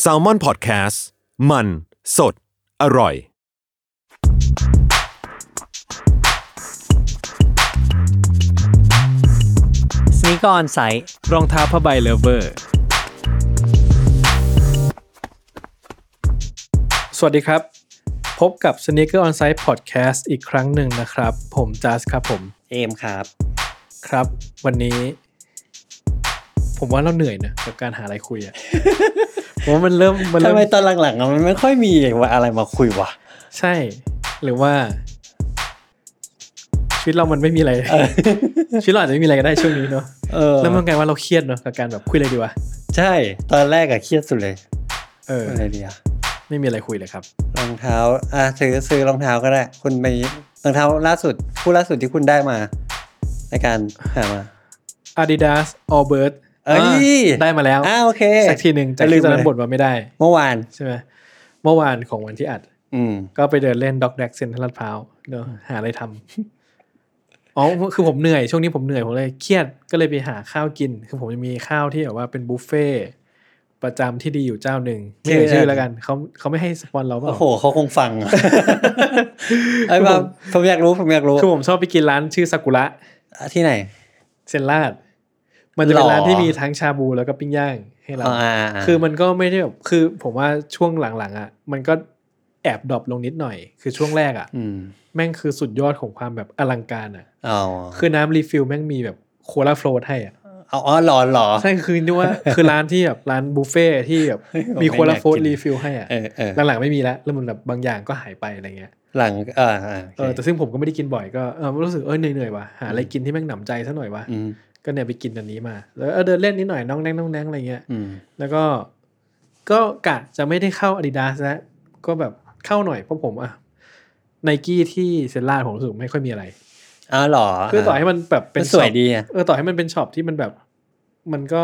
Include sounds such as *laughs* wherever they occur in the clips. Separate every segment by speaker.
Speaker 1: แซลมอนพอดแคสต์มันสดอร่อย
Speaker 2: สนิกออนไซต์
Speaker 3: รองเท้าผ้าใบเลเวอร์ สวัสดีครับ พบกับ Sneaker On Site Podcast อีกครั้งหนึ่งนะครับ ผมจัสครับผม
Speaker 2: เอมครับ
Speaker 3: ครับ วันนี้ ผมว่าเราเหนื่อยนะกับการหาอะไรคุยอะ *laughs* ผมว่ามันเริ่มมัน
Speaker 2: ทำ
Speaker 3: เริ่ม
Speaker 2: ไมตอนหลังๆอะมันไม่ค่อยมีว่าอะไรมาคุยวะ
Speaker 3: ใช่ หรือว่า ชีวิตเรามันไม่มี
Speaker 2: *laughs*
Speaker 3: อะไร ชีวิตเราอาจจะไม่มีอะไรก็ได้ช่วงนี้เนาะ
Speaker 2: เออ
Speaker 3: แล้วมันกลายว่าเราเครียดเนาะกับการแบบคุยอะไรดีวะ
Speaker 2: ใช่ ตอนแรกอะเครียดสุดเลย
Speaker 3: เออ
Speaker 2: อะไรดีอะ
Speaker 3: ไม่มีอะไรคุยเลยครับ
Speaker 2: รองเท้าอ่ะซื้อซื้อรองเท้าก็ได้ คุณไปรองเท้าล่าสุดคู่ล่าสุดที่คุณได้มา ในการหามา
Speaker 3: Adidas All Bird
Speaker 2: เอ้ย
Speaker 3: ได้มาแล้ว
Speaker 2: อ่าโอเค
Speaker 3: สักทีหนึ่งจาก
Speaker 2: ไปลื
Speaker 3: ที่
Speaker 2: ม
Speaker 3: ตอนนั้น
Speaker 2: เลย
Speaker 3: บทมาไม่ได้
Speaker 2: เมื่อวาน
Speaker 3: ใช่ไหมเมื่อวานของวันที่อัด
Speaker 2: อืม
Speaker 3: ก็ไปเดินเล่นด็อกแดกเซ็นทรัลลาดพร้าวเดี๋ยวหาอะไรทำอ๋อคือผมเหนื่อยช่วงนี้ผมเหนื่อยผมเลยเครียดก็เลยไปหาข้าวกิน คือผมจะมีข้าวที่แบบว่าเป็นบุฟเฟ่ประจำที่ดีอยู่เจ้าหนึ่งไม่เอ่ย
Speaker 2: ชื่อ
Speaker 3: ชื่อ
Speaker 2: อะไร
Speaker 3: แล้วกันเขาเขาไม่ให้สปอนเราเปล่า
Speaker 2: โอ้โหเขาคงฟัง
Speaker 3: *laughs*
Speaker 2: อะ ไอ้บ้า
Speaker 3: ผม
Speaker 2: ผมอยากรู้ผมอยากรู้
Speaker 3: คือผมชอบไปกินร้านชื่อซากุระ
Speaker 2: อ่ะที่ไหน
Speaker 3: เซนลาด มันจะเป็
Speaker 2: หร
Speaker 3: น
Speaker 2: อ
Speaker 3: ร้านที่มีทั้งชาบูแล้วก็ปิ้งย่างให้เรา
Speaker 2: อ๋ออ่า
Speaker 3: คือมันก็ไม่ได้แบบคือผมว่าช่วงหลังๆอ่ะ มันก็แอบดรอปลงนิดหน่อย คือช่วงแรกอ่ะ
Speaker 2: อืม
Speaker 3: แม่งคือสุดยอดของความแบบอลังการอ่ะ
Speaker 2: อ๋อ
Speaker 3: คือน้ำรีฟิลแม่งมีแบบโคลาโฟลตให้อ่ะ
Speaker 2: เอาอ๋อหลอนหลอ
Speaker 3: ใช่คือนึกว่า
Speaker 2: *laughs*
Speaker 3: คือร้านที่แบบร้านบุฟเฟ่ที่แบบ
Speaker 2: เฮ้ยผม
Speaker 3: มี
Speaker 2: ไม่
Speaker 3: โคลาโฟลต
Speaker 2: อยากกิน
Speaker 3: รีฟิลให้อ่ะ
Speaker 2: เออเออ
Speaker 3: หลังๆไม่มีแล้วแล้วมันแบบบางอย่างก็หายไปอะไรเงี้ย
Speaker 2: หลังเอออ่า
Speaker 3: เออแต่ซึ่งผมก็ไม่ได้กินบ่อยก็เออรู้สึกเออเหนื่อยๆว่ะหาอะไรกินที่แม่งหนำใจซะหน่อยว่ะ
Speaker 2: อืม
Speaker 3: ก็เนี่ยไปกินอันนี้มาแล้วเออเดินเล่นนิดหน่อยน้องแนงน้องแนงอะไรเงี้ย
Speaker 2: อืม
Speaker 3: แล้วก็ก็กะจะไม่ได้เข้า Adidas นะ ก็แบบเข้าหน่อยเพราะผมอะไนกี้ที่เซนล่าผมรู้สึกไม่ค่อยมีอะไร
Speaker 2: อ๋อหลอ
Speaker 3: คือต่อให้มันแบบเป็น
Speaker 2: สวย
Speaker 3: ช็อป
Speaker 2: ดีอ่ะ
Speaker 3: เออต่อให้มันเป็นช็อปที่มันแบบ มันก็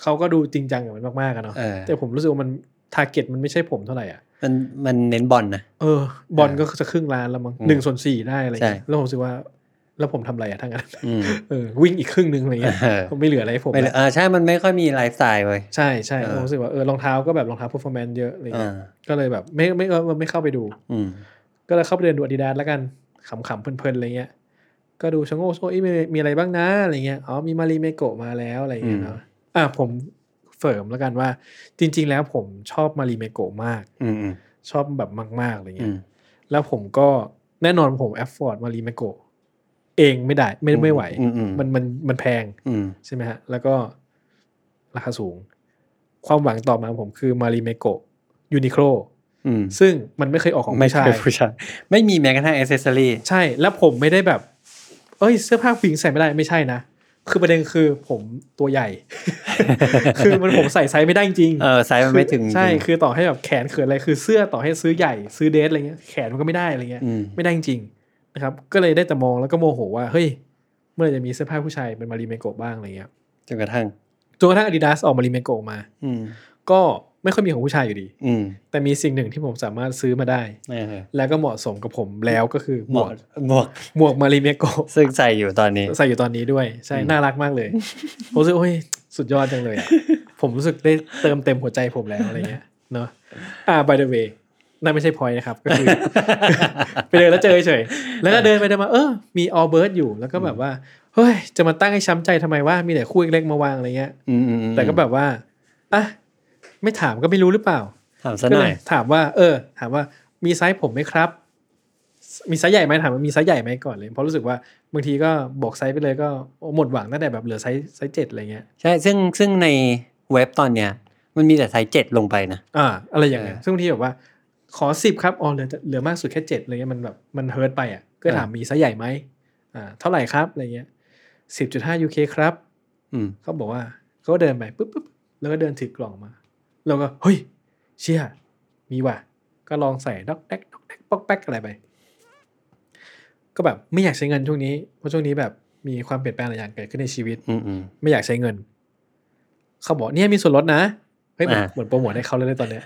Speaker 3: เขาก็ดูจริงจังกับมันมากๆอะเนาะ
Speaker 2: เออ
Speaker 3: แต่ผมรู้สึกว่ามันทาร์เก็ตมันไม่ใช่ผมเท่าไหร่อ่ะ
Speaker 2: มันมันเน้นบอลนะ
Speaker 3: เออบอลก็จะครึ่งล้านแล้วมั้ง
Speaker 2: อืม
Speaker 3: หนึ่งส่วนสี่ได้อะไร
Speaker 2: ใช่
Speaker 3: เงี้ยแล้วผมรู้สึกว่า แล้วผมทำอะไรอะทั้งนั้น
Speaker 2: อืม
Speaker 3: เออวิ่งอีกครึ่งหนึงอะไรเงี้ย
Speaker 2: เออ
Speaker 3: ผมไม่เหลืออะไรให้ผม
Speaker 2: ไม่เลย
Speaker 3: แล้ว
Speaker 2: อ่าใช่มันไม่ค่อยมีไลฟ์สไตล์เว้ย
Speaker 3: ใช่ใช่
Speaker 2: เออ
Speaker 3: ผมรู้สึกว่าเออรองเท้าก็แบบรองเท้า performance เยอะอะไร
Speaker 2: อ่า
Speaker 3: เงี้ย ก็เลยแบบไม่ไม่เออไม่เข้าไปดู
Speaker 2: อืม
Speaker 3: ก็เลยเข้าไปเดินดูอาดิดาสแล้วกันขำๆเพลินๆอะไรเงี้ย ก็ดูชะโงกชะโงกเอ้ยมีมีอะไรบ้างนะอะไรเงี้ยอ๋อมีมารีเมโกะมาแล้วอะไรเงี้ยเนาะอ่ะผมเฟิร์มแล้วกันว่า จริง ๆ แล้วผมชอบมารีเมโกะมาก
Speaker 2: อืมอืม
Speaker 3: ชอบแบบมากๆอะไร
Speaker 2: อื
Speaker 3: เงี้
Speaker 2: ม
Speaker 3: ยแล้วผมก็แน่นอนผมแอฟฟอร์ดมารีเมโกะเองไม่ได้ไม่ไม่ไหว
Speaker 2: อืมอืม
Speaker 3: มันมันมันแพง
Speaker 2: อืม
Speaker 3: ใช่ไหมฮะ แล้วก็ราคาสูง ความหวังต่อมาของผมคือมารีเมโกะยูนิโคล
Speaker 2: อืม
Speaker 3: ซึ่งมันไม่เคยออกของ
Speaker 2: ไม่
Speaker 3: ผู้ชา
Speaker 2: ใช่
Speaker 3: ย
Speaker 2: ผู้ชายไม่มีแม้กระทั่งอ c เซสซอรี่
Speaker 3: ใช่ แล้วผมไม่ได้แบบ เอ้ย เสื้อผ้าผู้หญิงใส่ไม่ได้ไม่ใช่นะ คือประเด็นคือผมตัวใหญ่ *laughs* คือมันผมใส่ไซส์ไม่ได้จริง
Speaker 2: เออไซส์มันไม่ถึง
Speaker 3: คือใช่
Speaker 2: จริง
Speaker 3: คือต่อให้แบบแขนเขินอะไรคือเสื้อต่อให้ซื้อใหญ่ ซื้อเดรสอะไรเงี้ย แขนมันก็ไม่ได้อะไรเงี้ย
Speaker 2: อืม
Speaker 3: ไม่ได้จริงๆนะครับ ก็เลยได้แต่มองแล้วก็โมโหว่า เฮ้ย เมื่อไหร่จะมีเสื้อผ้าผู้ชายเป็นมารีเมโกะบ้างอะไรเงี้ย
Speaker 2: จนกระทั่ง
Speaker 3: จนกระทั่งอาดิดาสออกมารีเมโกะมา
Speaker 2: อืม
Speaker 3: ก็ไม่ค่อยมีของผู้ชายอยู่ดี
Speaker 2: อืม
Speaker 3: แต่มีสิ่งหนึ่งที่ผมสามารถซื้อมาได้
Speaker 2: เออ
Speaker 3: แล้วก็เหมาะสมกับผมแล้วก็คือห
Speaker 2: ห
Speaker 3: ม
Speaker 2: มว
Speaker 3: ว
Speaker 2: ก
Speaker 3: ก
Speaker 2: หมวก
Speaker 3: หมวกมารีเมโกะ
Speaker 2: ซึ่งใส่อยู่ตอนนี้
Speaker 3: ใส่อยู่ตอนนี้ด้วย ใช่ น่ารักมากเลย *laughs* ผมรู้สึกโอ้ยสุดยอดจังเลย *laughs* อะผมรู้สึกได้เติมเต็มหัวใจผมแล้วอะไรเงี้ยเนาะอ่า by the way นั่นไม่ใช่ point นะครับ ก็คือ *laughs* ไปเดินแล้วเจอเฉยๆแล้วก็เดินไปเดินมาเออมีออเบิร์ดอยู่แล้วก็แบบว่า เฮ้ยจะมาตั้งให้ช้ำใจทำไมว่ามีแต่คู่เล็กๆมาวางอะไรเงี้ย
Speaker 2: อืมอืมอืม
Speaker 3: แต่ก็แบบว่าอ่ะไม่ถามก็ไม่รู้หรือเปล่า
Speaker 2: ถามซะ
Speaker 3: ก็
Speaker 2: ห
Speaker 3: เล
Speaker 2: น่อย
Speaker 3: ยถามว่า เออ ถามว่ามีไซส์ผมไหมครับ มีไซส์ใหญ่ไหมถามว่ามีไซส์ใหญ่ไหมก่อนเลยเพราะรู้สึกว่าบางทีก็บอกไซส์ไปเลยก็หมดหวังตั้งแต่แบบเหลือไซส์ไซส์เจ็ดอะไรเงี้ย
Speaker 2: ใช่ซึ่งซึ่งในเว็บตอนเนี้ย มันมีแต่ไซส์เจ็ดลงไปนะ
Speaker 3: อ่า อะไรอย่างเงี้ย
Speaker 2: เออ
Speaker 3: ซึ่งบางทีแบบว่า ขอสิบครับอ๋อเหลือเหลือมากสุดแค่เจ็ดอะไรเงี้ยมันแบบมันเฮิร์ตไปอ่ะก็ถาม
Speaker 2: เออ
Speaker 3: มีไซส์ใหญ่ไหมอ่า เท่าไหร่ครับอะไรเงี้ยสิบจุดห้ายูเคครับ
Speaker 2: อืม
Speaker 3: เขาบอกว่าเขาก็เดินไปปุ๊บปุ๊บแล้วก็เดินถือกล่องมา แล้วก็เฮ้ย เชี่ยมีว่ะ ก็ลองใส่ดอกแดกดอกแดกปอกแป๊กอะไรไป ก็แบบไม่อยากใช้เงินช่วงนี้เพราะช่วงนี้แบบมีความเปลี่ยนแปลงหลายอย่างเกิดขึ้นในชีวิต
Speaker 2: อืมอืม
Speaker 3: ไม่อยากใช้เงิน เขาบอกเนี่ยมีส่วนลดนะเฮ้ยเหมือน
Speaker 2: อ่า
Speaker 3: เหมือนโปรโมทให้เขาเลยนะตอนเนี้ย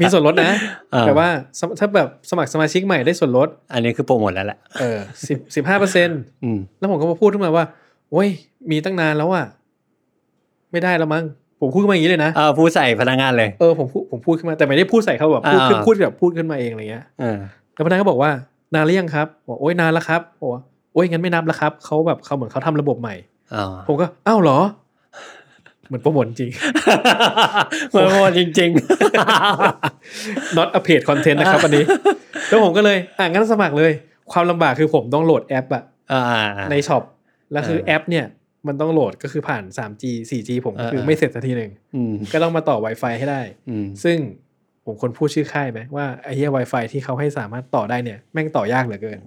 Speaker 3: มีส่วนลดนะ
Speaker 2: เออ
Speaker 3: แต่ว่าสมถ้าแบบสมัครสมาชิกใหม่ได้ส่วนลด
Speaker 2: อันนี้คือโปรโมทแล้วแหละ
Speaker 3: เออสิบสิบห้าเปอร์เซ็นต์
Speaker 2: อืม
Speaker 3: แล้วผมก็มาพูดขึ้นมาว่าโอ้ย มีตั้งนานแล้วอ่ะ ไม่ได้แล้วมั้ง ผมพูดขึ้นมาอย่างนี้เลยนะ
Speaker 2: *laughs* เออผู้ใส่พนักงานเลย
Speaker 3: เออ ผมพูด ผมพูดขึ้นมา แต่ไม่ได้พูดใส่เขาแบบ พูดขึ้น
Speaker 2: อ่า
Speaker 3: พูดแบบพูดขึ้นมาเองอะไรเงี้ย
Speaker 2: เออ
Speaker 3: แล้วพนักงานก็บอกว่า นานหรือยังครับบอกโอ้ยนานแล้วครับบอกว่าโอ้ยงั้นไม่นับแล้วครับ เขาแบบเขาเหมือนเขาทำระบบใหม่
Speaker 2: อ๋อ
Speaker 3: ผมก็ อ้าวเหรอ เหมือนโปรโมทจริง
Speaker 2: โปรโมทจริง
Speaker 3: not a paid content นะครับอันนี้ แล้วผมก็เลย อ่ะงั้นสมัครเลย ความลำบากคือผมต้องโหลดแอปอะ *laughs*
Speaker 2: ๆอ่า
Speaker 3: ในช็อป แล้วคือ
Speaker 2: เออ
Speaker 3: แอปเนี่ย มันต้องโหลดก็คือผ่าน 3G 4G ผมก็คื
Speaker 2: เออ
Speaker 3: อ
Speaker 2: เออ
Speaker 3: ไม่เสร็จสักทีหนึ่ง
Speaker 2: อืม
Speaker 3: ก็ต้องมาต่อ Wi-Fi ให้ได้
Speaker 2: อืม
Speaker 3: ซึ่งผมคนพูดชื่อค่ายไหมว่าไอ้เหี้ย Wi-Fi ที่เขาให้สามารถต่อได้เนี่ย แม่งต่อยากเหลือเกิน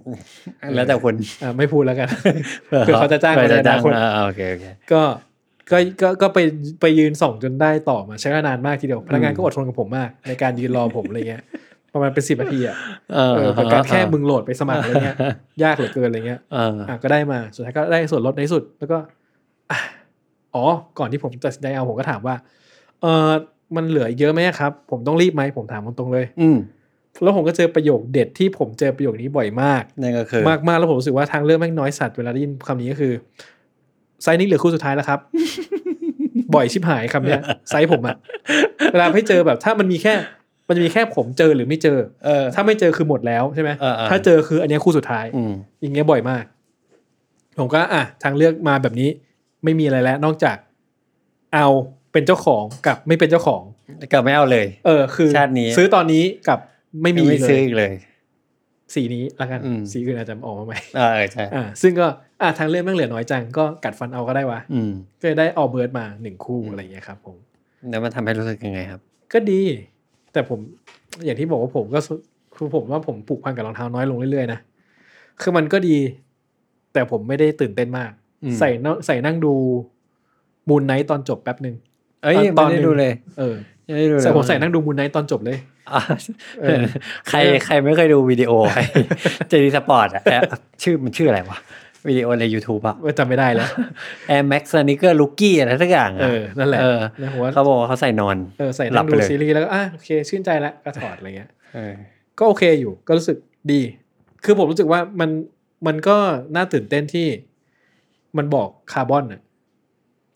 Speaker 2: แล้วแต่คน
Speaker 3: เออไม่พูดแล้วกัน เผื่อเขาจะจ้าง
Speaker 2: เผื่อจะจ้าง
Speaker 3: คน
Speaker 2: อ่าโอเคโอเค
Speaker 3: ก็ก็ก็ก็ไปไปยืนส่องจนได้ต่อมาใช้เวลานานมากทีเดียว พนักงานก็อดทนกับผมมาก ในการยืนรอผมอะไรเงี้ย ประมาณเป็นสิบนาทีอ่ะ
Speaker 2: เออ
Speaker 3: เออกับการแค่มึงโหลดไปสมัครอะไรเงี้ยยากเหลือเกินอะไรเงี้ย
Speaker 2: เออ
Speaker 3: อ่ะก็ได้มาสุดท้ายก็ได้ส่วนลดในที่สุด แล้วก็อ่ะอ๋อ ก่อนที่ผมตัดสินใจเอาผมก็ถามว่า เออมันเหลือเยอะไหมครับ ผมต้องรีบไหมผมถามตรงๆเลย
Speaker 2: อืม
Speaker 3: แล้วผมก็เจอประโยคเด็ดที่ผมเจอประโยคนี้บ่อยมาก
Speaker 2: นั่นก็คือ
Speaker 3: มากๆแล้วผมรู้สึกว่าทางเลือกแม่งน้อยสัตว์เวลาได้ยินคำนี้ก็คือไซส์นี้เหลือคู่สุดท้ายแล้วครับ *laughs* บ่อยชิบหายคำเนี้ยไซส์ผมอะเวลาให้เจอแบบถ้ามันมีแค่ มันจะมีแค่ผมเจอหรือไม่เจอ
Speaker 2: เออ
Speaker 3: ถ้าไม่เจอคือหมดแล้วใช่ไหม
Speaker 2: เออเออ
Speaker 3: ถ้าเจอคืออันเนี้ยคู่สุดท้าย
Speaker 2: อืม
Speaker 3: อย่างเงี้ยบ่อยมาก ผมก็อ่ะทางเลือกมาแบบนี้ไม่มีอะไรแล้ว นอกจากเอาเป็นเจ้าของกับไม่เป็นเจ้าของ
Speaker 2: ก็ไม่เอาเลย
Speaker 3: เออ คือ
Speaker 2: ชาตินี้
Speaker 3: ซื้อตอนนี้กับไม่มี
Speaker 2: ไม่
Speaker 3: เล
Speaker 2: ซื้อย อีกเลย
Speaker 3: สีนี้ละกัน
Speaker 2: อืม
Speaker 3: สีอื่นอาจจะออกมาใหม่ *laughs*
Speaker 2: เออใช่
Speaker 3: อ่า ซึ่งก็อ่ะทางเลือกแม่งเหลือน้อยจังก็กัดฟันเอาก็ได้วะ
Speaker 2: อืม
Speaker 3: ก็เลยได้ออเบิร์ดมาหนึ่งคู่อะไรอย่างเงี้ยครับ ผม
Speaker 2: แล้วมันทำให้รู้สึกยังไงครับ
Speaker 3: ก็ดี แต่ผมอย่างที่บอกว่าผมก็สุคือผมว่าผมผูกพันกับรองเท้าน้อยลงเรื่อยๆนะคือมันก็ดี แต่ผมไม่ได้ตื่นเต้นมาก
Speaker 2: อืม
Speaker 3: ใส่นใส่นั่งดูมูนไนท์ตอนจบแป๊บหนึ่ง
Speaker 2: เอ้ย
Speaker 3: ต
Speaker 2: ต
Speaker 3: อ
Speaker 2: อน น
Speaker 3: หนึ่
Speaker 2: ได้
Speaker 3: ง
Speaker 2: ดูเลย
Speaker 3: เออ
Speaker 2: ยังไม่ได้ดูเลย
Speaker 3: ใส่ผมใส่นั่งดูมูนไนท์ตอนจบเลย
Speaker 2: อ่ะ
Speaker 3: เออ
Speaker 2: ใครใครไม่เคยดูวิดีโอ *laughs* เจดีสปอร์ตอะแอปชื่อมันชื่ออะไรวะ วิดีโอใน YouTube อะ
Speaker 3: เออจำไม่ได้แล้ว
Speaker 2: แอร์แม็กซ์นิเกอร์ลุกกี้อะไรสักอย่างะ
Speaker 3: เออนั่นแหละ
Speaker 2: เออ
Speaker 3: แล้วผมว่า
Speaker 2: เขาบอกว่าเขาใส่นอน
Speaker 3: เออใส่
Speaker 2: หลั
Speaker 3: นั่
Speaker 2: บ
Speaker 3: ง
Speaker 2: ไป
Speaker 3: ดู
Speaker 2: เลย
Speaker 3: ซีรีส์แล้วก็อ่ะโอเคชื่นใจแล้วก็ถอดอะไรเงี้ย
Speaker 2: เออ
Speaker 3: ก็โอเคอยู่ก็รู้สึกดี คือผมรู้สึกว่ามันมันก็น่าตื่นเต้นที่มันบอกคาร์บอนอะ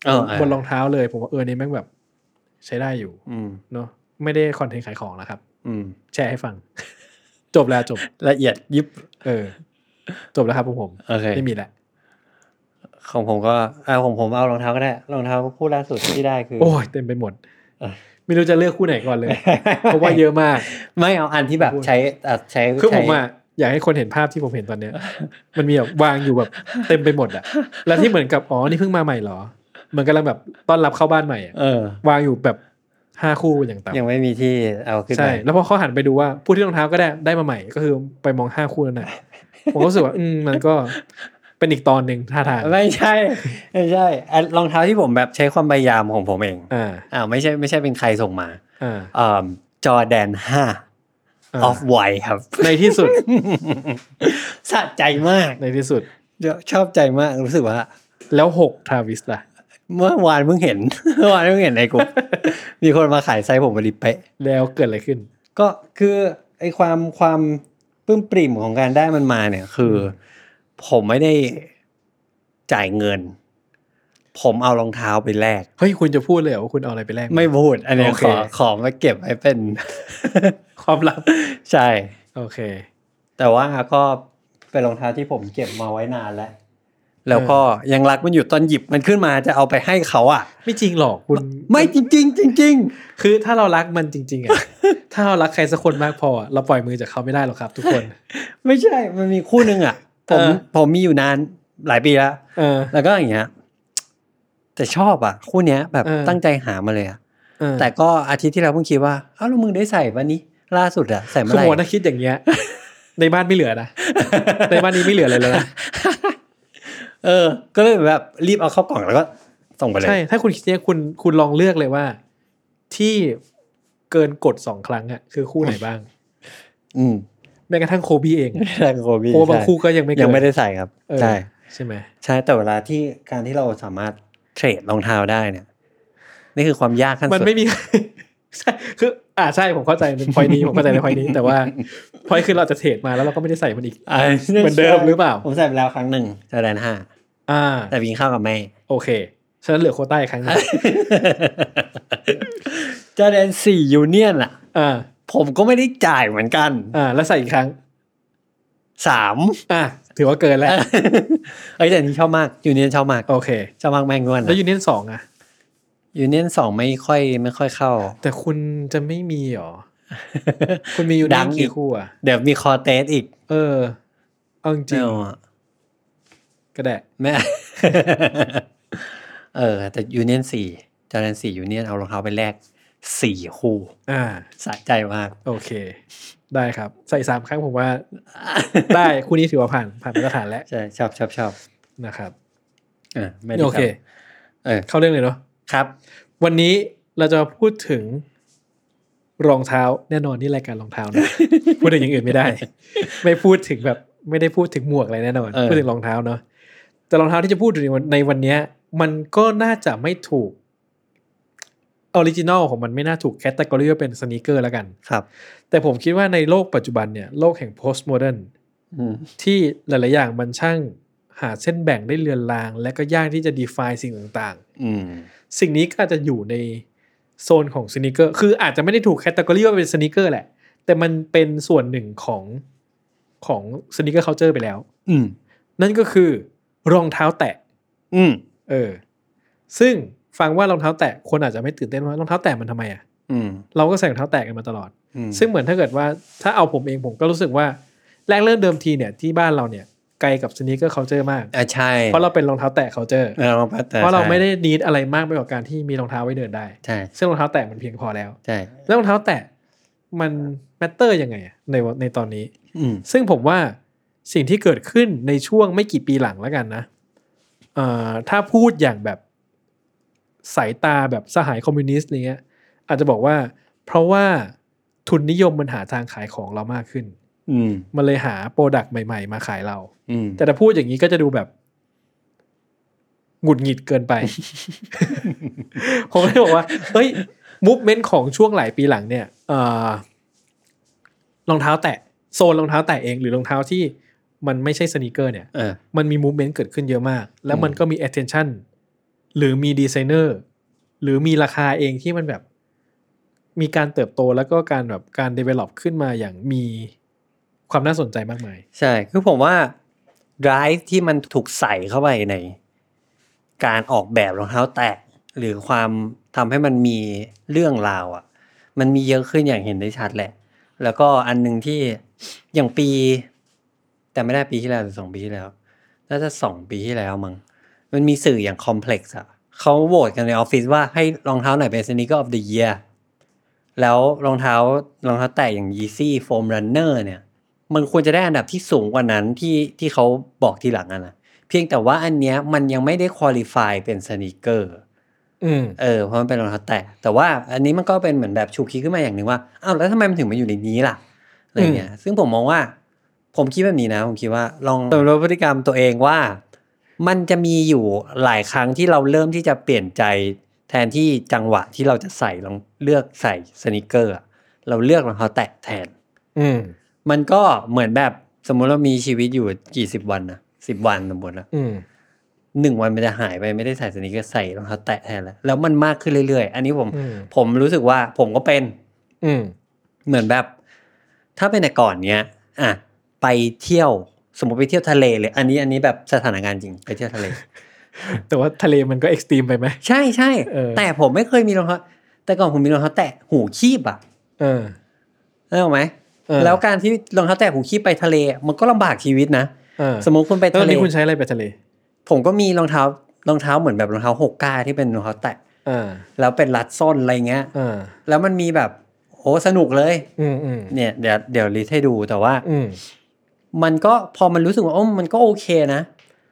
Speaker 2: เออเออ
Speaker 3: บนรองเท้าเลย ผมว่าเออเนี่ยแม่งแบบ ใช้ได้อยู่
Speaker 2: อืม
Speaker 3: เนาะไม่ได้คอนเทนต์ขายของแล้วครับ
Speaker 2: อืม
Speaker 3: แชร์ให้ฟัง *laughs* จบแล้วจบ
Speaker 2: ละเอียดยิบ
Speaker 3: เออ จบแล้วครับผมผม
Speaker 2: โอเค
Speaker 3: ไม่มีละ
Speaker 2: ของผมก็อ่าของผมเอารองเท้าก็ได้ รองเท้าคู่ล่าสุดที่ได้คือ
Speaker 3: โอ้ยเต็มไปหมด
Speaker 2: เออ
Speaker 3: ไม่รู้จะเลือกคู่ไหน
Speaker 2: *laughs*
Speaker 3: ก่อนเลย เพราะว่าเยอะมาก
Speaker 2: ไม่เอาอันที่แบบใช้อ่ะใช้
Speaker 3: คือผม
Speaker 2: ใช้
Speaker 3: อะอยากให้คนเห็นภาพที่ผมเห็นตอนเนี้ย มันมีแบบวางอยู่แบบเต็มไปหมดอะแล้วที่เหมือนกับอ๋อนี่เพิ่งมาใหม่เหรอเหมือนกำลังแบบต้อนรับเข้าบ้านใหม่อะ
Speaker 2: เออ
Speaker 3: วางอยู่แบบห้าคู่อย่างต่
Speaker 2: ยังไม่มีที่เอาขึ้น
Speaker 3: ำใช่
Speaker 2: ไป
Speaker 3: แล้วพอเขาหันไปดูว่าผู้ที่รองเท้าก็ได้ได้มาใหม่ ก็คือไปมองห้าคู่ *laughs* นั่นแหละผมก็รู้สึกว่าอืมมันก็เป็นอีกตอนหนึ่งท่าทาง
Speaker 2: ไม่ใช่ไม่ใช่อันรองเท้าที่ผมแบบใช้ความพยายามของผมเอง
Speaker 3: อ่า
Speaker 2: อ่าไม่ใช่ไม่ใช่เป็นใครส่งมา
Speaker 3: อ่า
Speaker 2: อ่าจอแดนห้า
Speaker 3: า
Speaker 2: ออฟไวครับ
Speaker 3: *laughs*
Speaker 2: *laughs*
Speaker 3: ในที่สุด
Speaker 2: สะใจมาก
Speaker 3: ในที่สุด
Speaker 2: ชอบใจมากรู้สึกว่า
Speaker 3: แล้วหกทราวิสล่ะ
Speaker 2: เมื่อวานเพิ่งเห็น *laughs* เมื่อวานเพิ่งเห็นในกลุ่ *laughs* มมีคนมาขายไซส์ผมพอดีเป๊ะ
Speaker 3: แล้วเกิดอะไรขึ้น
Speaker 2: ก็คือไอความความปลื้มปริ่มของการได้มันมาเนี่ย คืออผมไม่ได้จ่ายเงิน ผมเอารองเท้าไปแลก
Speaker 3: เฮ้ยคุณจะพูดเลยเหรอว่าคุณเอาอะไรไปแลกน
Speaker 2: ไม่พูด อันเนี้ย
Speaker 3: โอ
Speaker 2: ข
Speaker 3: เค
Speaker 2: อขอมาเก็บไว้เป็น *laughs*
Speaker 3: ความลับ
Speaker 2: ใช่
Speaker 3: โอเค
Speaker 2: แต่ว่าก็เป็นรองเท้าที่ผมเก็บมาไว้นานแล้ว แล้วก็ยังรักมันอยู่ตอนหยิบมันขึ้นมาจะเอาไปให้เขาอ่ะ
Speaker 3: ไม่จริงหรอกคุณ
Speaker 2: ไม่จริง ๆ จริง
Speaker 3: คือถ้าเรารักมันจริง ๆอ่ะ ถ้าเรารักใครสักคนมากพออะเราปล่อยมือจากเขาไม่ได้หรอกครับ ทุกคน
Speaker 2: ๆ ไม่ใช่มันมีคู่หนึ่งอ่ะ ผม
Speaker 3: เออ
Speaker 2: ผมมีอยู่นานหลายปีแล้ว
Speaker 3: เออ
Speaker 2: แล้วก็อย่างเงี้ยแต่ชอบอ่ะ คู่เนี้ยแบบ
Speaker 3: เออ
Speaker 2: ตั้งใจหามาเลยอ่ะ
Speaker 3: เออ
Speaker 2: แต่ก็อาทิตย์ที่แล้วเพิ่งคิดว่าเอ้าวแล้วมึงได้ใส่วันนี้ ล่าสุดอ่ะ ใส่เมื่
Speaker 3: คือ
Speaker 2: อไห
Speaker 3: หัวนะ
Speaker 2: ร่
Speaker 3: คิดอย่างเงี้ย *laughs* ในบ้านไม่เหลือ
Speaker 2: *laughs*
Speaker 3: นะในบ้านนี้ไม่เหลืออะไรเลยนะ
Speaker 2: เออ ก็เลยแบบรีบเอาเข้ากล่องแล้วก็ส่งไปเลย
Speaker 3: ใช่ ถ้าคุณคิดเนี้ยคุณคุณลองเลือกเลยว่า ที่เกินกดสองครั้งอ่ะคือคู่ไหนบ้าง
Speaker 2: อืม
Speaker 3: แม้กระทั่งโคบี้เองอะ
Speaker 2: ทางโคบี
Speaker 3: โคบางคู่ก็ยังไม่เกิน
Speaker 2: ยังไม่ได้ใส่ครับ
Speaker 3: เออ
Speaker 2: ใช่
Speaker 3: ใช่ไหม
Speaker 2: ใช่แต่เวลาที่การที่เราสามารถเทรดรองเท้าได้เนี่ย นี่คือความยากขั้นสุด
Speaker 3: มันไม่มี *laughs* ใช่คือ อ่าใช่ผมเข้าใจพอยนี้ผมเข้าใจในพอยนี้ แต่ว่าพอยคือเราจะเทรดมาแล้วเราก็ไม่ได้ใส่มันอีก
Speaker 2: อ่า
Speaker 3: เหมือนเดิมหรือเปล่า
Speaker 2: ผมใส่ไปแล้วครั้งหนึ่งจะแดนห้า
Speaker 3: อ่า
Speaker 2: แต่วิ่งเข้าวกับแม่ *laughs*
Speaker 3: โอเค ฉะนั้นเหลือโควต้าอีกครั้งหนึง
Speaker 2: จะแดนสี่ยูเนียนอ่ะ
Speaker 3: อ่า
Speaker 2: ผมก็ไม่ได้จ่ายเหมือนกัน
Speaker 3: อ่า แล้วใส่อีกครั้ง
Speaker 2: สาม *laughs*
Speaker 3: อ่าถือว่าเกินแล้ว
Speaker 2: เอ้ยแต่นี่ชอบมากยูเนียนชอบมาก
Speaker 3: โอเค
Speaker 2: ชอบมากแม่งด้วยนะ
Speaker 3: แล้วยูเนียนสองอ่ะ
Speaker 2: ยูเนียนสองไม่ค่อยไม่ค่อยเข้า *laughs*
Speaker 3: แต่คุณจะไม่มีหรอ คุณมียูเนี
Speaker 2: ดั
Speaker 3: ยน
Speaker 2: งอีก
Speaker 3: กี่คู่อ่ะ
Speaker 2: เดี๋ยวมีคอเตสอีก
Speaker 3: เออเอาจริ
Speaker 2: ไม่
Speaker 3: ง
Speaker 2: เอาอะ
Speaker 3: ๆก็ได้
Speaker 2: แม่ *laughs* เออ แต่ยูเนียนสี่จอแดนสี่ยูเนียนเอารองเท้าไปแลกสี่คู่
Speaker 3: อ่า
Speaker 2: สะใจมาก *laughs*
Speaker 3: โอเค ได้ครับ ใส่สามครั้งผมว่า ได้ *laughs* คู่นี้ถือว่าผ่านผ่านมาตรฐานแล้ว
Speaker 2: ใช่ชอบชอบชอบ
Speaker 3: นะครับ
Speaker 2: อ่ะไม่ได้
Speaker 3: โอเค
Speaker 2: รับเออ
Speaker 3: เข้าเรื่องเลยเนาะ
Speaker 2: ครับ
Speaker 3: วันนี้เราจะมาพูดถึงรองเท้าแน่นอนนี่รายการรองเท้านะ พูดถึงอย่างอื่นไม่ได้ *laughs* ไม่พูดถึงแบบไม่ได้พูดถึงหมวกอะไรแน่นอน
Speaker 2: เออ
Speaker 3: พูดถึงรองเท้าเนาะแต่รองเท้าที่จะพูดถึงในวันในวันเนี้ย มันก็น่าจะไม่ถูกออริจินอลของมันไม่น่าถูกแคตตากรีว่าเป็นสน e เกอร์แล้วกัน
Speaker 2: *laughs* ครับ
Speaker 3: แต่ผมคิดว่าในโลกปัจจุบันเนี่ยโลกแห่ง post modern
Speaker 2: อืม
Speaker 3: ที่หลาย ๆ อย่างมันช่างหาเส้นแบ่งได้เลือนลาง และก็ยากที่จะ define สิ่งต่าง
Speaker 2: อืม
Speaker 3: ๆ สิ่งนี้ก็อาจจะอยู่ในโซนของสนิเกอร์ คืออาจจะไม่ได้ถูกแคตตากรีว่าเป็นสนิเกอร์แหละ แต่มันเป็นส่วนหนึ่งของของสนิเกอร์เคาเจอร์ไปแล้ว
Speaker 2: อืม
Speaker 3: นั่นก็คือรองเท้าแตะ
Speaker 2: อืม
Speaker 3: เออ ซึ่งฟังว่ารองเท้าแตะคนอาจจะไม่ตื่นเต้นว่ารองเท้าแตะมันทำไมอะ
Speaker 2: อืม
Speaker 3: เราก็ใส่รองเท้าแตะกันมาตลอด
Speaker 2: อืม
Speaker 3: ซึ่งเหมือนถ้าเกิดว่าถ้าเอาผมเองผมก็รู้สึกว่าแรกเริ่มเดิมทีเนี่ยที่บ้านเราเนี่ยไกลกับสนิเกอร์เคาเจอร์มาก
Speaker 2: อ่ะใช่
Speaker 3: เพราะเราเป็นรองเท้าแตะเคาเจอร์
Speaker 2: เออเราพัฒน
Speaker 3: เพราะเราไม่ได้
Speaker 2: ใช่
Speaker 3: นีดอะไรมากไปกว่าการที่มีรองเท้าไว้เดินได้
Speaker 2: ใช่
Speaker 3: ซึ่งรองเท้าแตะมันเพียงพอแล้ว
Speaker 2: ใช่
Speaker 3: แล้วรองเท้าแตะมันแมตเตอร์ยังไงอะในวะในตอนนี้
Speaker 2: อืม
Speaker 3: ซึ่งผมว่าสิ่งที่เกิดขึ้นในช่วงไม่กี่ปีหลังแล้วกันนะเอ่อถ้าพูดอย่างแบบสายตาแบบสหายคอมมิวนิสต์อะไรเงี้ย อาจจะบอกว่า เพราะว่าทุนนิยมมันหาทางขายของเรามากขึ้น
Speaker 2: อืม
Speaker 3: มันเลยหาโปรดักต์ใหม่ ๆ มาขายเรา
Speaker 2: อืม
Speaker 3: แต่ถ้าพูดอย่างนี้ก็จะดูแบบหงุดหงิดเกินไป *laughs* ผมเลยบอกว่า เฮ้ยมูฟเมนต์ของช่วงหลายปีหลังเนี่ยเอ่อรองเท้าแตะโซนรองเท้าแตะเอง หรือรองเท้าที่มันไม่ใช่สนีกเกอร์เนี่ย
Speaker 2: เออ
Speaker 3: มันมีมูฟเมนต์เกิดขึ้นเยอะมาก แล้วมัน
Speaker 2: อืม
Speaker 3: ก็มี attention หรือมีดีไซเนอร์หรือมีราคาเองที่มันแบบ มีการเติบโตแล้วก็การแบบการ develop ขึ้นมาอย่างมีความน่าสนใจมากมาย
Speaker 2: ใช่คือผมว่า drive ที่มันถูกใส่เข้าไปใน การออกแบบรองเท้าแตะหรือความทำให้มันมีเรื่องราวอะ่ะ มันมีเยอะขึ้นอย่างเห็นได้ชัดแหละ แล้วก็อันหนึ่งที่อย่างปี แต่ไม่ได้ปีที่แล้วหรือสองปีที่แล้ว น่าจะสองปีที่แล้วมั้งมันมีสื่ออย่างคอมเพล็กซ์อ่ะเขาโหวตกันในออฟฟิศว่าให้รองเท้าไหนเป็นสนิเกอร์ออฟเดอะเยียแล้วรองเท้ารองเท้าแตะอย่างยีซี่โฟมรันเนอร์เนี่ย มันควรจะได้อันดับที่สูงกว่านั้นที่ที่เขาบอกทีหลังอะนะเพียงแต่ว่าอันเนี้ยมันยังไม่ได้คุริฟายเป็นสนิเกอร์
Speaker 3: อืม
Speaker 2: เออเพราะมันเป็นรองเท้าแตะแต่ว่าอันนี้มันก็เป็นเหมือนแบบชูคิดขึ้นมาอย่างหนึ่งว่าอ้าวแล้วทำไมมันถึงมาอยู่ในนี้ล่ะอะไรเงี้ยซึ่งผมมองว่า ผมคิดแบบนี้นะ ผมคิดว่าลองสำรวจพฤติกรรมตัวเองว่า มันจะมีอยู่หลายครั้งที่เราเริ่มที่จะเปลี่ยนใจแทนที่จังหวะที่เราจะใส่ลองเลือกใส่สนิเกอร์อะเราเลือกรองเท้าแตะแทน
Speaker 3: อืม
Speaker 2: มันก็เหมือนแบบสมมติเรามีชีวิตอยู่กี่สิบวันนะสิบวันสมมตินะ
Speaker 3: อืม
Speaker 2: หนึ่งวันมันจะหายไปไม่ได้ใส่สนิเกอร์ใส่รองเท้าแตะแทนแล้วแล้วมันมากขึ้นเรื่อยๆ อันนี้ผม
Speaker 3: อืม
Speaker 2: ผมรู้สึกว่าผมก็เป็น
Speaker 3: อืม
Speaker 2: เหมือนแบบ ถ้าเป็นแต่ก่อนเนี้ย อ่ะ ไปเที่ยว สมมติไปเที่ยวทะเลเลย อันนี้อันนี้แบบสถานการณ์จริงไปเที่ยวทะเล
Speaker 3: *laughs* แต่ว่าทะเลมันก็เอ็กซ์ตรีมไปไหม
Speaker 2: ใช่ใช่
Speaker 3: เออ
Speaker 2: แต่ผมไม่เคยมีรองเท้าแต่ก่อนผมมีรองเท้าแตะหูคีบอ่ะ
Speaker 3: เออ
Speaker 2: ได้ไหม
Speaker 3: เออ
Speaker 2: แล้วการที่รองเท้าแตะหูคีบไปทะเลอะมันก็ลำบากชีวิตนะ
Speaker 3: เออ
Speaker 2: สมมติคุณไป
Speaker 3: แล้
Speaker 2: ทะ
Speaker 3: วตอน
Speaker 2: เล
Speaker 3: นี้คุณใช้อะไรไปทะเล
Speaker 2: ผมก็มีรองเท้ารองเท้าเหมือนแบบรองเท้าหกก้าที่เป็นรองเท้าแตะ
Speaker 3: เออ
Speaker 2: แล้วเป็นรัดส้นอะไรเงี้ย
Speaker 3: เออ
Speaker 2: แล้วมันมีแบบโอ้สนุกเลย
Speaker 3: อืมอืม
Speaker 2: เนี่ยเดี๋ยวเดี๋ยวลิสต์ให้ดูแต่ว่า
Speaker 3: อืม
Speaker 2: มันก็พอมันรู้สึกว่าโอ้อมันก็โอเคนะ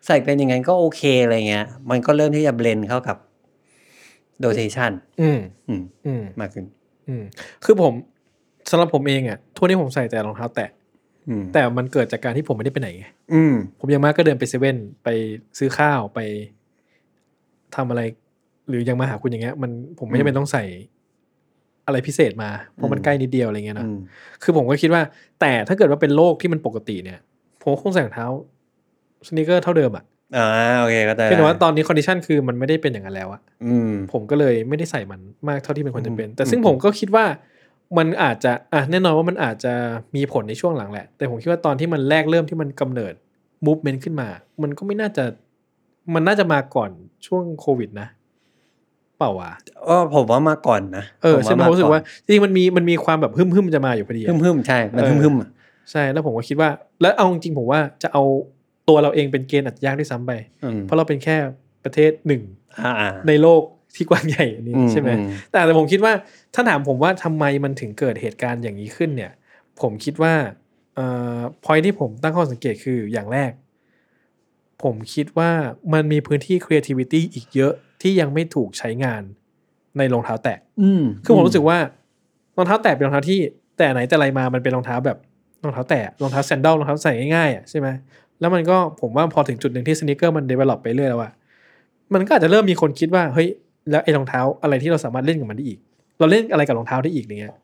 Speaker 2: ใส่เป็นอย่างนั้นก็โอเคอะไรเงี้ย มันก็เริ่มที่จะเบลนเข้ากับโดเทชัน
Speaker 3: อืม
Speaker 2: อืม
Speaker 3: อืม
Speaker 2: มากขึ้น
Speaker 3: อืมคือผมสำหรับผมเองอ่ะทุกวันนี้ผมใส่แต่รองเท้าแตะ
Speaker 2: อืม
Speaker 3: แต่มันเกิดจากการที่ผมไม่ได้ไปไหนไง
Speaker 2: อืม
Speaker 3: ผมอยังมากก็เดินไปเซเว่นไปซื้อข้าวไปทำอะไร หรืออยังมาหาคุณอย่างเงี้ยมันผมไม่จำเป็นต้องใส่อะไรพิเศษมาเพราะมัน
Speaker 2: อืม
Speaker 3: ใกล้นิดเดียวอะไรเงี้ย
Speaker 2: อื
Speaker 3: เนาะ
Speaker 2: ม
Speaker 3: คือผมก็คิดว่า แต่ถ้าเกิดว่าเป็นโลกที่มันปกติเนี่ยผมก็คงใส่รองเท้าสน e เกอร์เท่าเดิมอะ
Speaker 2: อ่าโอเคก็ได้
Speaker 3: เพียงแต่ว่าตอนนี้คอนดิชันคือมันไม่ได้เป็นอย่างนั้นแล้วอะ
Speaker 2: อืม
Speaker 3: ผมก็เลยไม่ได้ใส่มันมากเท่าที่มันควรจะเป็น
Speaker 2: อืม
Speaker 3: แต่ซึ่ง
Speaker 2: อืม
Speaker 3: ผมก็คิดว่ามันอาจจะอ่ะแน่นอนว่ามันอาจจะมีผลในช่วงหลังแหละ แต่ผมคิดว่าตอนที่มันแรกเริ่มที่มันกำเนิดมูฟเมนต์ขึ้นมา มันก็ไม่น่าจะมันน่าจะมาก่อนช่วงโควิดนะ เปล่าวะ
Speaker 2: อ๋อผมว่ามาก่อนนะ
Speaker 3: เออซึ่งผมรู้สึกว่าจริงๆมันมีมันมีความแบบฮึ่มฮึมๆจะมาอยู่พอดีอะ
Speaker 2: ฮึ่มฮึ่มๆใช่ มัน
Speaker 3: เอ
Speaker 2: ฮึ่
Speaker 3: อ
Speaker 2: มฮึ่มๆอะ
Speaker 3: ใช่ แล้วผมก็คิดว่า แล้วเอาจริงๆผมว่าจะเอาตัวเราเองเป็นเกณฑ์อาจจะยากด้วยซ้ำไป
Speaker 2: อืม
Speaker 3: เพราะเราเป็นแค่ประเทศหนึ่ง
Speaker 2: อ่าๆ
Speaker 3: ในโลกที่กว้างใหญ่อันนี้
Speaker 2: อื
Speaker 3: ใช่ไหม
Speaker 2: อื
Speaker 3: แต่แต่ผมคิดว่าถ้าถามผมว่าทำไมมันถึงเกิดเหตุการณ์อย่างนี้ขึ้นเนี่ย ผมคิดว่าเอ่อ point ที่ผมตั้งข้อสังเกตคืออย่างแรก ผมคิดว่ามันมีพื้นที่ creativity อีกเยอะที่ยังไม่ถูกใช้งานในรองเท้าแตะ
Speaker 2: อืม
Speaker 3: คือผมรู้สึกว่ารองเท้าแตะเป็นรองเท้าที่แต่ไหนแต่ไรมามันเป็นรองเท้าแบบรองเท้าแตะรองเท้าแซนดอลรองเท้าใส่ง่ายๆอ่ะใช่ไหมแล้วมันก็ผมว่าพอถึงจุดหนึ่งที่สนิเกอร์มันเดเวล็อปไปเรื่อยแล้วอะมันก็อาจจะเริ่มมีคนคิดว่าเฮ้ยแล้วไอ้รองเท้าอะไรที่เราสามารถเล่นกับมันได้อีก เราเล่นอะไรกับรองเท้าได้อีกอะไรเงี้ย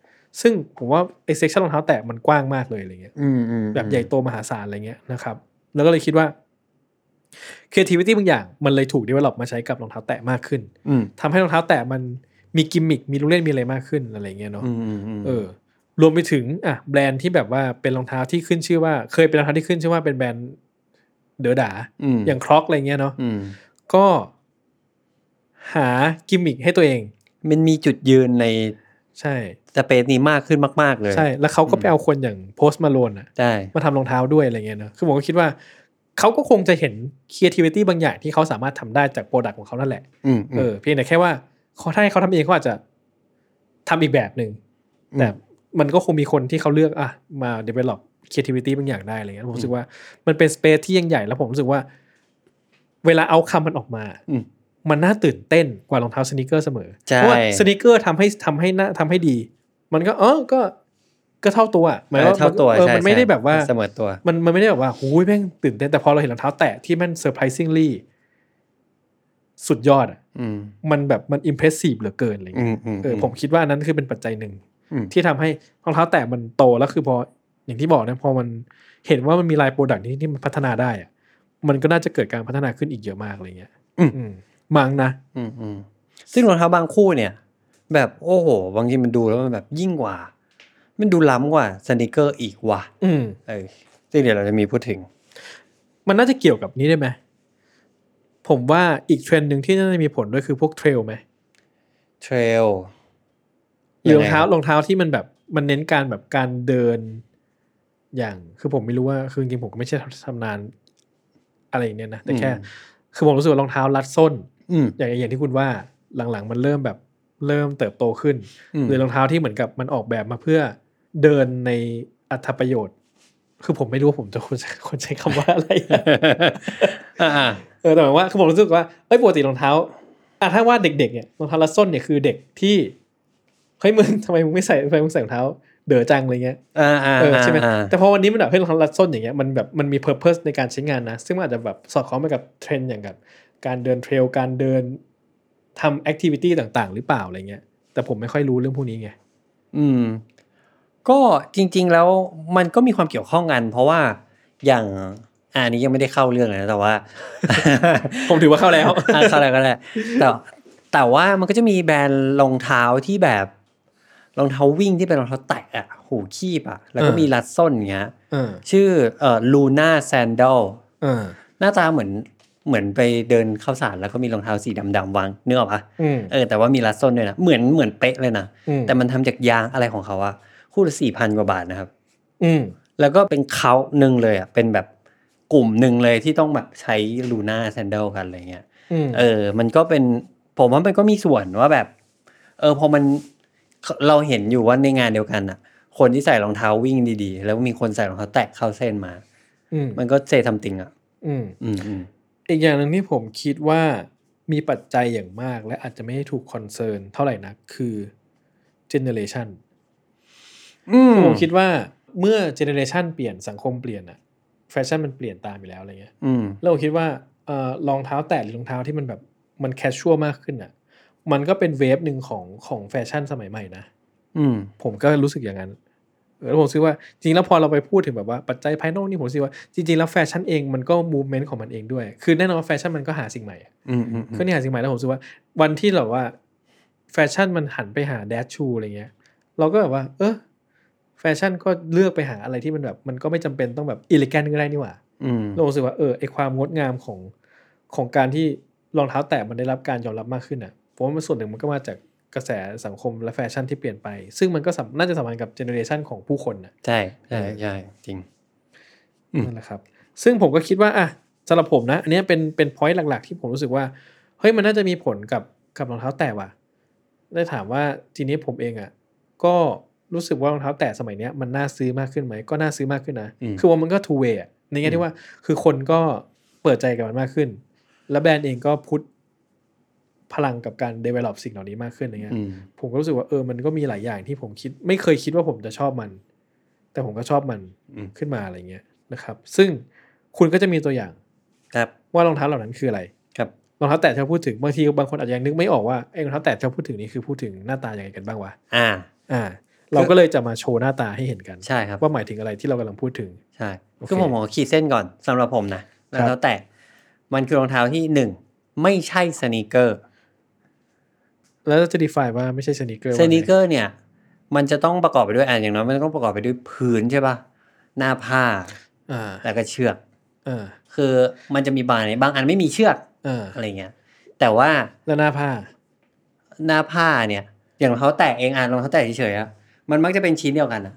Speaker 3: ซึ่งผมว่าไอ้เซ็กชันรองเท้าแตะมันกว้างมากเลยอะไรเงี้ย
Speaker 2: อืมอืม
Speaker 3: แบบใหญ่โตมหาศาลอะไรเงี้ยนะครับ แล้วก็เลยคิดว่า creativity บางอย่างมันเลยถูก develop มาใช้กับรองเท้าแตะมากขึ้น
Speaker 2: อืม
Speaker 3: ทำให้รองเท้าแตะมันมีกิมมิค มีลูกเล่น มีอะไรมากขึ้นอะไรเงี้ยเนาะ
Speaker 2: อืมอืม
Speaker 3: เออ รวมไปถึงอ่ะแบรนด์ที่แบบว่าเป็นรองเท้าที่ขึ้นชื่อว่า เคยเป็นรองเท้าที่ขึ้นชื่อว่าเป็นแบรนด์เดอดา
Speaker 2: ม
Speaker 3: อย่างครอกอะไรเงี้ยเนาะ
Speaker 2: อืม
Speaker 3: ก็หากิมมิคให้ตัวเอง
Speaker 2: มันมีจุดยืนใน
Speaker 3: ใช่
Speaker 2: สเปซนี้มากขึ้นมาก ๆ เลย
Speaker 3: ใช่ แล้วเขาก็ไปเอาคนอย่างโพสต์มาโลนอะ
Speaker 2: ใช่
Speaker 3: มาทำรองเท้าด้วยอะไรเงี้ยเนอะคือผมก็คิดว่า เขาก็คงจะเห็น creativity บางอย่างที่เขาสามารถทำได้จากโปรดักต์ของเขานั่นแหละ
Speaker 2: อืมอื
Speaker 3: เอ
Speaker 2: ม
Speaker 3: อเพียงแต่แค่ว่าเขาถ้าให้เขาทำเองเขาอาจจะทำอีกแบบหนึ่ง
Speaker 2: อืม
Speaker 3: แต่มันก็คงมีคนที่เขาเลือกอ่ะมา develop creativity บางอย่างได้อะไรเงี้ยผมรู้สึกว่ามันเป็น space ที่ยังใหญ่แล้วผมรู้สึกว่า เวลาเอาคำมันออกมา
Speaker 2: อืม
Speaker 3: มันน่าตื่นเต้นกว่ารองเท้าสนิเกอร์เสมอ
Speaker 2: ใช่
Speaker 3: เพราะว่าสนิเกอร์ทำให้ทำให้หน้าทำให้ดี มันก็เออก็ก็เท่าตัวหมาย
Speaker 2: เออ
Speaker 3: ว่า
Speaker 2: เท่าตัว
Speaker 3: เออ
Speaker 2: ใช่
Speaker 3: มันไม่ได้
Speaker 2: ใช่
Speaker 3: แบบว่า
Speaker 2: เสมอตัว
Speaker 3: มันมันไม่ได้แบบว่าหูยแม่งตื่นเต้นแต่พอเราเห็นรองเท้าแตะที่มัน surprisingly สุดยอดอะ
Speaker 2: อืม
Speaker 3: มันแบบมัน impressive เหลือเกินอะไร
Speaker 2: อืม
Speaker 3: เงี้ย
Speaker 2: อืม
Speaker 3: เออผมคิดว่าอันนั้นคือเป็นปัจจัยหนึ่ง
Speaker 2: อืม
Speaker 3: ที่ทำให้รองเท้าแตะมันโตแล้วคือพออย่างที่บอกนะพอมันเห็นว่ามันมีลายโปรดักต์นี้ที่มันพัฒนาได้อะมันก็น่าจะเกิดการพัฒนาขึ้นอีกเยอะมากอะไรเงี้ย
Speaker 2: อืม
Speaker 3: อืมมังนะ
Speaker 2: อืมอืมซึ่งรองเท้าบางคู่เนี่ย แบบโอ้โห บางทีมันดูแล้วมันแบบยิ่งกว่า มันดูล้ำกว่าสนิเกอร์อีกว่ะ
Speaker 3: อืม
Speaker 2: เออซึ่งเดี๋ยวเราจะมีพูดถึง
Speaker 3: มันน่าจะเกี่ยวกับนี้ได้ไหมผมว่าอีกเทรนด์หนึ่งที่น่าจะมีผลด้วยคือพวกเทรลไหม
Speaker 2: เทรล
Speaker 3: หรือรอง
Speaker 2: ยังไง
Speaker 3: เท้า
Speaker 2: ครับ
Speaker 3: รองเท้าที่มันแบบมันเน้นการแบบการเดิน อย่างคือผมไม่รู้ว่าคือจริงๆผมก็ไม่ใช่ทำนานอะไรอย่างเนี้ยนะแต่แค่ คือผมรู้สึกว่ารองเท้ารัดส้น
Speaker 2: อืม
Speaker 3: อย่างอย่างที่คุณว่าหลังๆ มันเริ่มแบบเริ่มเติบโตขึ้น
Speaker 2: อืม
Speaker 3: หรือรองเท้าที่เหมือนกับมันออกแบบมาเพื่อเดินในอัตประโยชน์ คือผมไม่รู้ว่าผมจะควร *laughs* จะควรใช้คำว่าอะไรอะ
Speaker 2: *laughs* อ่าอ่า
Speaker 3: เออแต่หมายว่าคือผมรู้สึกว่าเอ้ยปกติรองเท้าอ่ะถ้าว่าเด็กๆเนี่ยรองเท้าลัดส้นเนี่ยคือเด็กที่เฮ้ยมึง *laughs* ทำไมมึงไม่ใส่ทำไมมึงใส่รองเท้าเด๋อจังอะไรเงี้ย
Speaker 2: อ่าอ่า
Speaker 3: เออใช่ไหม
Speaker 2: อ่า
Speaker 3: แต่พอวันนี้มันแบบเฮ้ยรองเท้าลัดส้นอย่างเงี้ยมันแบบมันมีเพอร์เพสในการใช้งานนะ ซึ่งมันอาจจะแบบสอดคล้องไปกับเทรนด์อย่างกับการเดินเทรลการเดินทำแอคทิวิตี้ต่างๆ หรือเปล่าอะไรเงี้ยแต่ผมไม่ค่อยรู้เรื่องพวกนี้ไง
Speaker 2: อืม ก็จริง ๆ แล้วมันก็มีความเกี่ยวข้องกัน เพราะว่าอย่างอะอันนี้ยังไม่ได้เข้าเรื่องเลยนะแต่ว่า
Speaker 3: ผมถือว่าเข้า
Speaker 2: *laughs*
Speaker 3: แล้ว
Speaker 2: อ่ะเข้าแล้วก็ได้แต่แต่ว่ามันก็จะมีแบรนด์รองเท้าที่แบบ รองเท้าวิ่งที่เป็นรองเท้าแตะอะหูคีบอะแล้วก็
Speaker 3: เออ
Speaker 2: มีรัดส้นอย่างเงี้ย
Speaker 3: เออ
Speaker 2: ชื่อเอ่อลูน่าแซนดล
Speaker 3: เออ
Speaker 2: หน้าตาเหมือนเหมือนไปเดินเข้าสารแล้วก็มีรองเท้าสีดำๆวางเนื้ออกปะ
Speaker 3: อืม
Speaker 2: เออแต่ว่ามีรัดส้นด้วยนะเหมือนเหมือนเป๊ะเลยนะ
Speaker 3: อืม
Speaker 2: แต่มันทำจากยางอะไรของเขาอะคู่ละสี่พันกว่าบาทนะครับ
Speaker 3: อืม
Speaker 2: แล้วก็เป็นเขาหนึ่งเลยอะเป็นแบบกลุ่มหนึ่งเลยที่ต้องแบบใช้ลูน่าแซนเดลกันอะไรเงี้ย
Speaker 3: อืม
Speaker 2: เออ มันก็เป็นผมว่ามันก็มีส่วนว่าแบบ เออพอมันเราเห็นอยู่ว่าในงานเดียวกันอะคนที่ใส่รองเท้าวิ่งดีๆ แล้วมีคนใส่รองเท้าแตะเข้าเส้นมา
Speaker 3: อืม
Speaker 2: มันก็เซทำติงอะ
Speaker 3: อืม
Speaker 2: อืมอืม
Speaker 3: อีกอย่างหนึ่งที่ผมคิดว่ามีปัจจัยอย่างมาก และอาจจะไม่ได้ถูกคอนเซิร์นเท่าไหร่นักคือเจเนเรชันผมคิดว่าเมื่อเจเนเรชันเปลี่ยนสังคมเปลี่ยนอะแฟชั่นมันเปลี่ยนตามอยู่แล้วอะไรเงี้ย
Speaker 2: อืม
Speaker 3: แล้วผมคิดว่าเอ่อรองเท้าแตะหรือรองเท้าที่มันแบบมันแคชชัวมากขึ้นอะมันก็เป็นเวฟหนึ่งของของแฟชั่นสมัยใหม่นะ
Speaker 2: อืม
Speaker 3: ผมก็รู้สึกอย่างนั้นเออแล้วผมคิดว่าจริงๆแล้วพอเราไปพูดถึงแบบว่าปัจจัยภายนอกนี่ผมคิดว่าจริงๆแล้วแฟชั่นเองมันก็มูเมนต์ของมันเองด้วย คือแน่นอนว่าแฟชั่นมันก็หาสิ่งใหม่อะ
Speaker 2: อืมอืมอื
Speaker 3: ก็
Speaker 2: ม
Speaker 3: เนี่ยหาสิ่งใหม่แล้วผมรู้สึกว่าวันที่แบบว่า แฟชั่นมันหันไปหาแดชชูอะไรเงี้ย เราก็แบบว่า เออแฟชั่นก็เลือกไปหาอะไรที่มันแบบ มันก็ไม่จำเป็นต้องแบบอิเลกันก็ได้นี่หว่า
Speaker 2: อืม
Speaker 3: เรารู้สึกว่าเออไอความงดงามของของการที่รองเท้าแตะมันได้รับการยอมรับมากขึ้นอ่ะผมว่ามันส่วนหนึ่งมันก็มาจากกระแสสังคมและแฟชั่นที่เปลี่ยนไป ซึ่งมันก็สำน่าจะสัมพันธ์กับเจเนอเรชันของผู้คนน่ะ
Speaker 2: ใช่ใช่ใช่จริง อืม
Speaker 3: นั่นแหละครับ ซึ่งผมก็คิดว่าอ่ะสำหรับผมนะ อันเนี้ยเป็นเป็นพอยต์หลัก ๆ ที่ผมรู้สึกว่า เฮ้ย มันน่าจะมีผลกับกับรองเท้าแตะว่ะ ได้ถามว่าทีนี้ผมเองอะ่ะ ก็รู้สึกว่ารองเท้าแตะสมัยเนี้ยมันน่าซื้อมากขึ้นไหม ก็น่าซื้อมากขึ้นนะ
Speaker 2: อืม
Speaker 3: คือว่ามันก็ two way อะในแง่ที่ว่า คือคนก็เปิดใจกับมันมากขึ้น และแบรนด์เองก็พุทพลังกับการ develop สิ่งเหล่านี้มากขึ้นอะไรเงี้ย
Speaker 2: อืม
Speaker 3: ผมก็รู้สึกว่าเออ มันก็มีหลายอย่างที่ผมคิด ไม่เคยคิดว่าผมจะชอบมัน แต่ผมก็ชอบมัน
Speaker 2: อืม
Speaker 3: ขึ้นมาอะไรเงี้ยนะครับ ซึ่งคุณก็จะมีตัวอย่าง
Speaker 2: ครับ
Speaker 3: ว่ารองเท้าเหล่านั้นคืออะไร
Speaker 2: ครับ
Speaker 3: รองเท้าแตะที่เราพูดถึงบางทีบางคนอาจจะยังนึกไม่ออกว่าไอ้รองเท้าแตะที่เราพูดถึงนี่คือพูดถึงหน้าตายังไงกันบ้างวะ
Speaker 2: อ่า
Speaker 3: อ่า เราก็เลยจะมาโชว์หน้าตาให้เห็นกัน
Speaker 2: ใช่ครับ
Speaker 3: ว่าหมายถึงอะไรที่เรากำลังพูดถึง
Speaker 2: ใช่
Speaker 3: โอเค
Speaker 2: คือผมขอขีดเส้นก่อนสำหรับผมนะร
Speaker 3: ครั
Speaker 2: อง
Speaker 3: บ
Speaker 2: เท้าแตะมันคือรองเท้าที่หนึ่งไม่ใช่สนีกเกอร์
Speaker 3: แล้วจะ define ว่าไม่ใช่สนิเกอร์
Speaker 2: สนีกเกอร์เนี่ย มันจะต้องประกอบไปด้วยอ่ะอย่างน้อยมันต้องประกอบไปด้วยผืนใช่ป่ะหน้าผ้า
Speaker 3: อ่า
Speaker 2: แล้วก็เชือก
Speaker 3: อ่า
Speaker 2: คือมันจะมีบางในบางอันไม่มีเชือก
Speaker 3: อ่า
Speaker 2: อะไรเงี้ย แต่ว่า
Speaker 3: แล้วหน้าผ้า
Speaker 2: หน้าผ้าเนี่ย อย่างรองเท้าแตะเองอ่ะรองเท้าแตะเฉยๆอ่ะมันมักจะเป็นชิ้นเดียวกันอ่ะ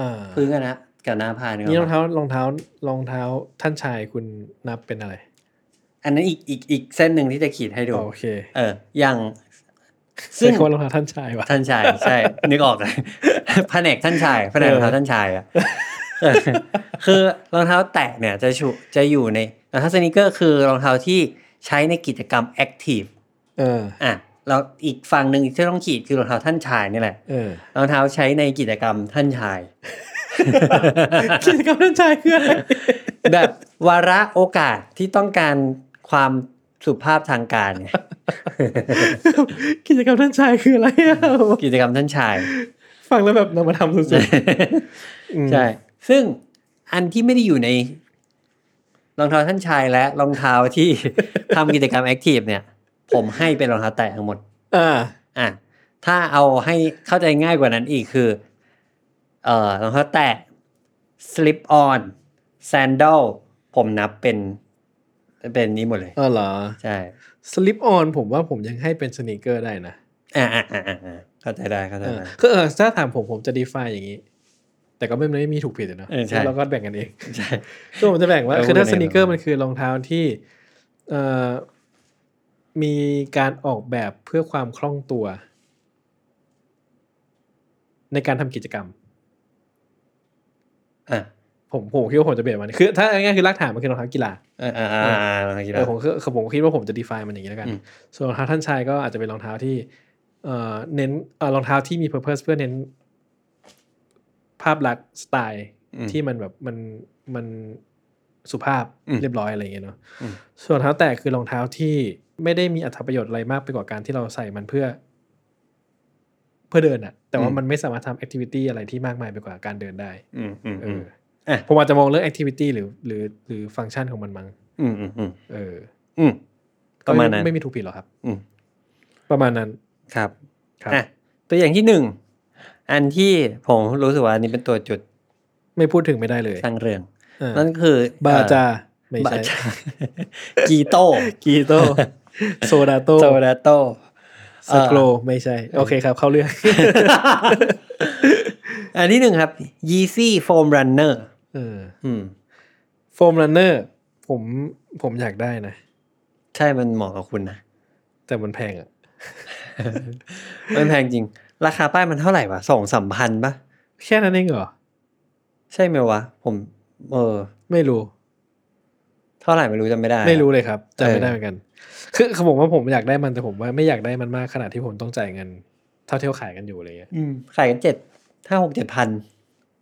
Speaker 3: อ่า
Speaker 2: พื้นกันนะกับหน้าผ้าเนี่ย
Speaker 3: นี่รองเท้ารองเท้ารองเท้าท่านชายคุณนับเป็นอะไร
Speaker 2: อันนั้นอีกอีกอีกเส้นหนึ่งที่จะขีดให้ดู
Speaker 3: อ๋อโอเค
Speaker 2: เออ อย่าง
Speaker 3: ซึ่งว่ารองเท้าท่านชายวะ
Speaker 2: ท่านชาย ใช่ นึกออก *laughs* เลย แผนกท่านชายแผนกรองเท้าท่านชายอะ *laughs* เออคือรองเท้าแตะเนี่ยจะชุจะอยู่ในรองเท้าสนิเกอร์คือรองเท้าที่ใช้ในกิจกรรมแอคทีฟ
Speaker 3: เออ
Speaker 2: อ่ะเราอีกฝั่งหนึ่งที่ต้องขีดคือรองเท้าท่านชายนี่แหละ
Speaker 3: เออ
Speaker 2: รองเท้าใช้ในกิจกรรมท่านชาย
Speaker 3: กิจกรรมท่านชายคืออะไร *laughs*
Speaker 2: แบบวาระโอกาสที่ต้องการความสุภาพทางการไง
Speaker 3: กิจกรรมท่านชายคืออะไร *laughs* อะ
Speaker 2: กิจกรรมท่านชาย
Speaker 3: ฟังแล้วแบบนำมาทำสุดๆ
Speaker 2: ใช่ ซึ่งอันที่ไม่ได้อยู่ในรองเท้าท่านชายและรองเท้าที่ ทำกิจกรรมแอคทีฟเนี่ย ผมให้เป็นรองเท้าแตะทั้งหมด
Speaker 3: อ่า
Speaker 2: อ่ะ ถ้าเอาให้เข้าใจง่ายกว่านั้นอีกคือ เอ่อรองเท้าแตะ slip on sandal ผมนับเป็น เป็นนี้หมดเลย
Speaker 3: อ๋อเหรอ
Speaker 2: ใช่
Speaker 3: สลิปออน ผมว่าผมยังให้เป็นสน e เกอร์ได้นะ
Speaker 2: อ่าอ่าอ่าอ่าเข้าใจได้เข้าใจ
Speaker 3: เออ
Speaker 2: ได้
Speaker 3: คือเออถ้าถามผมผมจะ define อย่างนี้ แต่ก็ไม่ไม่มีถูกผิดอะเนาะ
Speaker 2: เออใช่
Speaker 3: เราก็แบ่งกันเอง
Speaker 2: ใช่
Speaker 3: ก็ผมจะแบ่งว่า
Speaker 2: เออ
Speaker 3: คือถ้า
Speaker 2: พูด
Speaker 3: ส
Speaker 2: กันเอง
Speaker 3: น e เกอร์มันคือรองเท้าที่เอ่อมีการออกแบบเพื่อความคล่องตัว ในการทำกิจกรรม
Speaker 2: อ่ะ
Speaker 3: ผมผมคิดว่าผมจะเบียดมันคือถ้าง่ายๆคือรากฐานมันคือรองเท้ากีฬา
Speaker 2: อ่าอ่าอ่าอ่าลองคิด
Speaker 3: เอ
Speaker 2: ดู
Speaker 3: อผมคือคือผมคิดว่าผมจะ define มันอย่างนี้แล้วกัน
Speaker 2: อืม
Speaker 3: ส่วนรองเท้าท่านชายก็อาจจะเป็นรองเท้าที่เอ่อเน้นเอ่อรองเท้าที่มี purpose เพื่อเน้น ภาพลักษณ์สไตล์
Speaker 2: อืม
Speaker 3: ที่มันแบบมันมันสุภาพ
Speaker 2: อืม
Speaker 3: เรียบร้อยอะไรอย่างเงี้ยเนาะ
Speaker 2: อืม
Speaker 3: ส่วนรองเท้าแตะคือรองเท้าที่ไม่ได้มีอัตประโยชน์อะไรมากไปกว่าการที่เราใส่มันเพื่อ เพื่อเดินอะแต่ว่ามันไม่สามารถทำ activity อะไรที่มากมายไปกว่าการเดินได้
Speaker 2: อืมอืม
Speaker 3: เอ
Speaker 2: อืม
Speaker 3: อ
Speaker 2: อ่ะ
Speaker 3: ผมอาจจะมองเรื่อง activity หรือหรือหรือฟังก์ชันของมันมั้ง
Speaker 2: อืมอืมอืม
Speaker 3: เออ
Speaker 2: อืมประมาณนั้น
Speaker 3: ไม่มีถูกผิดหรอกครับ
Speaker 2: อืม
Speaker 3: ประมาณนั้น
Speaker 2: ครับ
Speaker 3: ครับ
Speaker 2: อ่ะตัวอย่างที่หนึ่ง อันที่ผมรู้สึกว่าอันนี้เป็นตัวจุด
Speaker 3: ไม่พูดถึงไม่ได้เลย
Speaker 2: สร้างเรื่อง
Speaker 3: อ่า
Speaker 2: นั่นคือเอ่อบ
Speaker 3: าจาไม่
Speaker 2: บา
Speaker 3: ใช่
Speaker 2: จา *laughs* กีโต้
Speaker 3: กีโต โซดาโต
Speaker 2: โซดาโต
Speaker 3: สโกรไม่ใช่ โอเคครับ เข้าเรื่อง
Speaker 2: *laughs* อันที่หนึ่งครับ Yeezy Foam Runner
Speaker 3: เออ
Speaker 2: อืม
Speaker 3: โฟมรันเนอร์ผมผมอยากได้นะ
Speaker 2: ใช่มันเหมาะกับคุณนะ
Speaker 3: แต่มันแพงอ่ะ
Speaker 2: มันแพงจริง ราคาป้ายมันเท่าไหร่วะสองสามพันปะ
Speaker 3: แค่นั้นเองเหรอ
Speaker 2: ใช่ไหมวะ ผม เออ
Speaker 3: ไม่รู้
Speaker 2: เท่าไหร่ไม่รู้จำไม่ได้
Speaker 3: ไม่รู้เลยครับจำ
Speaker 2: เอ
Speaker 3: ไม่
Speaker 2: อ
Speaker 3: ได้เหมือนกัน คือเขาบอกว่าผมอยากได้มันแต่ผมว่าไม่อยากได้มันมากขนาดที่ผมต้องจ่ายเงิน เท่าเที่ยวขายกันอยู่อะไรเงี้ย
Speaker 2: อืมขายกันเจ็ดห้าหกเจ็ดพัน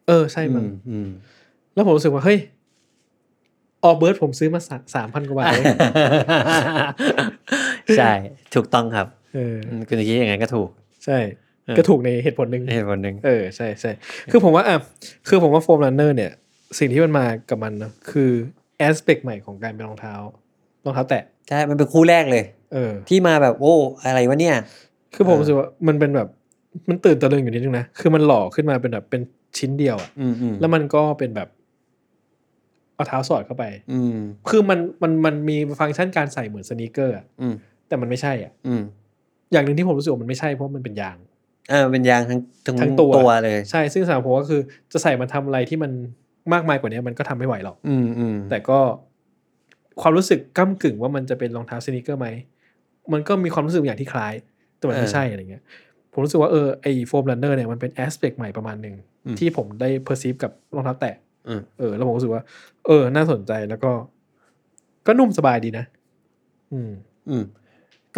Speaker 3: เออใช่มัน
Speaker 2: อือืม
Speaker 3: แล้วผมรู้สึกว่า เฮ้ย ออเบิร์ตผมซื้อมาสามพันกว่าบาทเอง
Speaker 2: ใช่ ถูกต้องครับ
Speaker 3: เออ
Speaker 2: อืมคุณจะคิดอย่างนั้นก็ถูก
Speaker 3: ใช่
Speaker 2: เออ
Speaker 3: ก็ถูกในเหตุผลหนึ่ง
Speaker 2: เหตุผลหนึ่ง
Speaker 3: เออใช่ใช่คือผมว่าอ่ะคือผมว่าโฟมรันเนอร์เนี่ย สิ่งที่มันมากับมันเนอะคือแอสเปกใหม่ของการเป็นรองเท้ารองเท้าแตะ
Speaker 2: ใช่ มันเป็นคู่แรกเลย
Speaker 3: เออ
Speaker 2: ที่มาแบบโอ้อะไรวะเนี่ย
Speaker 3: คือผม
Speaker 2: เออ
Speaker 3: รู้สึกว่ามันเป็นแบบมันตื่นตะลึงอยู่นิดนึงนะ คือมันหล่อขึ้นมาเป็นแบบเป็นชิ้นเดียวอะ
Speaker 2: อืมอืม
Speaker 3: แล้วมันก็เป็นแบบเอาเท้าสอดเข้าไป
Speaker 2: อืม
Speaker 3: คือมันมันมันมีฟังก์ชันการใส่เหมือนสนีกเกอร์อะ
Speaker 2: อืม
Speaker 3: แต่มันไม่ใช่อ่ะ
Speaker 2: อืม
Speaker 3: อย่างหนึ่งที่ผมรู้สึกว่ามันไม่ใช่เพราะมันเป็นยาง
Speaker 2: อ่าเป็นยางทั้ง
Speaker 3: ทั้งตัว
Speaker 2: เลย
Speaker 3: ใช่ซึ่งสำหรับผมก็คือจะใส่มันทำอะไรที่มันมากมายกว่านี้มันก็ทำไม่ไหวหรอก
Speaker 2: อืมอืม
Speaker 3: แต่ก็ความรู้สึกก้ากึ่งว่ามันจะเป็นรองเท้าสนิเกอร์ไหม มันก็มีความรู้สึกอย่างที่คล้าย แต่มันไม่ใช่อะไรเงี้ย ผมรู้สึกว่าเออไอโฟมรันเนอร์เนี่ยมันเป็นแอสเปกใหม่ประมาณหนึ่ง
Speaker 2: อืม
Speaker 3: ที่ผมได้เพอร์ซีฟกับรองเท้าแตะ
Speaker 2: อืม
Speaker 3: เออ แล้วผมรู้สึกว่า เออ น่าสนใจแล้วก็ ก็นุ่มสบายดีนะ อืม
Speaker 2: อืม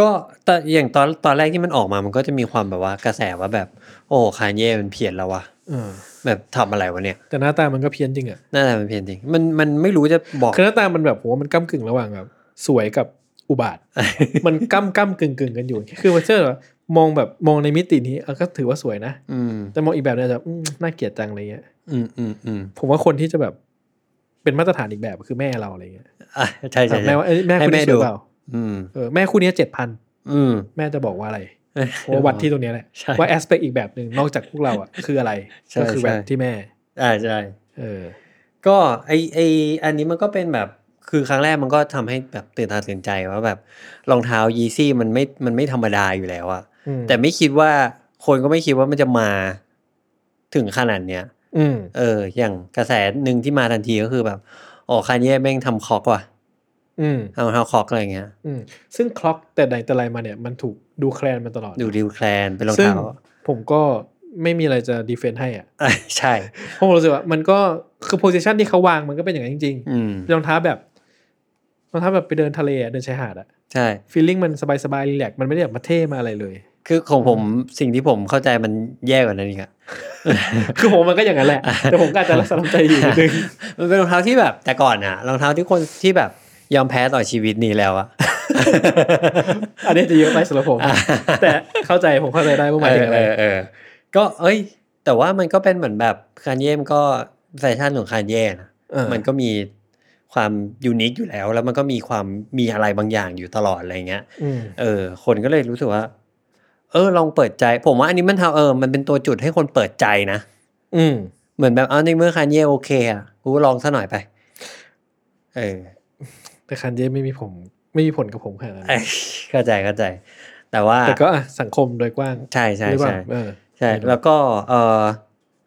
Speaker 2: ก็แต่อย่างตอนตอนแรกที่มันออกมามันก็จะมีความแบบว่ากระแสว่าแบบ โอ้คานเย่มันเพี้ยนแล้ววะ
Speaker 3: เออ
Speaker 2: แบบทำอะไรวะเนี่ย
Speaker 3: แต่หน้าตามันก็เพี้ยนจริงอะ่ะ
Speaker 2: น่าจะมันเพี้ยนจริง มันมันไม่รู้จะบอก
Speaker 3: คือหน้าตามันแบบผมว่ามันก้ากึ่งระหว่างแบบสวยกับอุ
Speaker 2: *laughs*
Speaker 3: บาท มันก้ำก้ำกึ่งกึ่งกันอยู่ คือว่าเชื่อเหรอมองแบบมองในมิตินี้เออก็ถือว่าสวยนะ
Speaker 2: อืม
Speaker 3: แต่มองอีกแบบเนี่ยจะอืมน่าเกลียดจังอะไรเงี้ย
Speaker 2: อืมอืมอืม
Speaker 3: ผมว่าคนที่จะแบบเป็นมาตรฐานอีกแบบคือแม่เราอะไรเงี้ย
Speaker 2: อ่ะใช่ใช่ใช่
Speaker 3: แม่ว่าเอ้ยแม่
Speaker 2: ให้
Speaker 3: คุณ
Speaker 2: แม่
Speaker 3: นี้สวย
Speaker 2: ดู
Speaker 3: เปล่า
Speaker 2: อืม
Speaker 3: เออแม่คู่เนี้เจ็ดพัน
Speaker 2: อืม
Speaker 3: แม่จะบอกว่าอะไรผมว่าวัดที่ตรงเนี้ยแหละ
Speaker 2: ใช่
Speaker 3: ว่าแอสเปกอีกแบบหนึ่งนอกจากพวกเราอ่ะ คืออะไร
Speaker 2: ใช่
Speaker 3: ก็คือแบบ
Speaker 2: ใช่
Speaker 3: ที่แม่
Speaker 2: อ่าใช่
Speaker 3: เออ
Speaker 2: ก็ไอไออันนี้มันก็เป็นแบบคือครั้งแรกมันก็ทำให้แบบตื่นตาตื่นใจว่าแบบรองเท้ายีซี่มันไม่มันไม่ธรรมดาอยู่แล้วอะ
Speaker 3: อืม
Speaker 2: แต่ไม่คิดว่าคนก็ไม่คิดว่ามันจะมาถึงขนาดเนี้ย
Speaker 3: อืม
Speaker 2: เออ อย่างกระแสหนึ่งที่มาทันทีก็คือแบบอ๋อคานเย่แม่งทำคอกว่ะ
Speaker 3: อืม
Speaker 2: ทำเท้าคอกอะไรอย่างเงี้ย
Speaker 3: อืมซึ่งคล็อกแต่ไหนแต่ไรมาเนี่ยมันถูกดูแคลนมาตลอด
Speaker 2: ดูดิวแคลนเป็นรอง
Speaker 3: ซึ่ง
Speaker 2: เท้า
Speaker 3: ผมก็ไม่มีอะไรจะดีเฟนต์ให้อ่ะ
Speaker 2: อ่ะ *laughs* ใช่
Speaker 3: เพราะผมรู้สึกว่ามันก็คือโพซิชันที่เขาวางมันก็เป็นอย่างนั้นจริงๆ
Speaker 2: อืม
Speaker 3: รองเท้าแบบรองเท้าแบบไปเดินทะเลอะเดินชายหาดอะ
Speaker 2: ใช่
Speaker 3: ฟีลลิ่งมันสบายสบายรีแลกมันไม่ได้แบบมาเท่มาอะไรเลย
Speaker 2: คือของผมสิ่งที่ผมเข้าใจมันแย่กว่านั้นอีกอะ *laughs*
Speaker 3: คือผมมันก็อย่างนั้นแหละ แต่ผมก็อาจจะรักษาลำใจอยู่นิด
Speaker 2: *laughs*
Speaker 3: นึง
Speaker 2: มันเป็นรองเท้าที่แบบ แต่ก่อนอะรองเท้าที่คนที่แบบยอมแพ้ต่อชีวิตนี้แล้วอะ
Speaker 3: อันนี้จะเยอะไปสำหรับผม
Speaker 2: อ่า
Speaker 3: แต่เข้าใจผม *laughs* เข้าใจได้ว่าหมายถึงอะไร
Speaker 2: เออเออเออก็เอ้ย แต่ว่ามันก็เป็นเหมือนแบบคานเย่มันก็แฟชั่นของคานเย่นะ
Speaker 3: เออ
Speaker 2: มันก็มีความยูนิคอยู่แล้ว แล้วมันก็มีความมีอะไรบางอย่างอยู่ตลอดอะไรเงี้ย
Speaker 3: อืม
Speaker 2: เออ คนก็เลยรู้สึกว่า เออ ลองเปิดใจ ผมว่าอันนี้มันทำเออ มันเป็นตัวจุดให้คนเปิดใจนะ
Speaker 3: อืม
Speaker 2: เหมือนแบบเอาในเมื่อคานเย่โอเคอ่ะ กูก็ลองซะหน่อยไป เออ
Speaker 3: แต่คันเย่ไม่มีผมไม่มีผลกับผมขนาดนั้น
Speaker 2: เอ้ยเข้าใจเข้าใจ แต่ว่า
Speaker 3: แต่ก็อ่ะสังคมโดยกว้าง
Speaker 2: ใช่ใช่
Speaker 3: หรือเปล่า
Speaker 2: ใช่
Speaker 3: เออ
Speaker 2: ใช่
Speaker 3: ไม่รู้
Speaker 2: แล้วก็เออ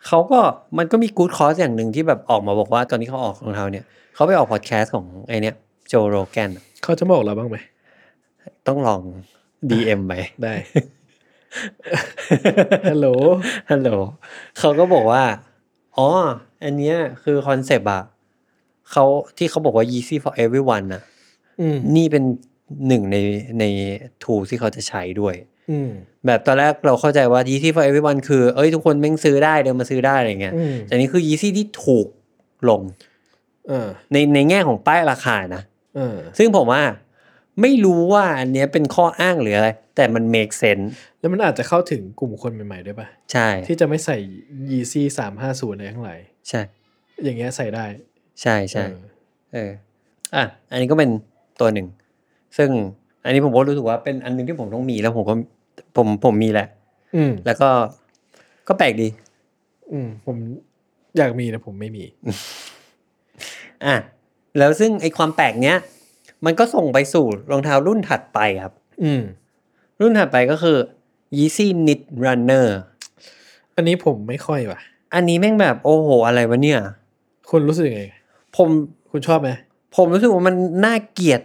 Speaker 2: เขาก็มันก็มีกู๊ดคอร์สอย่างหนึ่งที่แบบออกมาบอกว่า ตอนนี้เขาออกรองเท้าเนี่ยเขาไปออกพอดแคสต์ของไอเนี่ยโจโรแกน
Speaker 3: เขาจะบอกเราบ้างไหม
Speaker 2: ต้องลอง DM ไป
Speaker 3: ได้
Speaker 2: *laughs*
Speaker 3: ฮัลโหล
Speaker 2: ฮัลโหลเขาก็บอกว่า อ๋อ อันเนี้ยคือคอนเซปต์อะเขาที่เขาบอกว่า easy for everyone น่ะ
Speaker 3: อืม
Speaker 2: นี่เป็นหนึ่งในในทูที่เขาจะใช้ด้วย
Speaker 3: อืม
Speaker 2: แบบตอนแรกเราเข้าใจว่า easy for everyone คือ เอ้ยทุกคนแม่งซื้อได้เดินมาซื้อได้อะไรเงี้ย
Speaker 3: อืม
Speaker 2: แต่นี่คือ easy ที่ถูกลง
Speaker 3: เออ
Speaker 2: ในในแง่ของป้ายราคานะ
Speaker 3: เออ
Speaker 2: ซึ่งผมว่าไม่รู้ว่าอันเนี้ยเป็นข้ออ้างหรืออะไร แต่มัน make sense
Speaker 3: แล้วมันอาจจะเข้าถึงกลุ่มคนใหม่ๆด้วยป่ะ
Speaker 2: ใช่
Speaker 3: ที่จะไม่ใส่ยีซี่สามห้าศูนย์อะไรทั้งหลาย
Speaker 2: ใช่
Speaker 3: อย่างเงี้ยใส่ได้
Speaker 2: ใช่ใช่
Speaker 3: เออ
Speaker 2: เอออ่ะอันนี้ก็เป็นตัวหนึ่ง ซึ่งอันนี้ผมก็รู้สึกว่าเป็นอันหนึงที่ผมต้องมีแล้วผมก็ผมผมมีแหละ
Speaker 3: อืม
Speaker 2: แล้วก็ ก็แปลกดี
Speaker 3: อืมผมอยากมีแต่ผมไม่มี
Speaker 2: อ่ะแล้วซึ่งไอความแปลกเนี้ย มันก็ส่งไปสู่รองเท้ารุ่นถัดไปครับ
Speaker 3: อืม
Speaker 2: รุ่นถัดไปก็คือ Yeezy Knit Runner
Speaker 3: อันนี้ผมไม่ค่อยว่ะ
Speaker 2: อันนี้แม่งแบบโอ้โห อะไรวะเนี่ย
Speaker 3: คุณรู้สึกยังไง
Speaker 2: ผม
Speaker 3: คุณชอบไหม
Speaker 2: ผมรู้สึกว่ามันน่าเกลียด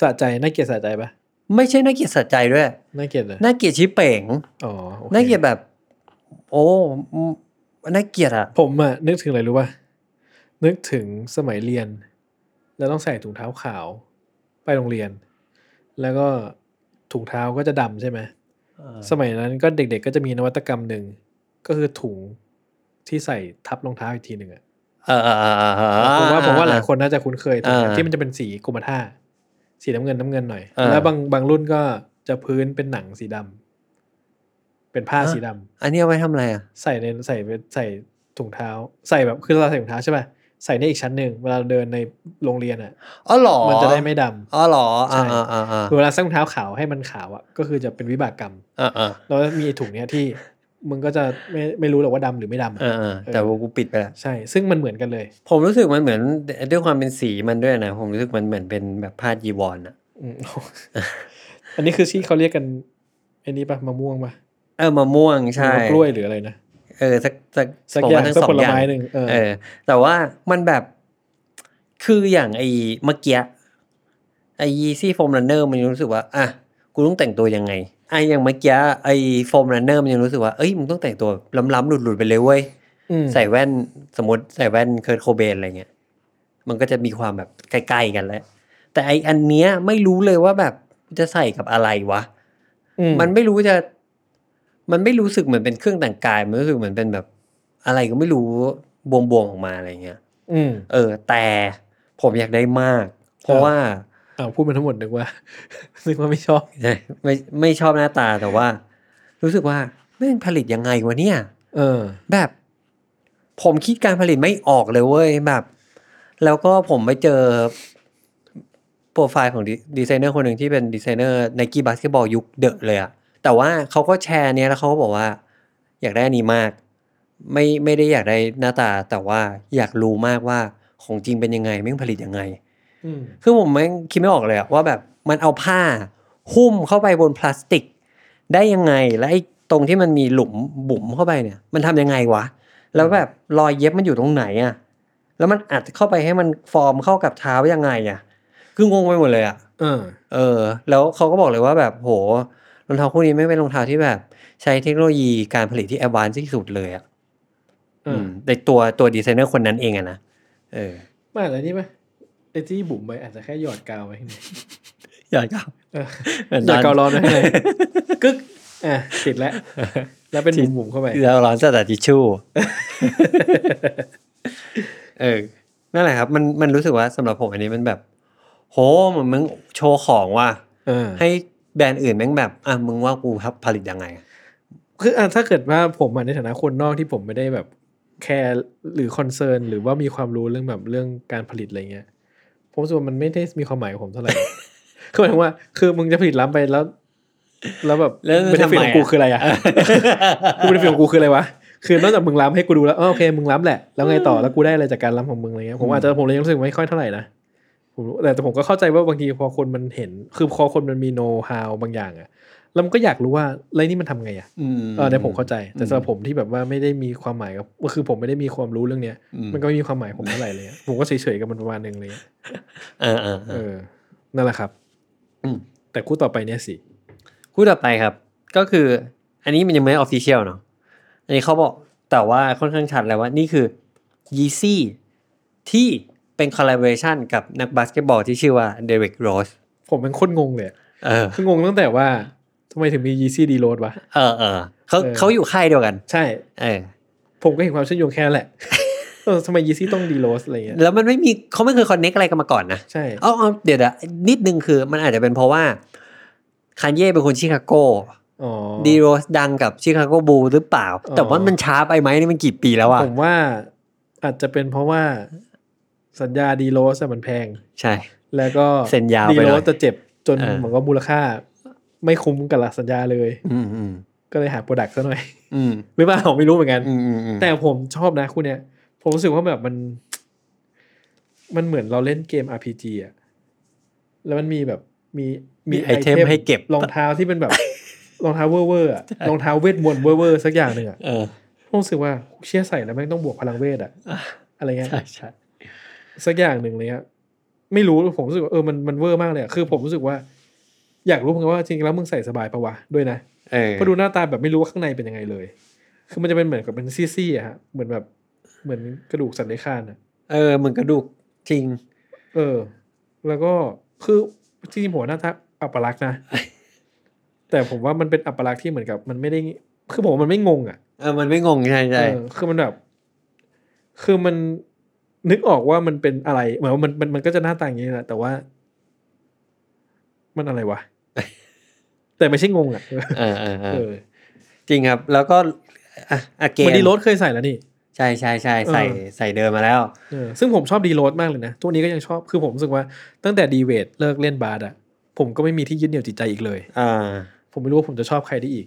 Speaker 3: สะใจน่าเกลียดสะใจปะ
Speaker 2: ไม่ใช่น่าเกลียดสัจใจด้วย
Speaker 3: น่าเกลียดเลย
Speaker 2: น่าเกลียดชิเป๋ง
Speaker 3: อ๋อโอค
Speaker 2: น่าเกลียดแบบ โอ้อืมน่าเกลียดอะ
Speaker 3: ผมอะนึกถึงอะไรรู้ป่ะนึกถึงสมัยเรียน แล้วต้องใส่ถุงเท้าขาว ไปโรงเรียน แล้วก็ถุงเท้าก็จะดำใช่ไหม สมัยนั้นก็เด็กๆก็จะมีนวัตกรรมหนึ่ง ก็คือถุงที่ใส่ทับรองเท้าอีกทีหนึ่งอะ
Speaker 2: เออเออเออเออ
Speaker 3: ผมว่าผมว่าหลายคนน่าจะคุ้นเคยถุงนั้น
Speaker 2: อ่า
Speaker 3: ที่มันจะเป็นสีกรมท่าสีน้ำเงินน้ำเงินหน่อย
Speaker 2: อ่า
Speaker 3: แล้วบางบางรุ่นก็จะพื้นเป็นหนังสีดำเป็นผ้าสีดำ
Speaker 2: อันนี้เอาไว้ทำอะไรอะ
Speaker 3: ใส่ในใส่ใส่ถุงเท้า ใส่แบบคือเราใส่ถุงเท้าใช่ป่ะใส่ในอีกชั้นหนึ่งเวลาเดินในโรงเรียนอ่ะ
Speaker 2: อ๋อเหรอ
Speaker 3: มันจะได้ไม่ดำ
Speaker 2: อ๋อเหรอ
Speaker 3: ใช่
Speaker 2: อ่าอ่าอ่าอ่า
Speaker 3: เวลาใส่ถุงเท้าขาวให้มันขาวอ่ะก็คือจะเป็นวิบากกรรม
Speaker 2: อ่าอ่า
Speaker 3: แล้วมีไอ้ถุงเนี้ยที่มึงก็จะไม่ไม่รู้หรอกว่าดำหรือไม่ดำอะ
Speaker 2: อ่าอ่าแต่ว่ากูปิดไปแล้ว
Speaker 3: ใช่ ซึ่งมันเหมือนกันเลย
Speaker 2: ผมรู้สึกมันเหมือนด้วยความเป็นสีมันด้วยนะ ผมรู้สึกมันเหมือนเป็นแบบผ้าจีวรอะ
Speaker 3: อื
Speaker 2: *laughs*
Speaker 3: ม อันนี้คือที่เขาเรียกกันไอ้นี้ปะมะม่วงปะ
Speaker 2: เออมะม่วงใช่
Speaker 3: หรือว่ากล้วยหรืออะไรนะ
Speaker 2: เออสักสัก
Speaker 3: สัก
Speaker 2: ผม
Speaker 3: อย่า
Speaker 2: ว่
Speaker 3: ง
Speaker 2: ทั้
Speaker 3: สัก
Speaker 2: สอ
Speaker 3: ผล
Speaker 2: อย่า
Speaker 3: ไม้หนึ่งเออ
Speaker 2: เออ แต่ว่ามันแบบคืออย่างไอ้เมื่อกี้ไอ้ยีซี่โฟมรันเนอร์มันยังรู้สึกว่าอ่ะกูต้องแต่งตัวยังไงไอ้อย่างเมื่อกี้ไอ้โฟมรันเนอร์มันยังรู้สึกว่าเอ้ยมึงต้องแต่งตัวล้ำๆหลุดๆไปเลยเว้ย
Speaker 3: อืม
Speaker 2: ใส่แว่นสมมติใส่แว่นเคิร์ทโคเบนอะไรเงี้ย มันก็จะมีความแบบใกล้ๆกันแล้วแต่ไออันเนี้ยไม่รู้เลยว่าแบบจะใส่กับอะไรวะ
Speaker 3: อื
Speaker 2: มันไม่รู้จะ มันไม่รู้สึกเหมือนเป็นเครื่องแต่งกาย มันรู้สึกเหมือนเป็นแบบ อะไรก็ไม่รู้บวมๆออกมาอะไรเงี้ย
Speaker 3: อืม
Speaker 2: เออ แต่ผมอยากได้มาก เพราะ
Speaker 3: ครับ
Speaker 2: ว่า *laughs*
Speaker 3: อ้าวพูดมาทั้งหมดนึกว่า *laughs* นึกว่าไม่ชอบ
Speaker 2: ไม่ไม่ไม่ชอบหน้าตาแต่ว่า รู้สึกว่าแม่งผลิตยังไงวะเนี่ย
Speaker 3: เออ
Speaker 2: แบบผมคิดการผลิตไม่ออกเลยเว้ยแบบ แล้วก็ผมไปเจอโปรไฟล์ของดีดีไซเนอร์คนหนึ่งที่เป็นดีไซเนอร์ไนกี้บาสเกตบอลยุคเดอะเลยอะแต่ว่าเขาก็แชร์เนี้ยแล้วเขาก็บอกว่า อยากได้อันนี้มาก ไม่ไม่ได้อยากได้หน้าตา แต่ว่าอยากรู้มากว่าของจริงเป็นยังไงแม่งผลิตยังไง
Speaker 3: อืม
Speaker 2: คือผมแม่งคิดไม่ออกเลยอะว่าแบบมันเอาผ้าหุ้มเข้าไปบนพลาสติก ได้ยังไง และไอ้ตรงที่มันมีหลุมบุ๋มเข้าไปเนี่ย มันทำยังไงวะ แล้วแบบรอยเย็บมันอยู่ตรงไหนอะแล้วมันอัดเข้าไปให้มันฟอร์มเข้ากับเท้ายังไงอะคืองงไปหมดเลยอะ
Speaker 3: เออ
Speaker 2: เออ แล้วเขาก็บอกเลยว่าแบบโหรองเท้าคู่นี้ไม่งเป็นรองเท้าที่แบบ ใช้เทคโนโลยีการผลิตที่แอดวานซ์ที่สุดเลยอะ
Speaker 3: เออ
Speaker 2: มแต่ตัวตัวดีไซเนอร์คนนั้นเองอะนะเออ
Speaker 3: ไมาอะไรนี่ปะไอ้ที่บุ๋มไปอาจจะแค่หยอดกาวไว้ข้างใน
Speaker 2: อยากเอา
Speaker 3: เออ
Speaker 2: เหมืน
Speaker 3: หย
Speaker 2: ต
Speaker 3: อด
Speaker 2: น
Speaker 3: กาวร้อนไว้ข้างในกึกอ่ะติดแล้ว แล้วเป็นบุ๋มบุ๋มๆเข้าไป
Speaker 2: เราร้อนสตัดทิชชู่
Speaker 3: *laughs*
Speaker 2: เออ นั่นแหละครับ มัน มันรู้สึกว่าสำหรับผมอันนี้มันแบบ โห เหมือนมึงโชว์ของว่ะ
Speaker 3: เออ
Speaker 2: ให้แบรนด์อื่นแม่งแบบ อ่ะ มึงว่ากูครับผลิตยัง
Speaker 3: *laughs*
Speaker 2: ไง
Speaker 3: คืออ่ะถ้าเกิดว่าผมอ่ะในฐานะคนนอกที่ผมไม่ได้แบบแคร์หรือคอนเซิร์นหรือว่ามีความรู้เรื่องแบบเรื่องการผลิตอะไรเงี้ยผมรู้สึกว่ามันไม่ได้มีความหมายกับผมเท่าไหร่ คือหมายถึงว่า คือมึงจะผลิตล้ำไปแล้ว แล้วแบบ
Speaker 2: แล้ว
Speaker 3: เบนฟิตของกูคืออะไรอ่ะ คือเบนฟิตของกูคืออะไรวะคือนอกจากมึงล้ำให้กูดูแล้วอ๋อโอเคมึงล้ำแหละแล้วไงต่อแล้วกูได้อะไรจากการล้ำของมึงอะไรเงี้ยผมอาจจะผมเลยยังรู้สึกไม่ค่อยเท่าไหร่นะผมรู้แต่แต่ผมก็เข้าใจว่าบางทีพอคนมันเห็น คือพอคนมันมีโน้ตฮาวบางอย่างอ่ะแล้วมันก็อยากรู้ว่าแล้วนี่มันทำไงอ่ะ เออในผมเข้าใจแต่สำหรับผมที่แบบว่าไม่ได้มีความหมายกับก็คือผมไม่ได้มีความรู้เรื่องเนี้ย
Speaker 2: อืม
Speaker 3: มันก็ไม่มีความหมายผมเท่าไหร่
Speaker 2: *laughs*
Speaker 3: เลยอะผมก็เฉยๆกับมันประมาณหนึ่งเลยอะ
Speaker 2: เออเออเอ
Speaker 3: เอ
Speaker 2: อ
Speaker 3: อนั่นแหละครับ
Speaker 2: อืม
Speaker 3: แต่คู่ต่อไปเนี่ยสิ
Speaker 2: คู่ต่อไปครับ ก็คือ อันนี้มันยังไม่ออฟฟิเชียลเนาะ อันนี้เขาบอก แต่ว่าค่อนข้างชัดแล้วว่านี่คือ Yeezy ที่เป็นคอลลาบอร์ชันกับนักบาสเกตบอลที่ชื่อว่าเดวิกโรส
Speaker 3: ผมเป็นคนงงเลยอะ
Speaker 2: เออ
Speaker 3: คืองงตั้งแต่ว่าทำไมถึงมียีซี่ดีโรดวะ
Speaker 2: เออเออเขา
Speaker 3: เออ
Speaker 2: เขาอยู่ค่ายเดียวกัน
Speaker 3: ใช่
Speaker 2: เออ
Speaker 3: ผมก็เห็นความเชื่อมโยงแค่นั้นแหละ *laughs* เออทำไมยีซี่ต้องดีโรดอะไร
Speaker 2: *laughs*
Speaker 3: เงี้ย
Speaker 2: แล้วมันไม่มีเขาไม่เคยคอนเน็กอะไรกันมาก่อนนะ
Speaker 3: ใช่
Speaker 2: เอ๋อาเดี๋ยวนะนิดนึงคือมันอาจจะเป็นเพราะว่าคานเย่เป็นคนชิคาโก
Speaker 3: อ๋อ
Speaker 2: ดีโรสดังกับชิคาโกบูลหรือเปล่า
Speaker 3: อ๋อ
Speaker 2: แต่ว่ามันช้าไปไหมนี่มันกี่ปีแล้วอะ
Speaker 3: ผมว่าอาจจะเป็นเพราะว่าสัญญาดีโรสมันแพง
Speaker 2: ใช่
Speaker 3: แล้วก็
Speaker 2: เซ็นยาวไปหน่อย
Speaker 3: ดีโรสจะเจ็บจน
Speaker 2: เออ
Speaker 3: เหมือนว่ามูลค่า ไม่คุ้มกับหลักสัญญาเลย
Speaker 2: อืมอืม
Speaker 3: ก็เลยหาโปรดักต์ซะหน่อย *laughs*
Speaker 2: อืม
Speaker 3: หรือเปล่าไม่รู้เหมือนกัน
Speaker 2: อืมอืมอืม
Speaker 3: แต่ผมชอบนะคู่เนี้ยผมรู้สึกว่าแบบมัน มันเหมือนเราเล่นเกม RPG อะแล้วมันมีแบบมี
Speaker 2: มีไอเทมให้เก็บ
Speaker 3: รองเท้าที่เป็นแบบ *laughs* รองเท้าเวอร์เวอร์อะรองเท้าเวทมนต์เวอร์เวอร์สักอย่างหนึ่งอะ
Speaker 2: เออ
Speaker 3: ผมรู้สึกว่าเชี่ยใส่แล้วแม่งต้องบวกพลังเวทอะอะไรเงี้ย
Speaker 2: ใช่ใช่
Speaker 3: สักอย่างหนึ่งเลยครับไม่รู้ผมรู้สึกว่าเออมันมันเวอร์มากเลยอะคือผมรู้สึกว่า อยากรู้เหมือนกันว่าจริงๆแล้วมึงใส่สบายปะวะด้วยนะ
Speaker 2: เออ
Speaker 3: เพราะดูหน้าตาแบบไม่รู้ว่าข้างในเป็นยังไงเลย คือมันจะเป็นเหมือนกับเป็นซี่ๆอะฮะ เหมือนแบบเหมือนกระดูกสันนิษฐานอะ
Speaker 2: เออเหมือนกระดูกจริง
Speaker 3: เออ แล้วก็คือจริงๆหัวหน้าตาอัปลักษณ์นะ
Speaker 2: *laughs*
Speaker 3: แต่ผมว่ามันเป็นอัปลักษณ์ที่เหมือนกับ มันไม่ได้ คือผมว่ามันไม่งงอะ
Speaker 2: เออมันไม่งงใช่ใช่
Speaker 3: เออ คือมันแบบ คือมันนึกออกว่ามันเป็นอะไรเหมือนว่ามันมันมันก็จะหน้าตาอย่างนี้แหละ แต่ว่า มันอะไร *laughs* วะ แต่ไม่ใช่งงอะเออ
Speaker 2: เออเออเอ
Speaker 3: เอ
Speaker 2: อ
Speaker 3: อ
Speaker 2: จริงครับ แล้วก็อ่ะอะเก
Speaker 3: วันนี้รถเคยใส่แล้วนี่
Speaker 2: ใช่ใช่ใช่ใส่
Speaker 3: เออ
Speaker 2: ใส่เดิมมาแล้ว
Speaker 3: เออซึ่งผมชอบดีโรดมากเลยนะ ทุกวันนี้ก็ยังชอบ คือผมรู้สึกว่าตั้งแต่ดีเวทเลิกเล่นบาสอะผมก็ไม่มีที่ยึดเหนี่ยวจิตใจอีกเลย
Speaker 2: อ่า
Speaker 3: ผมไม่รู้ว่าผมจะชอบใครได้อีก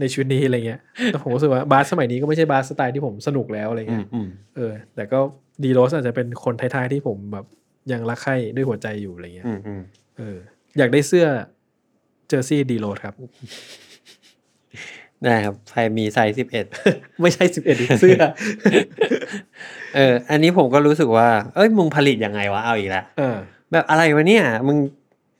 Speaker 3: ในชีวิตนี้อะไรเงี้ย แต่ผมรู้สึกว่าบาสสมัยนี้ก็ไม่ใช่บาสสไตล์ที่ผมสนุกแล้วอะไร
Speaker 2: อื
Speaker 3: เงี้
Speaker 2: ม
Speaker 3: ย
Speaker 2: อืม
Speaker 3: เออ แต่ก็ดีโรสอาจจะเป็นคนท้ายๆที่ผมแบบยังรักใคร่ด้วยหัวใจอยู่อะไรเงี้ย
Speaker 2: อืมอืม
Speaker 3: เออ อยากได้เสื้อเจอร์ซี่ดีโรสครับ
Speaker 2: ได้ครับใครมีไซส์สิบเอ็ด *laughs*
Speaker 3: ไม่ใช่สิบเอ็ดเสื้ *laughs* อ
Speaker 2: เออ อันนี้ผมก็รู้สึกว่า เอ้ย มึงผลิตยังไงวะ เอาอีกแล้ว
Speaker 3: เออ
Speaker 2: แบบอะไรวะเนี่ย มึง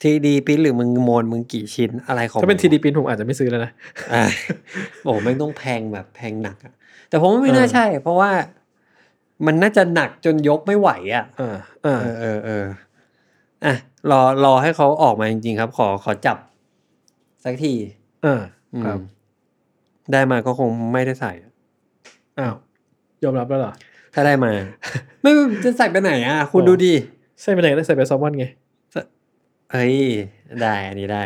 Speaker 2: ทีดีพิมพ์หรือมึงโมนมึงกี่ชิ้นอะไรของ
Speaker 3: ถ้าเป็น
Speaker 2: มึง
Speaker 3: ทีดีพินผมอาจจะไม่ซื้อแล้วนะ
Speaker 2: อ่ะ *laughs* โอ้แม่งต้องแพงแบบแพงหนักอะแต่ผมว่าไม่น่า
Speaker 3: เออ
Speaker 2: ใช่ เพราะว่ามันน่าจะหนักจนยกไม่ไหวอะ
Speaker 3: อ่าเออ
Speaker 2: เออเออเอออ่ะรอรอให้เขาออกมาจริงๆครับ ขอขอจับ สักที
Speaker 3: เออ
Speaker 2: อืม
Speaker 3: ครับ
Speaker 2: ได้มาก็คงไม่ได้ใส่อะ
Speaker 3: อ้าวยอมรับแล้วเหรอ
Speaker 2: ถ้าได้มา ไม่ไม่จะใส่ไปไหนอ่ะ คุณ
Speaker 3: โอ้
Speaker 2: ดูดิ
Speaker 3: ใส่ไปไหนก็ได้ใส่ไปแซลมอนไง *laughs*
Speaker 2: เฮ้ย ได้อันนี้ *laughs* ได้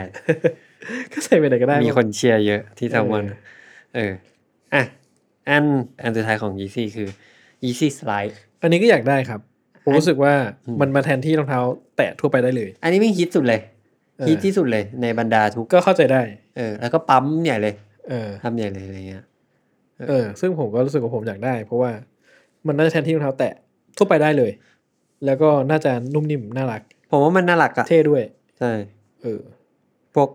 Speaker 3: ก็ใส่ไปไหนก็ได้
Speaker 2: มี
Speaker 3: มั้ง
Speaker 2: คนเชียร์เยอะที่แซลมอน
Speaker 3: เออ
Speaker 2: เอออ่ะอันอันสุดท้ายของ Yeezy คือ Yeezy Slide
Speaker 3: อันนี้ก็อยากได้ครับ ผมรู้สึกว่ามันมาแทนที่รองเท้าแตะทั่วไปได้เลย
Speaker 2: อันนี้ไม่ฮิตสุดเลย
Speaker 3: เออ
Speaker 2: ฮิตที่สุดเลยในบรรดาทุก
Speaker 3: ก็เข้าใจได้
Speaker 2: เออแล้วก็ปั๊มใหญ่เลย
Speaker 3: เออ
Speaker 2: ทำใหญ่เลยอะไรเงี้ย
Speaker 3: เออ ซึ่งผมก็รู้สึกว่าผมอยากได้ เพราะว่ามันน่าจะแทนที่รองเท้าแตะทั่วไปได้เลย แล้วก็น่าจะนุ่มนิ่มน่ารัก
Speaker 2: ผมว่ามันน่ารักอะ
Speaker 3: เท่ด้วย
Speaker 2: ใช่
Speaker 3: เออ
Speaker 2: พวก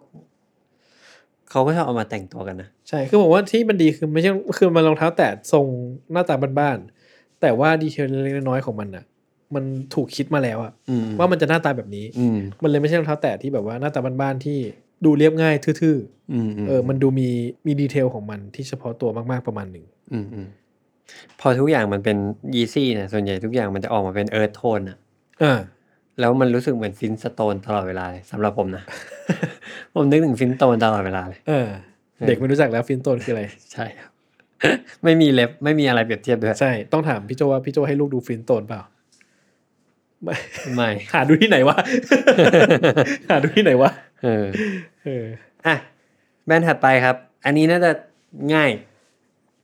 Speaker 2: เขาก็ชอบเอามาแต่งตัวกันนะ
Speaker 3: ใช่ คือผมว่าที่มันดีคือไม่ใช่ คือมันรองเท้าแตะทรงหน้าตาบ้านๆ แต่ว่าดีเทลเล็กๆน้อยๆของมันน่ะ มันถูกคิดมาแล้วอะ
Speaker 2: อืม
Speaker 3: ว่ามันจะหน้าตาแบบนี้
Speaker 2: อืม
Speaker 3: มันเลยไม่ใช่รองเท้าแตะที่แบบว่าหน้าตาบ้านๆที่ดูเรียบง่ายทื่อๆ
Speaker 2: อืม
Speaker 3: เออ มันดูมีมีดีเทลของมันที่เฉพาะตัวมาก ๆ ประมาณหนึ่ง
Speaker 2: อืมอืมพอทุกอย่างมันเป็นยีซี่เนี่ยส่วนใหญ่ทุกอย่างมันจะออกมาเป็นเอิร์ธโทนอะ
Speaker 3: อ่า
Speaker 2: แล้วมันรู้สึกเหมือนซินสโตนตลอดเวลาเลยสำหรับผมนะ *laughs* ผมนึกถึงซินสโตนตลอดเวลาเลย
Speaker 3: เออ เด็กไม่รู้จักแล้วฟินโตนคืออะไร
Speaker 2: ใช่ครับ *laughs* ไม่มีเล็บไม่มีอะไรเปรียบเทียบด้วย
Speaker 3: ใช่ ต้องถามพี่โจว่าพี่โจให้ลูกดูฟินโตนเปล่าไม่ *laughs*
Speaker 2: ไม่
Speaker 3: หาดูที่ไหนวะ หาดูที่ไหนวะ
Speaker 2: เออ
Speaker 3: เออ
Speaker 2: อ่ะแบรนด์ถัดไปครับ อันนี้น่าจะง่าย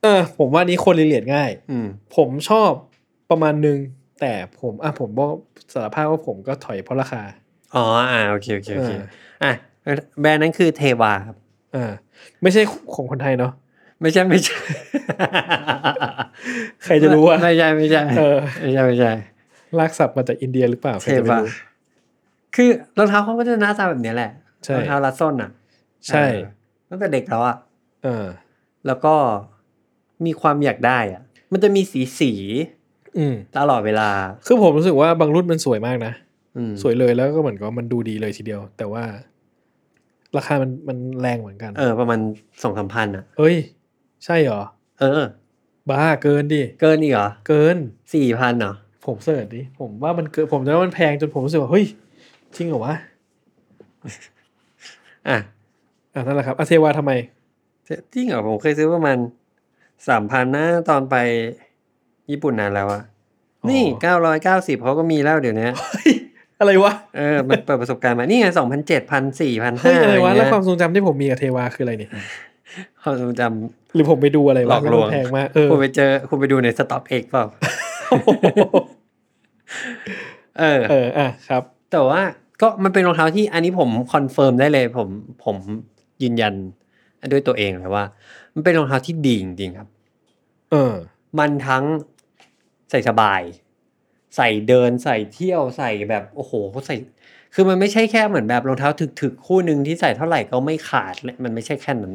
Speaker 3: เออ ผมว่านี้คนรีเลียดง่าย
Speaker 2: อืม
Speaker 3: ผมชอบประมาณหนึ่งแต่ผมอ่ะผมบอกสารภาพว่าผมก็ถอยเพราะราคา
Speaker 2: อ๋ออ่าโอเคโอเคโอเค
Speaker 3: เออ
Speaker 2: อ่ะแบรนด์นั้นคือเทวาครับ
Speaker 3: อ่า ไม่ใช่ของคนไทยเนาะ
Speaker 2: ไม่ใช่ไม่ใช่
Speaker 3: ใครจะรู้ว่า
Speaker 2: ไม่ใช่ไม่ใช่
Speaker 3: เออ
Speaker 2: ไม่ใช่ไม่ใช่
Speaker 3: ลากศัพท์มาจากอินเดียหรือเปล่าใคร
Speaker 2: เท
Speaker 3: จะไม่
Speaker 2: ปะ
Speaker 3: รู้
Speaker 2: คือรองเท้าเขาก็จะหน้าตาแบบเนี้ยแหละ
Speaker 3: ใช่
Speaker 2: รองเท้าลัดส้นอ่ะ
Speaker 3: ใช่
Speaker 2: เออตั้งแต่เด็กแล้วอ่ะ
Speaker 3: เออ
Speaker 2: แล้วก็มีความอยากได้อ่ะ มันจะมีสีสี
Speaker 3: อืม
Speaker 2: ตลอดเวลา
Speaker 3: คือผมรู้สึกว่าบางรุ่นมันสวยมากนะ
Speaker 2: อืม
Speaker 3: สวยเลยแล้วก็เหมือนกับว่ามันดูดีเลยทีเดียว แต่ว่า ราคามันมันแรงเหมือนกัน
Speaker 2: เออ ประมาณสองสามพันอ่ะ
Speaker 3: เอ้ย ใช่เหรอ
Speaker 2: เออ
Speaker 3: บ้าเกินดิ
Speaker 2: เกินอีกเหรอ
Speaker 3: เกิน
Speaker 2: สี่พันเหรอ
Speaker 3: ผมเสิร์ชดิ ผมว่ามันเกินผมจะว่ามันแพงจนผมรู้สึกว่า เฮ้ย จริงเหรอวะ
Speaker 2: อ่ะ
Speaker 3: อ่ะนั่นแหละครับอาเซวาทำไม
Speaker 2: จริงเหรอผมเคยซื้อประมาณสามพันนะตอนไปญี่ปุ่นนานแล้วอ่ะ
Speaker 3: อ๋อ
Speaker 2: นี่เก้าร้อยเก้าสิบเขาก็มีแล้วเดี๋ยวนี้
Speaker 3: เฮ้ย อะไรวะ
Speaker 2: เออ มันเปิดประสบการณ์มา นี่ไงสองพันเจ็ดพันสี่พัน
Speaker 3: เฮ้
Speaker 2: ห้าย
Speaker 3: อะไรวะ
Speaker 2: เงี้ย
Speaker 3: แล้วความทรงจำที่ผมมีกับเทวาคืออะไรเนี่ย
Speaker 2: ความทรงจ
Speaker 3: หรือผมไปดูอะไร
Speaker 2: ำหล
Speaker 3: วะ
Speaker 2: อกลวง
Speaker 3: แมันแพงมากเออ
Speaker 2: คุณไปเจอ คุณไปดูในสต็อปเอกเปล่า เออ
Speaker 3: เออ อ่ะครับ
Speaker 2: แต่ว่าก็มันเป็นรองเท้าที่อันนี้ผมคอนเฟิร์มได้เลย ผมผมยืนยัน ด้วยตัวเองเลยว่า มันเป็นรองเท้าที่ดีจริงๆครับ
Speaker 3: เออ
Speaker 2: มันทั้งใส่สบาย ใส่เดินใส่เที่ยวใส่แบบโอ้โหเขาใส่ คือมันไม่ใช่แค่เหมือนแบบรองเท้าถึกๆ คู่หนึ่งที่ใส่เท่าไหร่ก็ไม่ขาดและมันไม่ใช่แค่นั้น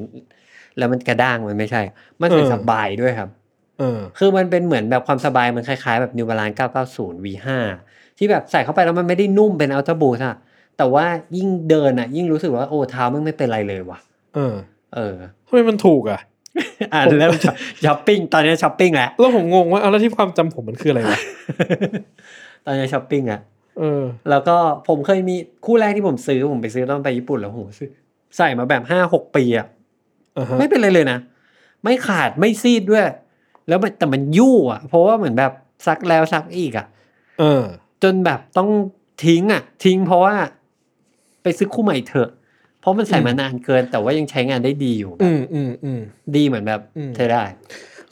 Speaker 2: แล้วมันกระด้างมันไม่ใช่ มันใส่
Speaker 3: เออ
Speaker 2: สบายด้วยครับ
Speaker 3: เออ
Speaker 2: คือมันเป็นเหมือนแบบความสบายมันคล้ายๆ แบบ New Balance 990 V5 ที่แบบใส่เข้าไปแล้วมันไม่ได้นุ่มเป็นอัลตร้าบูทอะแต่ว่ายิ่งเดินอะยิ่งรู้สึกว่าโอ้เท้ามันไม่เป็นไรเลยว่ะ
Speaker 3: เออ
Speaker 2: เออ
Speaker 3: ทำไมมันถูกอ่ะ
Speaker 2: *laughs* อ่านแล้วช้อปปิ้งตอนนี้ช้อปปิ้งแล้ว
Speaker 3: แล้วผมงงว่าเอาแล้วที่ความจำผมมันคืออะไรวะ
Speaker 2: *laughs* ตอนนี้ช้อปปิ้งอะ
Speaker 3: เออ
Speaker 2: แล้วก็ผมเคยมีคู่แรกที่ผมซื้อผมไปซื้อตอนไปญี่ปุ่นแล้วโหซื้อใส่มาแบบห้าหกปีอะ
Speaker 3: อ่าฮะ
Speaker 2: ไม่เป็นไรเลยนะ ไม่ขาดไม่ซีดด้วย แล้วมันแต่มันยู่อะเพราะว่าเหมือนแบบซักแล้วซักอีกอะ
Speaker 3: เออ
Speaker 2: จนแบบต้องทิ้งอ่ะ ทิ้งเพราะว่า ไปซื้อคู่ใหม่เถอะ เพราะมันใส่มานานเกิน แต่ว่ายังใช้งานได้ดีอยู่แบบ
Speaker 3: อืมอืมอืม
Speaker 2: ดีเหมือนแบบ
Speaker 3: อืม
Speaker 2: ใช้ได้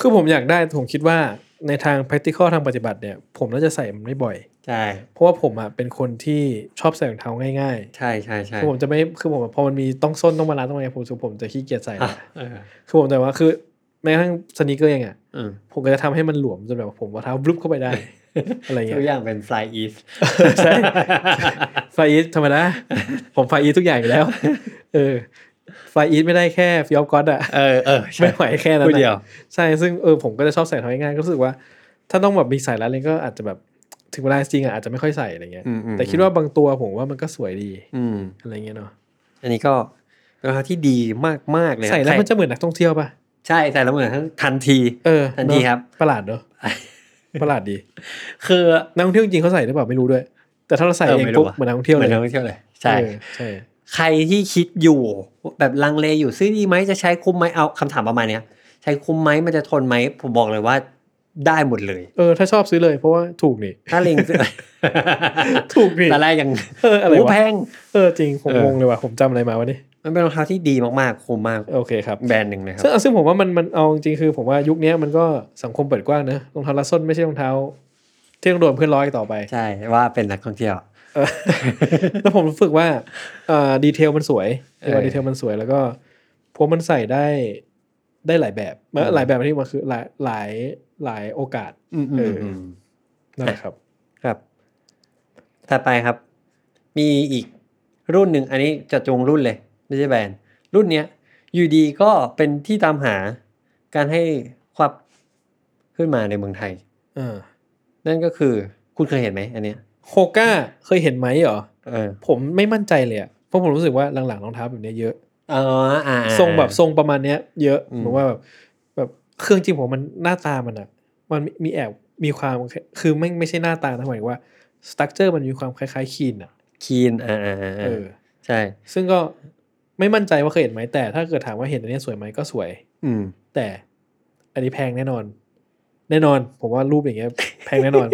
Speaker 3: คือผมอยากได้ผมคิดว่าในทาง practical ทางปฏิบัติเนี่ย ผมน่าจะใส่มันไม่บ่อย
Speaker 2: ใช่
Speaker 3: เพราะว่าผมอ่ะเป็นคนที่ชอบใส่รองเท้าง่าย
Speaker 2: ใช่ใช่ใช่
Speaker 3: ๆคือผมจะไม่คือผมอะพอมันมีต้องส้นต้องมาลานต้องอะไรผมรู้สึกผมจะขี้เกียจใส่
Speaker 2: อ่ะ
Speaker 3: ละ
Speaker 2: เออ
Speaker 3: คือผมแต่ว่าคือแม้กระทั่งสนีกเกอร์เองอ่ะ
Speaker 2: อืม
Speaker 3: ผมก็จะทำให้มันหลวมจนแบบผมว่าเท้าบลุ๊บเข้าไป
Speaker 2: *laughs*
Speaker 3: ได้ อะไร
Speaker 2: ทุกอ
Speaker 3: เงี้ย
Speaker 2: ย่างเป็น fly east
Speaker 3: ใช่ ไฟอีทธร
Speaker 2: *laughs*
Speaker 3: รมดาผมไฟอีททุกอย่างอยู่แล้ว เออไฟอีทไม่ได้แค่ฟิออฟก็อดอ่ะ
Speaker 2: เออเออใช่
Speaker 3: ไม่ไหวแค่นั้
Speaker 2: *laughs*
Speaker 3: น
Speaker 2: พู
Speaker 3: อะ
Speaker 2: ดเดียว
Speaker 3: ใช่ซึ่งเออผมก็จะชอบใส่ทำง่ายๆก็รู้สึกว่า ถ้าต้องแบบมีใส่แล้วเลยก็อาจจะแบบถึงเวลาจริงอ่ะอาจจะไม่ค่อยใส่อะไรเงี้ย
Speaker 2: อืมอืม
Speaker 3: แต่คิดว่าบางตัวผมว่ามันก็สวยดี
Speaker 2: อืม
Speaker 3: อะไรเงี้ยเนาะ
Speaker 2: อันนี้ก็ราคาที่ดีมากมากๆเลยครับ
Speaker 3: ใส่แล้วมันจะเหมือนนักท่องเที่ยวป่ะ
Speaker 2: ใช่ใส่แล้วเหมือนทันที
Speaker 3: เออ
Speaker 2: ทันที
Speaker 3: เอะ
Speaker 2: ครับ
Speaker 3: ประหลาดเนาะ
Speaker 2: *laughs*
Speaker 3: ประหลาดดี
Speaker 2: คือ
Speaker 3: นักท่องเที่ยวจริงๆเขาใส่หรือเปล่าไม่รู้ด้วย แต่ถ้าเราใส่เอง
Speaker 2: ไม่
Speaker 3: ปุ๊บ
Speaker 2: รู้ะ
Speaker 3: เหมือนนักท่องเที่ยว
Speaker 2: เห
Speaker 3: เล
Speaker 2: มือย นนักท่องเที่ยวเลยใช่
Speaker 3: เออใช่
Speaker 2: ใครที่คิดอยู่ แบบลังเลอยู่ซื้อดีไหมจะใช้คุ้มไหมเอาคำถามประมาณเนี้ย ใช้คุ้มไหมมันจะทนไหมผมบอกเลยว่าได้หมดเลย
Speaker 3: เออ ถ้าชอบซื้อเลยเพราะว่าถูกนี่
Speaker 2: ถ้าเล็งซื้อ
Speaker 3: *laughs* ถูกดิ
Speaker 2: แต่แรกยัง
Speaker 3: เอออะไรวะ
Speaker 2: โแพง
Speaker 3: เออจริงผม
Speaker 2: เออ
Speaker 3: งงเลยว่ะผมจำอะไรมาวะนี่
Speaker 2: มันเป็นรองเท้าที่ดีมากๆคุ้มมาก
Speaker 3: โอเคครับ
Speaker 2: แบรนด์หนึ่งนะครั
Speaker 3: ซึ่ง
Speaker 2: บ
Speaker 3: ซึ่งผมว่ามันมันเอาจริงๆคือผมว่ายุคเนี้ยมันก็สังคมเปิดกว้างนะรองเท้าลัดส้นไม่ใช่รองเท้าที่ต้องโดนเพื่อนร้อยต่อไป
Speaker 2: ใช่ว่าเป็นนักท่องเที่ยว
Speaker 3: เอ *laughs* อ แล้วผมรู้สึกว่าเอ่อดีเทลมันสวย
Speaker 2: เออ
Speaker 3: เรียกว่าดีเทลมันสวยแล้วก็ผมมันใส่ได้ได้หลายแบบ
Speaker 2: อืม
Speaker 3: หลายแบบที่มันคือหลายหลายหลายโอกาส เอออื
Speaker 2: ม
Speaker 3: นั่นแหละครับ
Speaker 2: ครับถัดไปครับ มีอีกรุ่นหนึ่งอันนี้เจะจงรุ่นเลยไม่ใช่แบรนด์รุ่นเนี้ยอยู่ดีก็เป็นที่ตามหาการให้ความขึ้นมาในเมืองไทย
Speaker 3: เออ
Speaker 2: นั่นก็คือคุณเคยเห็นไหมอันเนี้ย
Speaker 3: โคก้าเคยเห็นไหมเหรอ
Speaker 2: เออ
Speaker 3: ผมไม่มั่นใจเลยอะเพราะผมรู้สึกว่าหลังๆรองเท้าแบบเนี้ยเยอะ
Speaker 2: อ๋ออ่า
Speaker 3: ทรงแบบทรงประมาณเนี้ย เยอะ
Speaker 2: อืม
Speaker 3: ผมว่าแบบแบบเครื่องจริงผมมันหน้าตามันอะมันมีแอบมีความคือไม่ไม่ใช่หน้าตานะหมายถึงว่าสตั๊กเจอร์มันมีความคล้ายๆคีนอะ
Speaker 2: คีนอ่าอ่าอ่า
Speaker 3: เออ
Speaker 2: ใช่
Speaker 3: ซึ่งก็ไม่มั่นใจว่าเคยเห็นไหมแต่ถ้าเกิดถามว่าเห็นอันเนี้ยสวยไหมก็สวย
Speaker 2: อืม
Speaker 3: แต่อันนี้แพงแน่นอน แน่นอน ผมว่ารูปอย่างเงี้ย แพงแน่
Speaker 2: *laughs*
Speaker 3: นอน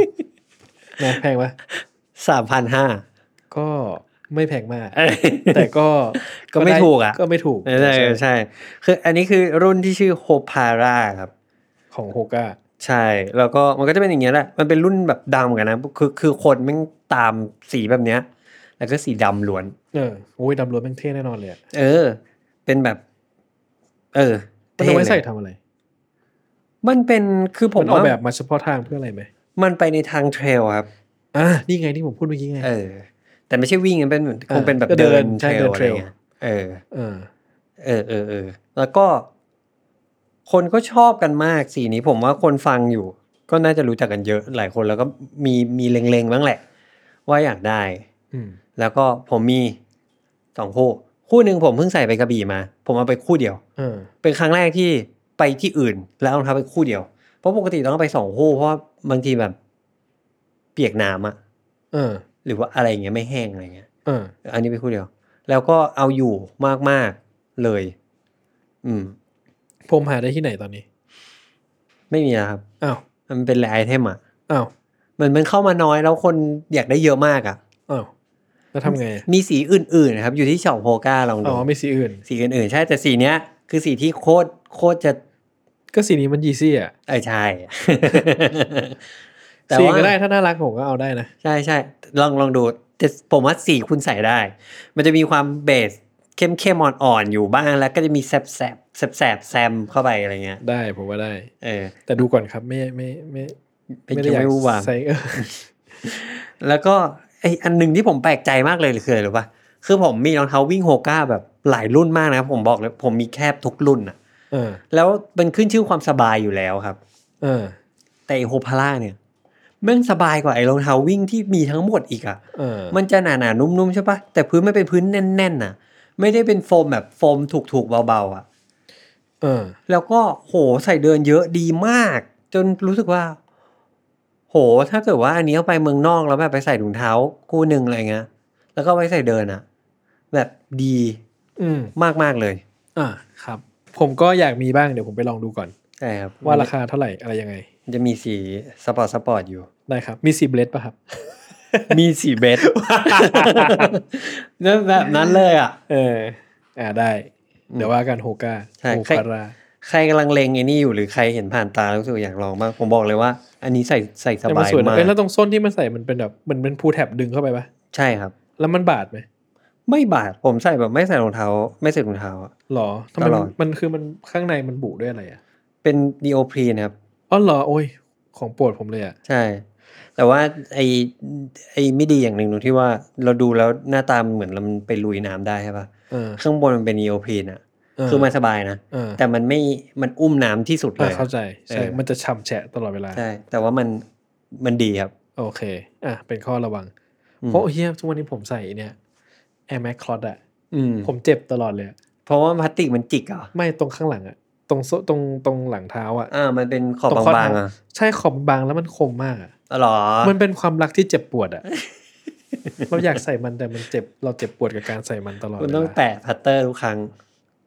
Speaker 3: นะแพงปะ
Speaker 2: สามพัน *laughs* ห้า
Speaker 3: ก็ไม่แพงมาก แต่ก็
Speaker 2: *laughs* ก็ไม่
Speaker 3: ด้
Speaker 2: ถูกอะ
Speaker 3: ก็ไม่ถูก
Speaker 2: ใช่ใช่ใช่ คืออันนี้คือรุ่นที่ชื่อโฮพาร่าครับ
Speaker 3: ของโฮก้า
Speaker 2: ใช่ แล้วก็มันก็จะเป็นอย่างเงี้ยแหละ มันเป็นรุ่นแบบดำเหมือนกันนะ คือคือคนแม่งตามสีแบบเนี้ย แล้วก็สีดำล้วน
Speaker 3: เออโอ้ยดำล้วนแม่งเท่แน่นอนเลยอะ
Speaker 2: เออ เป็นแบบ เออ
Speaker 3: มันเอาไว้
Speaker 2: ท่
Speaker 3: ใส่
Speaker 2: ลย
Speaker 3: ทำอะไร
Speaker 2: มันเป็นคือผ
Speaker 3: ผม มออก
Speaker 2: ว่า
Speaker 3: แบบมาเฉพาะทางเพื่ออะไรไหม
Speaker 2: มันไปในทางเทรลครับ
Speaker 3: อ่ะนี่ไงที่ผมพูดเมื่อกี้ไง
Speaker 2: เออ แต่ไม่ใช่วิ่งมันเป็นเหมือนคงเป็นแบบ
Speaker 3: ก็เดิ
Speaker 2: เดิ
Speaker 3: น
Speaker 2: น
Speaker 3: ใช่
Speaker 2: เทรลอะ
Speaker 3: เดินเท
Speaker 2: ไร
Speaker 3: รล
Speaker 2: เงี้ยเออ
Speaker 3: เออ
Speaker 2: เออเออเออแล้วก็คนก็ชอบกันมากสีนี้ผมว่าคนฟังอยู่ ก็น่าจะรู้จักกันเยอะหลายคนแล้วก็มีมีเล็งๆบ้างแหละ ว่าอยากได้
Speaker 3: อืม
Speaker 2: แล้วก็ผมมีสองคู่ คู่หนึ่งผมเพิ่งใส่ไปกระบี่มา ผมเอาไปคู่เดียว
Speaker 3: เออ
Speaker 2: เป็นครั้งแรกที่ไปที่อื่น แล้วเอารองเท้าไปคู่เดียว เพราะปกติต้องเอาไปสองคู่เพราะว่าบางทีแบบ เปียกน้ำอะ
Speaker 3: เออ
Speaker 2: หรือว่าอะไรอย่างเงี้ยไม่แห้งอะไรเงี้ย
Speaker 3: เออ
Speaker 2: อันนี้ไปคู่เดียว แล้วก็เอาอยู่มากๆเลย อืม
Speaker 3: ผมหาได้ที่ไหนตอนนี้
Speaker 2: ไม่มีนะครับ
Speaker 3: อ้าว
Speaker 2: มันเป็นแหล่ไอเทมอ่ะ
Speaker 3: อ้าว
Speaker 2: มันมันเข้ามาน้อยแล้วคนอยากได้เยอะมากอ่ะ
Speaker 3: อ้าว แล้วทำไงอะ
Speaker 2: มีสีอื่นๆนะครับ อยู่ที่ช็อปโฮก้าลอง
Speaker 3: อ๋
Speaker 2: ดู
Speaker 3: อไม่สีอื่น
Speaker 2: สีอื่นๆ ใช่แต่สีเนี้ย คือสีที่โคตรโคตรจะ
Speaker 3: ก็สีนี้มันยีซี่อ่ะ
Speaker 2: เออใช่ แต่
Speaker 3: *laughs* สี
Speaker 2: ว่า
Speaker 3: ก็ได้ถ้าน่ารักผมก็เอาได้นะ
Speaker 2: ใช่ใช่ลองลองดูแต่ผมว่าสีคุณใส่ได้ มันจะมีความเบส เข้มเข้มๆอ่อนๆอยู่บ้างแล้วก็จะมีแสบแสบแสบแสบๆแซมเข้าไปอะไรเงี้ย
Speaker 3: ได้ผมว่าได้
Speaker 2: เออ
Speaker 3: แต่ดูก่อนครับไม่ไม่ไม่
Speaker 2: เป็นเกี่ยวไม่รู้ว่า
Speaker 3: ใส่เออ
Speaker 2: แล้วก็ไออันหนึ่งที่ผมแปลกใจมากเลยคืออะไรรู้ป่ะคือผมมีรองเท้าวิ่งโฮก้าแบบหลายรุ่นมากนะครับผมบอกเลยผมมีแคบทุกรุ่นอะ
Speaker 3: เออ
Speaker 2: แล้วมันขึ้นชื่อความสบายอยู่แล้วครับ
Speaker 3: เออ
Speaker 2: แต่ไอโฮพาร่าเนี่ยแม่งสบายกว่าไอรองเท้าวิ่งที่มีทั้งหมดอีกอะ
Speaker 3: เออ
Speaker 2: มันจะหนาหนาๆนุ่มๆใช่ป่ะแต่พื้นไม่เป็นพื้นแน่นๆน่ะ ไม่ได้เป็นโฟมแบบโฟมถูกๆเบาๆอะ
Speaker 3: เออ
Speaker 2: แล้วก็โหใส่เดินเยอะดีมาก จนรู้สึกว่า โหถ้าเกิดว่าอันนี้เอาไปเมืองนอกแล้วแบบไปใส่ถุงเท้าคู่หนึ่งอะไรเงี้ยแล้วก็ไว้ใส่เดินอะแบบดี
Speaker 3: อืม
Speaker 2: มากมากๆเลย
Speaker 3: อ่าครับ ผมก็อยากมีบ้างเดี๋ยวผมไปลองดูก่อน
Speaker 2: ใช่ครับ
Speaker 3: ว่าราคาเท่าไหร่อะไรยังไง
Speaker 2: มันจะมีสีสปอร์ตสปอร์ตอยู่
Speaker 3: ได้ครับ มีสีเบลดป่ะครับ
Speaker 2: มีสีเบส นั่นแบบนั้นเลยอ่ะ
Speaker 3: เออ อ่าได้ เดี๋ยวว่ากันโฮกา
Speaker 2: ใช่
Speaker 3: โฮ
Speaker 2: ใคร
Speaker 3: คารา
Speaker 2: ใครกำลังเลงไอ้นี่อยู่หรือใครเห็นผ่านตาแล้วรู้สึกอยากลองบ้างผมบอกเลยว่า อันนี้ใส่ใส่ส
Speaker 3: แต่
Speaker 2: บา
Speaker 3: มัน
Speaker 2: ย
Speaker 3: สวยนะ
Speaker 2: มาก
Speaker 3: เอ้ยแล้วตรงส้นที่มันใส่มันเป็นแบบเหมันเป็นพูแท็บดึงเข้าไปปะ
Speaker 2: ใช่ครับ
Speaker 3: แล้วมันบาดไหม
Speaker 2: ไม่บาดผมใส่แบบไม่ใส่รองเท้า ไม่ใส่ถุงเท้าอะ
Speaker 3: หรอทำไม
Speaker 2: ตล
Speaker 3: มั
Speaker 2: อน ด
Speaker 3: มันคือมันข้างในมันบุด้วยอะไรอ่ะ
Speaker 2: เป็นดีโอพรีนะครับ
Speaker 3: อ๋อเหรอโอ้ย ของโปรดผมเลยอ่ะ
Speaker 2: ใช่ แต่ว่าไอ้ไอ้ไม่ดีอย่างหนึ่งตรงที่ว่าเราดูแล้วหน้าตามนเหมือนมันไปลุยน้ำได้ใช่ปะ
Speaker 3: เออ
Speaker 2: ข้างบนมันเป็นนีโอพรีนอะ
Speaker 3: เออ
Speaker 2: คือมันสบายนะ
Speaker 3: เออ
Speaker 2: แต่มันไม่มันอุ้มน้ำที่สุดเล
Speaker 3: อ่าย เข้าใจ ใช่
Speaker 2: เออ
Speaker 3: มันจะฉ่ำแฉะตลอดเวลา
Speaker 2: ใช่ แต่ว่ามันมันดีครับ
Speaker 3: โอเค อ่ะ เป็นข้อระวัง
Speaker 2: อืม
Speaker 3: เพราะเฮียทุกวันนี้ผมใส่เนี่ย Air Max Clot อะ
Speaker 2: อืม
Speaker 3: ผมเจ็บตลอดเลยอะ
Speaker 2: เพราะว่าพลาสติกมันจิกเหรอ่ะ
Speaker 3: ไม่ตรงข้างหลังอะตรงโซตรงตรงหลังเท้าอะ
Speaker 2: อ่า มันเป็นขอบ
Speaker 3: ตรงข้อบ
Speaker 2: างๆ
Speaker 3: เท้
Speaker 2: อ่ะ
Speaker 3: ใช่ขอบบางแล้วมันคมมากอะ
Speaker 2: อ๋อเหรอ
Speaker 3: มันเป็นความรักที่เจ็บปวดอะ
Speaker 2: *laughs*
Speaker 3: เราอยากใส่มันแต่มันเจ็บ เราเจ็บปวดกับการใส่มันตลอด
Speaker 2: คุณ
Speaker 3: เว
Speaker 2: ต้อง
Speaker 3: ลา
Speaker 2: แปะพัตเตอร์ทุกครั้ง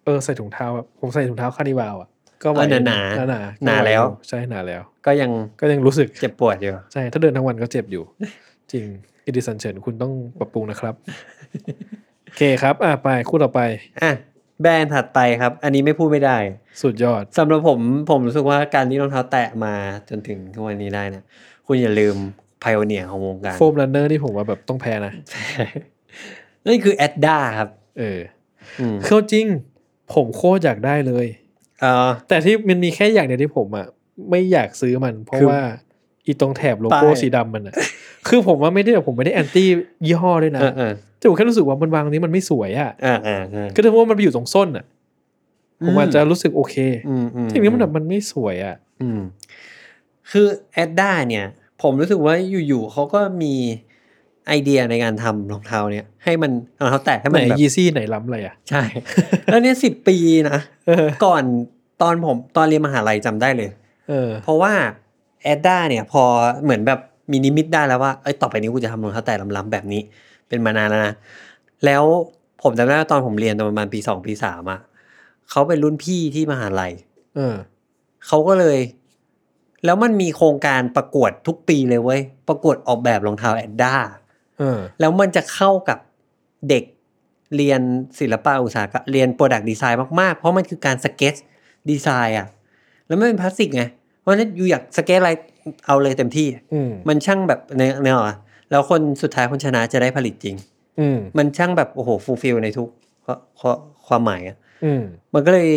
Speaker 3: เออใส่ถุงเท้าแบบผมใส่ถุงเท้าคาร์ดิวาวอะก็ไหว
Speaker 2: เออหนาๆ
Speaker 3: หนาๆก็ไห
Speaker 2: นาแล้ว
Speaker 3: ใช่หนาแล้ว
Speaker 2: ก็ยัง
Speaker 3: ก็ยังรู้สึก
Speaker 2: เจ็บปวดอยู่
Speaker 3: ใช่ ถ้าเดินทั้งวันก็เจ็บ
Speaker 2: *laughs*
Speaker 3: อยู่ จริงอิดิสันเฉินคุณต้องปรับปรุงนะครับ โอเคครับ อ่ะไปคู่ต่อไป
Speaker 2: อ่ะแบรนด์ถัดไปครับ อันนี้ไม่พูดไม่ได้
Speaker 3: สุดยอด
Speaker 2: สำหรับผมผมรู้สึกว่าการที่รองเท้าแตะมาจนถึงทุกวันนี้ได้เนะ คุณอย่าลืมพ i o เนียของวงการ *laughs*
Speaker 3: โฟม r ันเนอร์นี่ผมว่าแบบต้องแพ้นะ
Speaker 2: นั่นคือแอดด้าครับ
Speaker 3: เออ
Speaker 2: อืม
Speaker 3: เข้าจริง ผมโคตรอยากได้เลย
Speaker 2: เออ
Speaker 3: แต่ที่มันมีแค่อย่างเดียวที่ผมอ่ะไม่อยากซื้อมัน เพราะ
Speaker 2: คือ
Speaker 3: ว่าอีตรงแถบโลโก้
Speaker 2: ป้าย
Speaker 3: สีดำมันอ่ะ คือผมว่าไม่ได้ผมไม่ได้แอนตี้ยี่ห้อด้วยนะ
Speaker 2: เออเออ
Speaker 3: แต่ผมแค่รู้สึกว่ามันวางตรงนี้มันไม่สวยอ่ะ
Speaker 2: เออเออเออ
Speaker 3: ก็ถือว่ามันไปอยู่ตรงส้นอ่ะ ผมอาจจะรู้สึกโอเค
Speaker 2: อืมอืม
Speaker 3: ทีนี้มันแบบมันไม่สวยอ่ะ
Speaker 2: อืมคือแอดด้าเนี่ย ผมรู้สึกว่าอยู่ๆเขาก็มีไอเดียในการทำรองเท้าเนี่ย ให้มันรองเท้าแตะให้
Speaker 3: ไห
Speaker 2: มัน นแบบ
Speaker 3: ยีซี่ไหนล้ำอะไรอ่ะ
Speaker 2: ใช่ *laughs* แล้วเนี่ยสิบปีนะ
Speaker 3: เออ
Speaker 2: ก่อนตอนผมตอนเรียนมหาลัยจำได้เลย
Speaker 3: เออ
Speaker 2: เพราะว่าแอดด้าเนี่ยพอเหมือนแบบมีนิมิตได้แล้วว่าเอ้ยต่อไปนี้กูจะทำรองเท้าแตะล้ำๆแบบนี้ เป็นมานานแล้วนะ แล้วผมจำได้ว่าตอนผมเรียนตอนประมาณปีสองปีสามอ่ะเขาเป็นรุ่นพี่ที่มหาลัย
Speaker 3: เออ
Speaker 2: เขาก็เลย แล้วมันมีโครงการประกวดทุกปีเลยเว้ย ประกวดออกแบบรองเท้าแอดด้า
Speaker 3: เออ
Speaker 2: แล้วมันจะเข้ากับเด็กเรียนศิลปะอุตสาหกรรมเรียนโปรดักต์ดีไซน์มากๆ เพราะมันคือการสเก็ตดีไซน์อ่ะ แล้วไม่เป็นพลาสติกไงเพราะฉะนั้นอยู่อยากสเก็ตอะไรเอาเลยเต็มที่
Speaker 3: อืม
Speaker 2: มันช่างแบบเนยเนยเหรอแล้วคนสุดท้ายคนชนะจะได้ผลิตจริง
Speaker 3: อืม
Speaker 2: มันช่างแบบโอ้โหฟูลฟิลในทุกข้อข้อความหมายอะ
Speaker 3: อืม
Speaker 2: มันก็เลย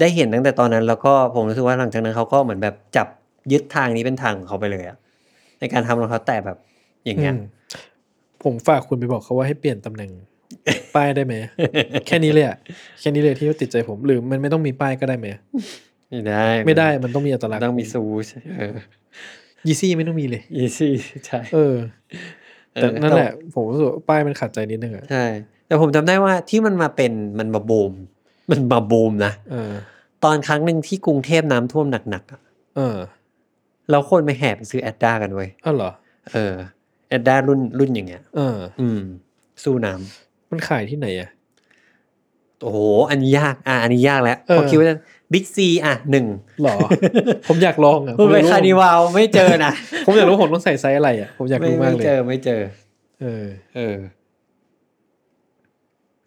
Speaker 2: ได้เห็นตั้งแต่ตอนนั้น แล้วก็ผมรู้สึกว่าหลังจากนั้นเขาก็เหมือนแบบจับยึดทางนี้เป็นทางของเขาไปเลยอะในการทำรองเท้าแตะแบบอย่างเงี้ย
Speaker 3: ผมฝากคุณไปบอกเขาว่าให้เปลี่ยนตำแหน่ง *laughs* ป้ายได้ไหม แค่นี้เลยอ่ะ แค่นี้เลยที่ติดใจผม หรือมันไม่ต้องมีป้ายก็ได้ไหม
Speaker 2: ไม่ได้
Speaker 3: ไม่ได้ มันต้องมีอัตลักษณ์
Speaker 2: ต้องมีซูชเออ
Speaker 3: ยีซี่ไม่ต้องมีเลย
Speaker 2: อีซี่ใช่
Speaker 3: เออ
Speaker 2: เอ
Speaker 3: แต่
Speaker 2: อ
Speaker 3: นั่นแหละ ผมรู้สึกว่าป้ายมันขัดใจนิดนึงอ่ะ
Speaker 2: ใช่ แต่ผมจำได้ว่าที่มันมาเป็นมันมาบูม *laughs* มันมาบูมนะ
Speaker 3: เออ
Speaker 2: ตอนครั้งหนึ่งที่กรุงเทพน้ำท่วมหนักๆอะ
Speaker 3: เออ
Speaker 2: เราคนไปแห่ไปซื้อแอดด้ากันเว้ย
Speaker 3: อ้าวเหรอ
Speaker 2: เออแอดด้ารุ่นรุ่นอย่างเงี้ย
Speaker 3: เออ
Speaker 2: อืม สู้น้
Speaker 3: มันขายที่ไหนอ่ะ
Speaker 2: ำโอ้โห อันนี้ยาก อ่ะ อันนี้ยากแล้ว
Speaker 3: เออ
Speaker 2: เพราะคิดว่าบิ๊กซีอ่ะหนึ่ง
Speaker 3: หร
Speaker 2: *laughs*
Speaker 3: อ ผมอยากลองอ่ะ
Speaker 2: พูดไปคาร์นิวาวไม่เจอนะ
Speaker 3: ผมอยากรู้ผมต้องใส่ไซส์อะไรอ่ะ ผมอยาก
Speaker 2: ไม่
Speaker 3: รู้มาก
Speaker 2: ไม่
Speaker 3: เลย
Speaker 2: เจอไม่เจอ
Speaker 3: เออ
Speaker 2: เออ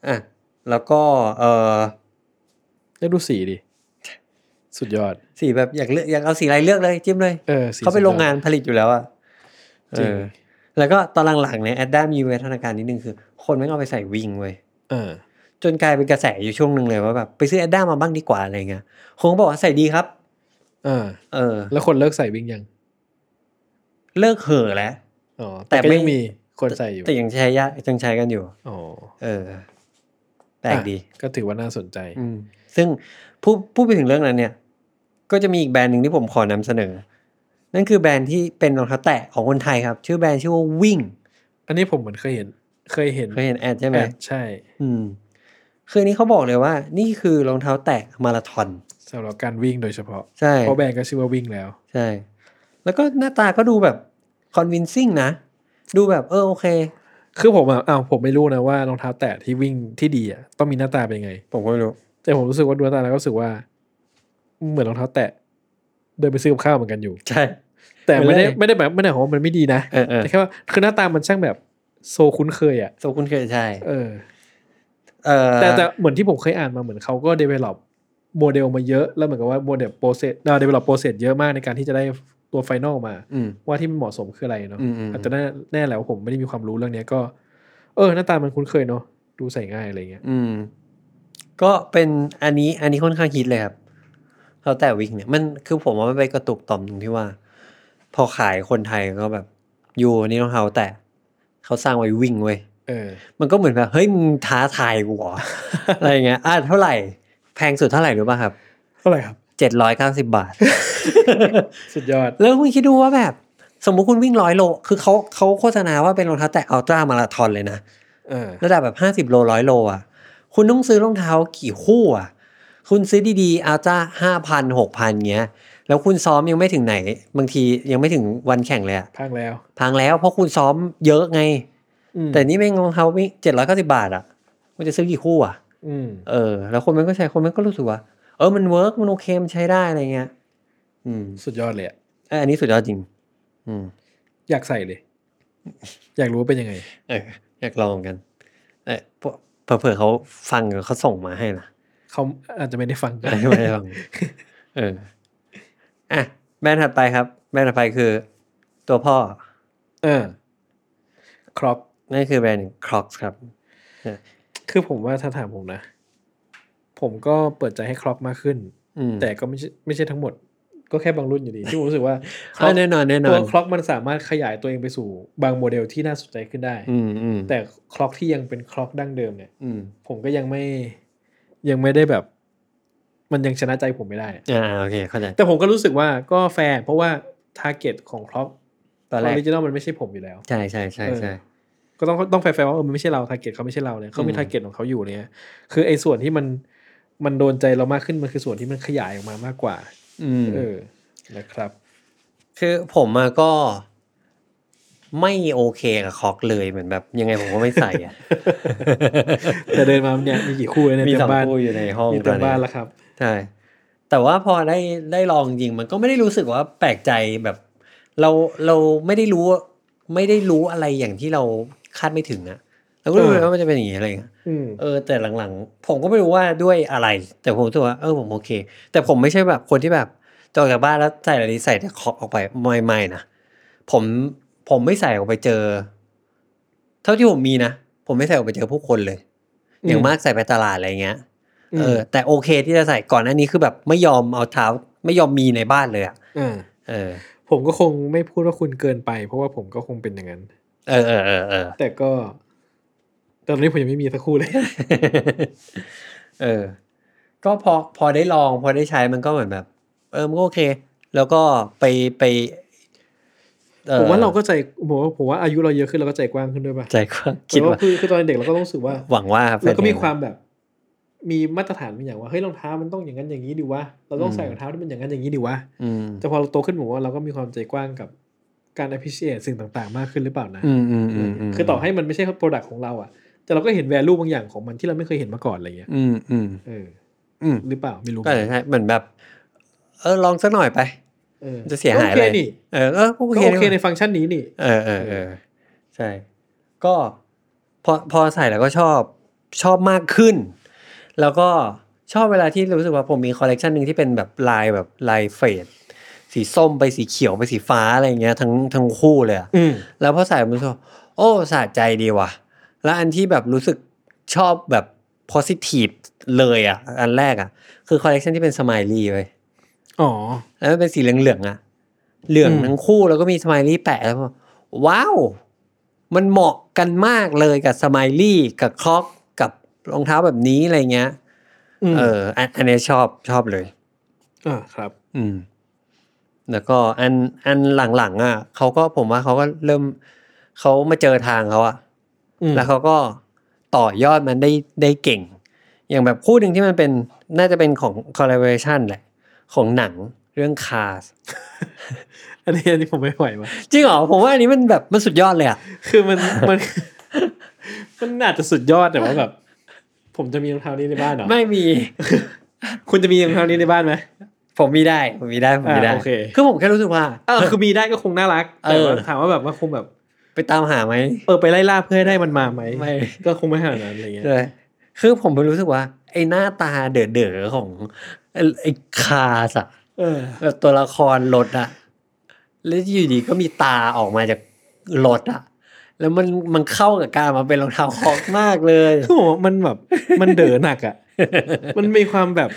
Speaker 2: อ่ะ แล้วก็เออ
Speaker 3: ได้ดูสีดิ สุดยอด
Speaker 2: สีแบบอยากเลือกอยากเอาสีอะไรเลือกเลยจิ้มเลย
Speaker 3: เออสี
Speaker 2: เขาเป็น
Speaker 3: สุดยอด
Speaker 2: โรงงานผลิตอยู่แล้วอะ
Speaker 3: จริง
Speaker 2: เออแล้วก็ตอนหลังๆเนี่ยแอดด้ามีวิวัฒนาการนิดนึงคือ คนไม่งเอาไปใส่วิงเว้ย
Speaker 3: เออ
Speaker 2: จนกลายเป็นกระแสอยู่ช่วงหนึ่งเลยว่าแบบไปซื้อแอดด้ามาบ้างดีกว่าอะไรเงี้ยคงบอกว่าใส่ดีครับ
Speaker 3: อ่า
Speaker 2: เออ
Speaker 3: แล้วคนเลิกใส่วิ่งยัง
Speaker 2: เลิกเห่อแล้ว
Speaker 3: อ๋อแต่
Speaker 2: แต่
Speaker 3: ก็
Speaker 2: ไม่
Speaker 3: ยังมีคนใส่อยู่
Speaker 2: แต่ยังใช้ยะยังใช้กันอยู่
Speaker 3: อ๋อ
Speaker 2: เออแปลกดี
Speaker 3: อ่ะก็ถือว่าน่าสนใจ
Speaker 2: อืมซึ่งพูดพูดไปถึงเรื่องนั้นเนี่ย ก็จะมีอีกแบรนด์หนึ่งที่ผมขอนำเสนอ นั่นคือแบรนด์ที่เป็นรองเท้าแตะของคนไทยครับ ชื่อแบรนด์ชื่อว่าวิ่ง
Speaker 3: อันนี้ผมเหมือนเคยเห็น เคยเห็น
Speaker 2: เคยเห็นแอดใช่ไหม
Speaker 3: แอดใช่
Speaker 2: อืมคืออนนี้เขาบอกเลยว่า นี่คือรองเท้าแตะมาราธอน
Speaker 3: สำหรับการวิ่งโดยเฉพาะ
Speaker 2: ใช่
Speaker 3: เพราะแบรนด์ก็ชื่อว่าวิ่งแล้ว
Speaker 2: ใช่ แล้วก็หน้าตาก็ดูแบบคอนวินซิ่งนะ ดูแบบเออโอเค
Speaker 3: คือผมอ่ะอ้าวผมไม่รู้นะว่ารองเท้าแตะที่วิ่งที่ดีอ่ะต้องมีหน้าตาเป็นยังไง
Speaker 2: ผมก็ไม่รู้
Speaker 3: แต่ผมรู้สึกว่าดูหน้าตาแล้วก็รู้สึกว่า เหมือนรองเท้าแตะเดินไปซื้อกับข้าวเหมือนกันอยู่
Speaker 2: ใช่
Speaker 3: แต่
Speaker 2: เหมือน
Speaker 3: ไม่ได้
Speaker 2: เลย
Speaker 3: ไม่ได้แบบไม่ได้ของว่ามันไม่ดีนะ
Speaker 2: เออเออ
Speaker 3: แต่แค่ว่าคือหน้าตามันช่างแบบโซคุ้นเคยอ่ะ
Speaker 2: โซคุณเคยใช่
Speaker 3: เออ
Speaker 2: เออ
Speaker 3: แต่แต่เหมือนที่ผมเคยอ่านมาเหมือนเขาก็ develop โมเดลมาเยอะแล้วเหมือนกับว่าโมเดลโปรเซสเดเวลลอปโปรเซสเยอะมากในการที่จะได้ตัวไฟนอลมา
Speaker 2: อืม
Speaker 3: ว่าที่มันเหมาะสมคืออะไรเนาะ
Speaker 2: อืมอืม
Speaker 3: อาจจะแน่แน่แหล้วาผมไม่ได้มีความรู้เรื่องเนี้ยก็ เออ หน้าตามันคุ้นเคยเนาะดูใส่ง่ายอะไรเงี้ย
Speaker 2: อืม ก็เป็นอันนี้อันนี้ค่อนข้างฮิตเลยครับเขาแต่วิกเนี่ยมันคือผมว่ามันไปกระตุกต่อมตรงที่ว่า พอขายคนไทยก็แบบอยู่อันนี้รองเท้าแต่เขาสร้างไว้วิ่งเว้ย
Speaker 3: เออ
Speaker 2: มันก็เหมือนแบบเฮ้ยมึงท้าทายกูเหรอ *laughs* อะไรอย่างเงี้ยอ่ะเท่าไหร่ แพงสุดเท่าไหร่รู้ป่ะครับ
Speaker 3: เท่าไหร่ครับ
Speaker 2: เจ็ดร้อยเก้าสิบบาท *laughs*
Speaker 3: สุดยอด
Speaker 2: แล้วคุณคิดดูว่าแบบ สมมุติคุณวิ่งร้อยโล คือเขาเขาโฆษณาว่าเป็นรองเท้าแตะอัลตร้ามาราธอนเลยนะ
Speaker 3: เออ
Speaker 2: ระดับแบบห้าสิบ50 โลร้อยโลอ่ะ คุณต้องซื้อรองเท้ากี่คู่อ่ะ คุณซื้อดีๆ อาจ้าห้าพันหกพันเงี้ย แล้วคุณซ้อมยังไม่ถึงไหน บางทียังไม่ถึงวันแข่งเลยอ่ะ
Speaker 3: พังแล้ว
Speaker 2: พังแล้วเพราะคุณซ้อมเยอะไง
Speaker 3: อืม
Speaker 2: แต่นี่แม่งรองเท้าวิ่งเจ็ดร้อยเก้าสิบาทอ่ะ มันจะซื้อกี่คู่อ่ะ
Speaker 3: อืม
Speaker 2: เออ แล้วคนมันก็ใช้ คนมันก็รู้สึกว่า เออ มันเวิร์กมันโอเคมันใช้ได้อะไรเงี้ย อืม
Speaker 3: สุดยอดเลยอะ
Speaker 2: เอออันนี้สุดยอดจริง อืม
Speaker 3: อยากใส่เลย อยากรู้ว่าเป็นยังไง
Speaker 2: เออ อยากลองกัน เออพวกเผื่อๆเขาฟังเขาส่งมาให้นะ *laughs*
Speaker 3: เขาอาจจะไม่ได้ฟังก็
Speaker 2: ไม่
Speaker 3: ได้
Speaker 2: ไม่ลองเออ อ่ะแบรนด์ถัดไปครับ แบรนด์ถัดไปคือ ตัวพ่อ
Speaker 3: เออครอป
Speaker 2: นั่นคือแบรนด์ Crocs ครับ
Speaker 3: คือผมว่าถ้าถามผมนะ ผมก็เปิดใจให้ครอปมากขึ้น
Speaker 2: อืม
Speaker 3: แต่ก็ไม่ใช่ไม่ใช่ทั้งหมด ก็แค่บางรุ่นอยู่ดี ที่ผมรู้สึกว่า
Speaker 2: อ่ะแน่นอนแน่นอ
Speaker 3: ตัวน คล็อกมันสามารถขยายตัวเองไปสู่บางโมเดลที่น่าสนใจขึ้นได้
Speaker 2: อืมอืม
Speaker 3: แต่คล็อกที่ยังเป็นคล็อกดั้งเดิมเนี่ย
Speaker 2: อืม
Speaker 3: ผมก็ยังไม่ยังไม่ได้แบบ มันยังชนะใจผมไม่ได้
Speaker 2: อ่าโอเค เข้าใจ
Speaker 3: แต่ผมก็รู้สึกว่าก็แฟร์เพราะว่าทาร์เก็ตของคล็อก
Speaker 2: ตอนแร
Speaker 3: อก อริจินอลมันไม่ใช่ผมอยู่แล้ว
Speaker 2: ใช่ใช่ใช่ใช่
Speaker 3: ก็ต้องต้องแฟร์ๆว่าเออมันไม่ใช่เราทาร์เก็ตเขาไม่ใช่เราเนี่ยเขามี
Speaker 2: อืม
Speaker 3: ทาร์เก็ตของเขาอยู่เนี่ยคือไอ้ส่วนที่มันมันโดนใจเรามากขึ้นมันคือส่วนที่มันขยายออกมามากกว่า
Speaker 2: อืม
Speaker 3: เออนะครับ
Speaker 2: คือผมอะก็ ไม่โอเคกับคอกเลยเหมือนแบบ ยังไงผมก็ไม่ใส่อะ
Speaker 3: แต่เดินมาเนี่ยมีกี่คู่เนี่ย
Speaker 2: มีส
Speaker 3: เต็
Speaker 2: อ
Speaker 3: ม
Speaker 2: ง
Speaker 3: บ้าน
Speaker 2: คู่อยู่ในห้อง
Speaker 3: มีเต็มบ้าน
Speaker 2: ตอ
Speaker 3: แล้วครับ
Speaker 2: ใช่แต่ว่าพอได้ได้ลองจริงมันก็ไม่ได้รู้สึกว่าแปลกใจแบบ เราเราไม่ได้รู้ไม่ได้รู้อะไรอย่างที่เราคาดไม่ถึงนะเราก็รู้เลยว่ามันจะเป็นอย่างนี้อะไรอย่างเงี้ย
Speaker 3: อืม
Speaker 2: เออแต่หลังๆ ผมก็ไม่รู้ว่าด้วยอะไร แต่ผมรู้สึกว่าเออผมโอเค แต่ผมไม่ใช่แบบคนที่แบบจะออกจากบ้านแล้วใส่อะไรใส่แต่คอกออกไปไม่ไม่นะผมผมไม่ใส่ออกไปเจอ เท่าที่ผมมีนะผมไม่ใส่ออกไปเจอผู้คนเลย อย่างมากใส่ไปตลาดอะไรอย่างเงี้ย เออแต่โอเคที่จะใส่ก่อนหน้านี้คือแบบไม่ยอมเอาเท้าไม่ยอมมีในบ้านเลยอ่ะ
Speaker 3: อ่า
Speaker 2: เออ
Speaker 3: ผมก็คงไม่พูดว่าคุณเกินไป เพราะว่าผมก็คงเป็นอย่างนั้น
Speaker 2: เออเออเออเออ
Speaker 3: แต่ก็ตอนนี้ผมยังไม่มีสักคู่เลย
Speaker 2: *laughs* เออ ก็พอพอได้ลอง พอได้ใช้มันก็เหมือนแบบ เออมันก็โอเค แล้วก็ไปไปอ่อ
Speaker 3: ผมว่าเราก็ใจผมว่าผมว่าอายุเราเยอะขึ้นเราก็ใจกว้างขึ้นด้วยป่ะ
Speaker 2: ใจกว้างคิด
Speaker 3: แต่
Speaker 2: ว่า
Speaker 3: ว่าคือคือตอนเด็กเราก็ต้องรู้สึกว่า
Speaker 2: หวังว่าแฟน
Speaker 3: เราก็มีความแบบ มีมาตรฐานบางอย่างว่าเฮ้ยรองเท้ามันต้องอย่างนั้นอย่างนี้ดิวะเราต้องใส่รองเท้าที่มันอย่างนั้นอย่างนี้ดิวะ
Speaker 2: อืม
Speaker 3: แต่พอเราโตขึ้นผมว่าเราก็มีความใจกว้างกับการ appreciate สิ่งต่างๆ มากขึ้นหรือเปล่านะ
Speaker 2: อืมอืมอืมม
Speaker 3: คือต่อให้มันไม่ใช่โปรดักต์ของเราอะแต่เราก็เห็นแวลูบางอย่างของมันที่เราไม่เคยเห็นมาก่อนอะไรเงี้ย
Speaker 2: อืมอืม
Speaker 3: เออ
Speaker 2: อืม
Speaker 3: หรือเปล่าไม่รู้
Speaker 2: ก็อาจจะใช่เหมือนแบบ เออลองสักหน่อยไป
Speaker 3: เออ
Speaker 2: จะเสียหายอะไร
Speaker 3: ก็โอเคนี่
Speaker 2: เออเออก็โอ
Speaker 3: ก็
Speaker 2: เค
Speaker 3: โอเค
Speaker 2: นี่หว่า
Speaker 3: ในฟังก์ชันนี้นี่
Speaker 2: เออเออเออใช่ ก็พอพอใส่แล้วก็ชอบชอบมากขึ้น แล้วก็ชอบเวลาที่รู้สึกว่าผมมีคอลเลกชันหนึ่งที่เป็นแบบลายแบบลายเฟดสีส้มไปสีเขียวไปสีฟ้าอะไรอย่างเงี้ยทั้งทั้งคู่เลยอะ
Speaker 3: อืม
Speaker 2: แล้วพอใส่มันก็โอ้สะใจดีว่ะ แล้วอันที่แบบรู้สึกชอบแบบ positive เลยอ่ะ อันแรกอ่ะ คือคอลเลกชันที่เป็นสไมลี่เว้ย
Speaker 3: อ๋อ
Speaker 2: แล้วมันเป็นสีเหลืองๆอ่ะ เหลืองทั้งคู่แล้วก็มีสไมลี่แปะแล้วก็ว้าว มันเหมาะกันมากเลยกับสไมลี่กับคล็อกกับรองเท้าแบบนี้อะไรเงี้ย
Speaker 3: อืม
Speaker 2: เอออันอันนี้ชอบชอบเลย
Speaker 3: อ่าครับ
Speaker 2: อืม แล้วก็อันอันหลังๆอ่ะเขาก็ผมว่าเขาก็เริ่มเขามาเจอทางเขาอ่ะ
Speaker 3: อืม
Speaker 2: แล้วเขาก็ต่อยอดมันได้ได้เก่ง อย่างแบบคู่หนึ่งที่มันเป็นน่าจะเป็นของ collaboration แหละ ของหนังเรื่องคาส
Speaker 3: *laughs* อันนี้อันนี้ผมไม่ไหวว่ะ
Speaker 2: จริงเหรอ ผมว่าอันนี้มันแบบมันสุดยอดเลยอะ
Speaker 3: คือมัน *laughs* มัน มันอาจจะสุดยอดแต่ว่าแบบ ผมจะมีรองเท้านี้ในบ้านเหรอ
Speaker 2: ไม่
Speaker 3: *laughs*
Speaker 2: มี
Speaker 3: คุณจะมีรองเท้านี้ในบ้านไหม
Speaker 2: ผมมีได้ ผมมีได้ ผมมีได้
Speaker 3: อ่าโอเค
Speaker 2: คือผมแค่รู้สึกว่า
Speaker 3: เออคือมีได้ก็คงน่ารัก
Speaker 2: เออ
Speaker 3: แต่ว่าถามว่าแบบว่าคงแบบ
Speaker 2: ไปตามหาไหม
Speaker 3: เออไปไล่ล่าเพื่อให้ได้มันมาไหม
Speaker 2: ไม่
Speaker 3: ก็คงไม่ขนาดนั้นอะไรเงี้ย
Speaker 2: ใช่คือผมรู้สึกว่า ไอ้หน้าตาเด๋อๆของไอ้ไอ้คาสอะ
Speaker 3: เออ
Speaker 2: แบบตัวละครรถอะแล้วอยู่ดีก็มีตาออกมาจากรถอะแล้วมันมันเข้ากับการมาเป็นรองเท้าฮอกมากเลย
Speaker 3: คือผมว่ามันแบบ มันเด๋อหนักอ่ะ มันมีความแบบ